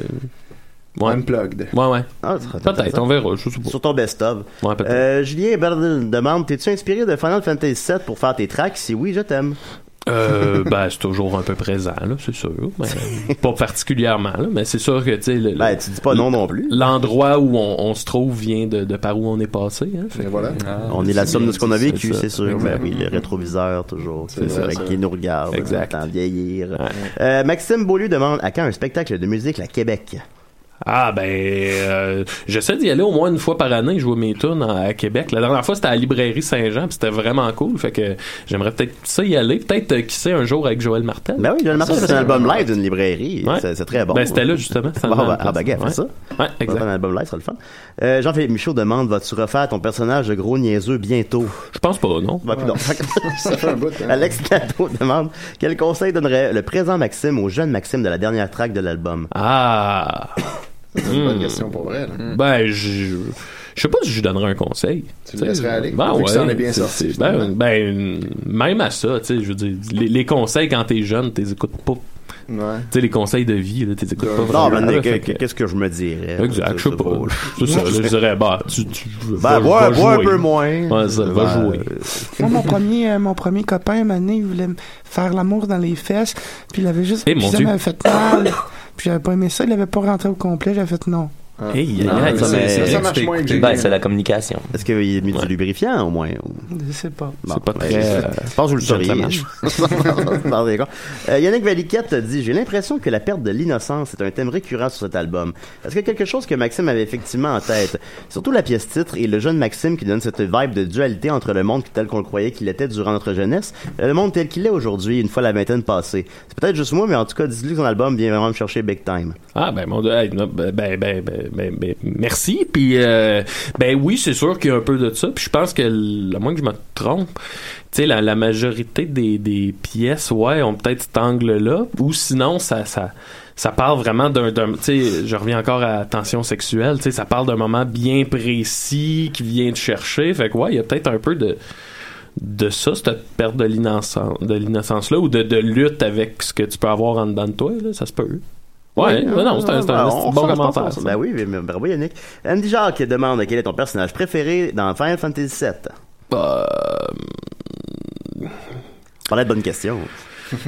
[SPEAKER 6] Ouais,
[SPEAKER 5] Unplugged.
[SPEAKER 6] ouais, ouais.
[SPEAKER 4] Ah, ça serait
[SPEAKER 6] Peut-être,
[SPEAKER 4] intéressant.
[SPEAKER 6] on verra, je sais pas.
[SPEAKER 4] Sur ton best-of.
[SPEAKER 6] Ouais, peut-être.
[SPEAKER 4] Euh, Julien Berdin demande T'es-tu inspiré de Final Fantasy VII pour faire tes tracks Si oui, je t'aime.
[SPEAKER 6] Euh, ben, c'est toujours un peu présent, là, c'est sûr. [LAUGHS] mais pas particulièrement, là, mais c'est sûr que, tu sais, le- le-
[SPEAKER 4] Ben, tu dis pas non non plus.
[SPEAKER 6] l'endroit où on, on se trouve vient de, de par où on est passé, hein, fait
[SPEAKER 5] Et voilà.
[SPEAKER 4] On est la somme de ce qu'on a vécu,
[SPEAKER 6] ça.
[SPEAKER 4] c'est sûr. Ben oui, le rétroviseur, toujours. C'est
[SPEAKER 6] ça,
[SPEAKER 4] vrai,
[SPEAKER 6] ça.
[SPEAKER 4] qui nous regarde.
[SPEAKER 6] Exact.
[SPEAKER 4] En vieillir.
[SPEAKER 6] Ouais.
[SPEAKER 4] Euh, Maxime Beaulieu demande à quand un spectacle de musique à Québec
[SPEAKER 6] Ah ben, euh, j'essaie d'y aller au moins une fois par année jouer mes tunes à, à Québec. La dernière fois c'était à la librairie Saint-Jean, puis c'était vraiment cool. Fait que j'aimerais peut-être ça y aller. Peut-être euh, qui sait un jour avec Joël Martel.
[SPEAKER 4] Ben oui, Joël Martin fait un album live d'une librairie.
[SPEAKER 6] Ouais.
[SPEAKER 4] C'est c'est très [LAUGHS] bon.
[SPEAKER 6] Ben, c'était là, justement.
[SPEAKER 4] Ah,
[SPEAKER 6] Ça
[SPEAKER 4] bah,
[SPEAKER 6] m'a-
[SPEAKER 4] ah, bah, gars, fais
[SPEAKER 6] ouais.
[SPEAKER 4] ça.
[SPEAKER 6] Ouais,
[SPEAKER 4] On va faire
[SPEAKER 6] exact.
[SPEAKER 4] un album live, ça sera le fun. Euh, Jean-Philippe Michaud demande Vas-tu refaire ton personnage de gros niaiseux bientôt
[SPEAKER 6] Je pense pas, non.
[SPEAKER 4] Bah, coudonc. [LAUGHS]
[SPEAKER 5] Ça fait un bout. hein.
[SPEAKER 4] Alex Nadeau demande Quel conseil donnerait le présent Maxime au jeune Maxime de la dernière track de l'album
[SPEAKER 6] Ah,
[SPEAKER 5] C'est une bonne question pour vrai. là.
[SPEAKER 6] ben je, je sais pas si je lui donnerais un conseil.
[SPEAKER 5] Tu le
[SPEAKER 6] T'sais,
[SPEAKER 5] laisserais aller.
[SPEAKER 6] Ben
[SPEAKER 5] Vu que ça en
[SPEAKER 6] ouais,
[SPEAKER 5] est bien
[SPEAKER 6] c'est-
[SPEAKER 5] sorti,
[SPEAKER 6] c'est- Ben,
[SPEAKER 5] finalement.
[SPEAKER 6] ben, même à ça, tu sais, je veux dire, les, les conseils quand t'es jeune, t'es écoutes pas.
[SPEAKER 5] Ouais.
[SPEAKER 6] Tu sais, les conseils de vie, là, t'es écoutes pas.
[SPEAKER 4] Non, ben,
[SPEAKER 6] vraiment,
[SPEAKER 4] mais
[SPEAKER 6] là,
[SPEAKER 4] que-
[SPEAKER 6] Ah, ben, fait
[SPEAKER 4] que-
[SPEAKER 6] que-
[SPEAKER 4] qu'est-ce que je me dirais
[SPEAKER 6] Exact, je sais pas.
[SPEAKER 4] drôle.
[SPEAKER 6] C'est ça, là, je dirais, bah, tu, tu
[SPEAKER 4] Ben,
[SPEAKER 6] va-
[SPEAKER 4] bois,
[SPEAKER 6] va
[SPEAKER 4] bois un
[SPEAKER 6] jouer.
[SPEAKER 4] peu moins.
[SPEAKER 6] Ouais, ça, va
[SPEAKER 4] Ben,
[SPEAKER 6] jouer.
[SPEAKER 2] Moi, mon premier, euh, mon premier copain, un moment donné, il voulait me faire l'amour dans les fesses, puis il avait juste.
[SPEAKER 6] Eh,
[SPEAKER 2] puis
[SPEAKER 6] mon
[SPEAKER 2] ça
[SPEAKER 6] Dieu.
[SPEAKER 2] m'avait fait mal. Puis j'avais pas aimé ça, il avait pas rentré au complet, j'avais fait non.
[SPEAKER 6] Hey,
[SPEAKER 9] Non,
[SPEAKER 6] hey,
[SPEAKER 9] ça,
[SPEAKER 6] c'est-
[SPEAKER 9] mais-
[SPEAKER 6] c'est-
[SPEAKER 9] Eric,
[SPEAKER 5] Ah, Ça, ça
[SPEAKER 6] c'est-
[SPEAKER 5] marche moins que j'ai.
[SPEAKER 9] Ben, c'est la communication.
[SPEAKER 4] Est-ce qu'il a mis
[SPEAKER 6] Ouais.
[SPEAKER 4] du lubrifiant au moins ou-
[SPEAKER 2] Je sais pas.
[SPEAKER 4] Bon,
[SPEAKER 6] c'est pas
[SPEAKER 4] ben,
[SPEAKER 6] très. euh,
[SPEAKER 4] Je pense que vous le sauriez.
[SPEAKER 6] Gentleman.
[SPEAKER 4] [LAUGHS] Non, d'accord. Euh, Yannick Valiquette dit J'ai l'impression que la perte de l'innocence est un thème récurrent sur cet album. Est-ce que quelque chose que Maxime avait effectivement en tête Surtout la pièce titre et le jeune Maxime qui donne cette vibe de dualité entre le monde tel qu'on le croyait qu'il était durant notre jeunesse et le monde tel qu'il est aujourd'hui, une fois la vingtaine passée. C'est peut-être juste moi, mais en tout cas, dis-lui que son album vient vraiment me chercher big time.
[SPEAKER 6] Ah, ben, mon Dieu, hey, non, ben, ben, ben, ben, ben, ben, merci. Puis, euh, ben oui, c'est sûr qu'il y a un peu de ça. Puis, je pense que, l- à moins que je me trompe, tu sais, la, la majorité des, des pièces, ouais, ont peut-être cet angle-là. Ou sinon, ça. ça ça parle vraiment d'un, d'un- tu sais, je reviens encore à tension sexuelle, tu sais, ça parle d'un moment bien précis qui vient de chercher. Fait que ouais, il y a peut-être un peu de, de ça, cette perte de l'innocence, de l'innocence là, ou de, de lutte avec ce que tu peux avoir en dedans de toi, là, ça se peut. Ouais, ouais, non, c'est un, c'est un
[SPEAKER 4] Bah,
[SPEAKER 6] bon
[SPEAKER 4] on ressent, je pense, on
[SPEAKER 6] commentaire.
[SPEAKER 4] ressent.
[SPEAKER 6] ça.
[SPEAKER 4] Ben oui, mais- mais bravo Yannick. Andy Jacques demande quel est ton personnage préféré dans Final Fantasy VII.
[SPEAKER 6] Bah,
[SPEAKER 4] Parlait de bonne question.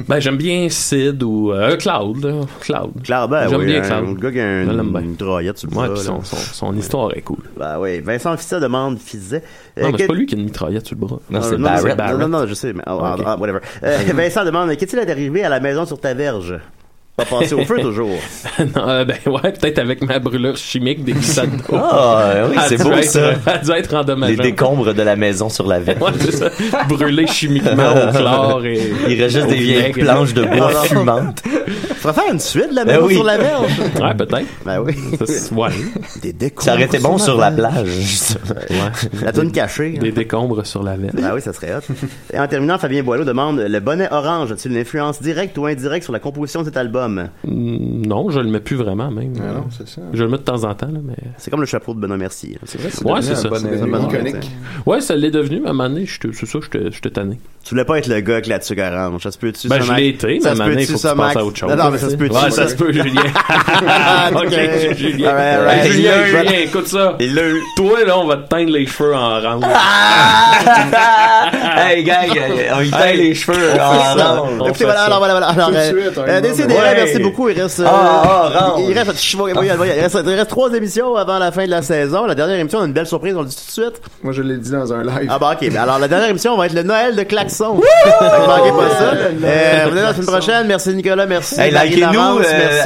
[SPEAKER 6] Ben, j'aime bien Sid ou euh, Cloud, là. Cloud.
[SPEAKER 4] Claire, ben
[SPEAKER 6] J'aime
[SPEAKER 4] oui,
[SPEAKER 6] bien
[SPEAKER 4] un,
[SPEAKER 6] Cloud.
[SPEAKER 4] le gars qui a un-
[SPEAKER 6] Je l'aime bien.
[SPEAKER 4] une droillette sur le
[SPEAKER 6] Ouais,
[SPEAKER 4] bras,
[SPEAKER 6] puis
[SPEAKER 4] là.
[SPEAKER 6] son, son, son histoire est cool.
[SPEAKER 4] Ben oui, Vincent Fisset demande Fizet.
[SPEAKER 6] Non, mais c'est pas lui qui a une mitraillette sur le bras.
[SPEAKER 9] Non, c'est
[SPEAKER 4] euh, non, non,
[SPEAKER 9] Barrett.
[SPEAKER 4] Non, non, non, je sais, mais oh,
[SPEAKER 6] Ah,
[SPEAKER 4] ah,
[SPEAKER 6] ok.
[SPEAKER 4] ah, whatever. Euh, Vincent demande qu'est-il arrivé à la maison sur ta verge Pas passé
[SPEAKER 6] [LAUGHS]
[SPEAKER 4] au feu toujours.
[SPEAKER 6] [LAUGHS] Non, euh, ben ouais, peut-être avec ma brûlure chimique des glissades d'eau.
[SPEAKER 9] Ah, oui,
[SPEAKER 6] Elle
[SPEAKER 9] c'est
[SPEAKER 6] dû
[SPEAKER 9] beau
[SPEAKER 6] être-
[SPEAKER 9] ça.
[SPEAKER 6] [LAUGHS] Elle dû être
[SPEAKER 9] Les
[SPEAKER 6] endommageante.
[SPEAKER 9] décombres de la maison sur la verre.
[SPEAKER 6] Ouais, c'est ça. Brûlé chimiquement au chlore et.
[SPEAKER 9] Il reste juste
[SPEAKER 6] au
[SPEAKER 9] des vieilles
[SPEAKER 4] [LAUGHS]
[SPEAKER 6] vinaigre.
[SPEAKER 9] planches de bois fumantes.
[SPEAKER 4] Faudrait faire une suite de la
[SPEAKER 9] Ben
[SPEAKER 4] maison
[SPEAKER 9] oui.
[SPEAKER 4] sur la berge.
[SPEAKER 6] Ouais, peut-être.
[SPEAKER 4] [LAUGHS] Ben
[SPEAKER 6] [LAUGHS]
[SPEAKER 4] oui.
[SPEAKER 6] Ouais.
[SPEAKER 4] Des décombres.
[SPEAKER 9] Ça aurait été bon sur la
[SPEAKER 4] berge.
[SPEAKER 9] plage. justement.
[SPEAKER 4] La toune cachée.
[SPEAKER 6] Des décombres sur la veine.
[SPEAKER 4] Ah oui, ça serait hot. Et en terminant, Fabien Boileau demande Le bonnet orange a-t-il une influence directe ou indirecte sur la composition de cet album
[SPEAKER 6] Mm, Non, je le mets plus vraiment, même.
[SPEAKER 5] Ah non, c'est ça.
[SPEAKER 6] Je le mets de temps en temps, là, mais.
[SPEAKER 4] C'est comme le chapeau de Benoît Mercier. hein, là.
[SPEAKER 6] Ouais, c'est ça.
[SPEAKER 7] bonnet.
[SPEAKER 6] C'est
[SPEAKER 4] C'est
[SPEAKER 6] ça.
[SPEAKER 4] un bonnet,
[SPEAKER 5] iconique.
[SPEAKER 4] tu sais.
[SPEAKER 6] Ouais, ça l'est devenu, mais à un moment donné, j'étais- c'est ça, j'étais j'étais tanné.
[SPEAKER 4] Tu voulais pas être le gars avec la tuque orange. Ça se peut-tu
[SPEAKER 6] Ben,
[SPEAKER 4] ça,
[SPEAKER 6] je
[SPEAKER 4] Max?
[SPEAKER 6] l'ai été, mais à
[SPEAKER 4] Ça
[SPEAKER 6] un
[SPEAKER 4] se
[SPEAKER 6] moment donné,
[SPEAKER 4] peut-tu,
[SPEAKER 6] faut que
[SPEAKER 4] ça,
[SPEAKER 6] tu passes
[SPEAKER 4] Max?
[SPEAKER 6] à autre chose.
[SPEAKER 4] Non, non, mais ça se peut-tu. Ah,
[SPEAKER 6] Ouais, ça se
[SPEAKER 4] [LAUGHS]
[SPEAKER 6] peut, Julien.
[SPEAKER 4] Ok.
[SPEAKER 6] [LAUGHS] ok, Julien.
[SPEAKER 4] Alright, alright.
[SPEAKER 6] Hey, Julien,
[SPEAKER 4] Julien,
[SPEAKER 7] Ben,
[SPEAKER 6] Julien, [LAUGHS] écoute ça.
[SPEAKER 9] Et là,
[SPEAKER 6] Toi, là, on va te teindre les cheveux en orange.
[SPEAKER 9] [LAUGHS] hey, gang, on
[SPEAKER 6] Ah,
[SPEAKER 9] lui teint les cheveux en orange.
[SPEAKER 6] On
[SPEAKER 4] Écoutez,
[SPEAKER 6] fait
[SPEAKER 4] voilà,
[SPEAKER 6] ça.
[SPEAKER 4] alors voilà, voilà. Alors,
[SPEAKER 5] Tout de
[SPEAKER 4] euh,
[SPEAKER 5] suite, on
[SPEAKER 4] euh,
[SPEAKER 5] est
[SPEAKER 4] décidez,
[SPEAKER 9] Ouais.
[SPEAKER 4] merci beaucoup. Il reste, euh,
[SPEAKER 9] Ah, ah,
[SPEAKER 4] il, il
[SPEAKER 9] orange.
[SPEAKER 4] reste, je vois, oui, oui, il reste, il reste trois émissions avant la fin de la saison. La dernière émission, on a une belle surprise, on le dit tout de suite.
[SPEAKER 5] Moi, je l'ai dit dans un live.
[SPEAKER 4] Ah bah ok, Ben alors la dernière émission va être le Noël de Klaxon. Fait que manquez pas ça. Euh, vous êtes la semaine prochaine. Merci Nicolas, merci.
[SPEAKER 9] Hey,
[SPEAKER 4] Marie
[SPEAKER 9] likez-nous,
[SPEAKER 4] Laurence,
[SPEAKER 9] euh,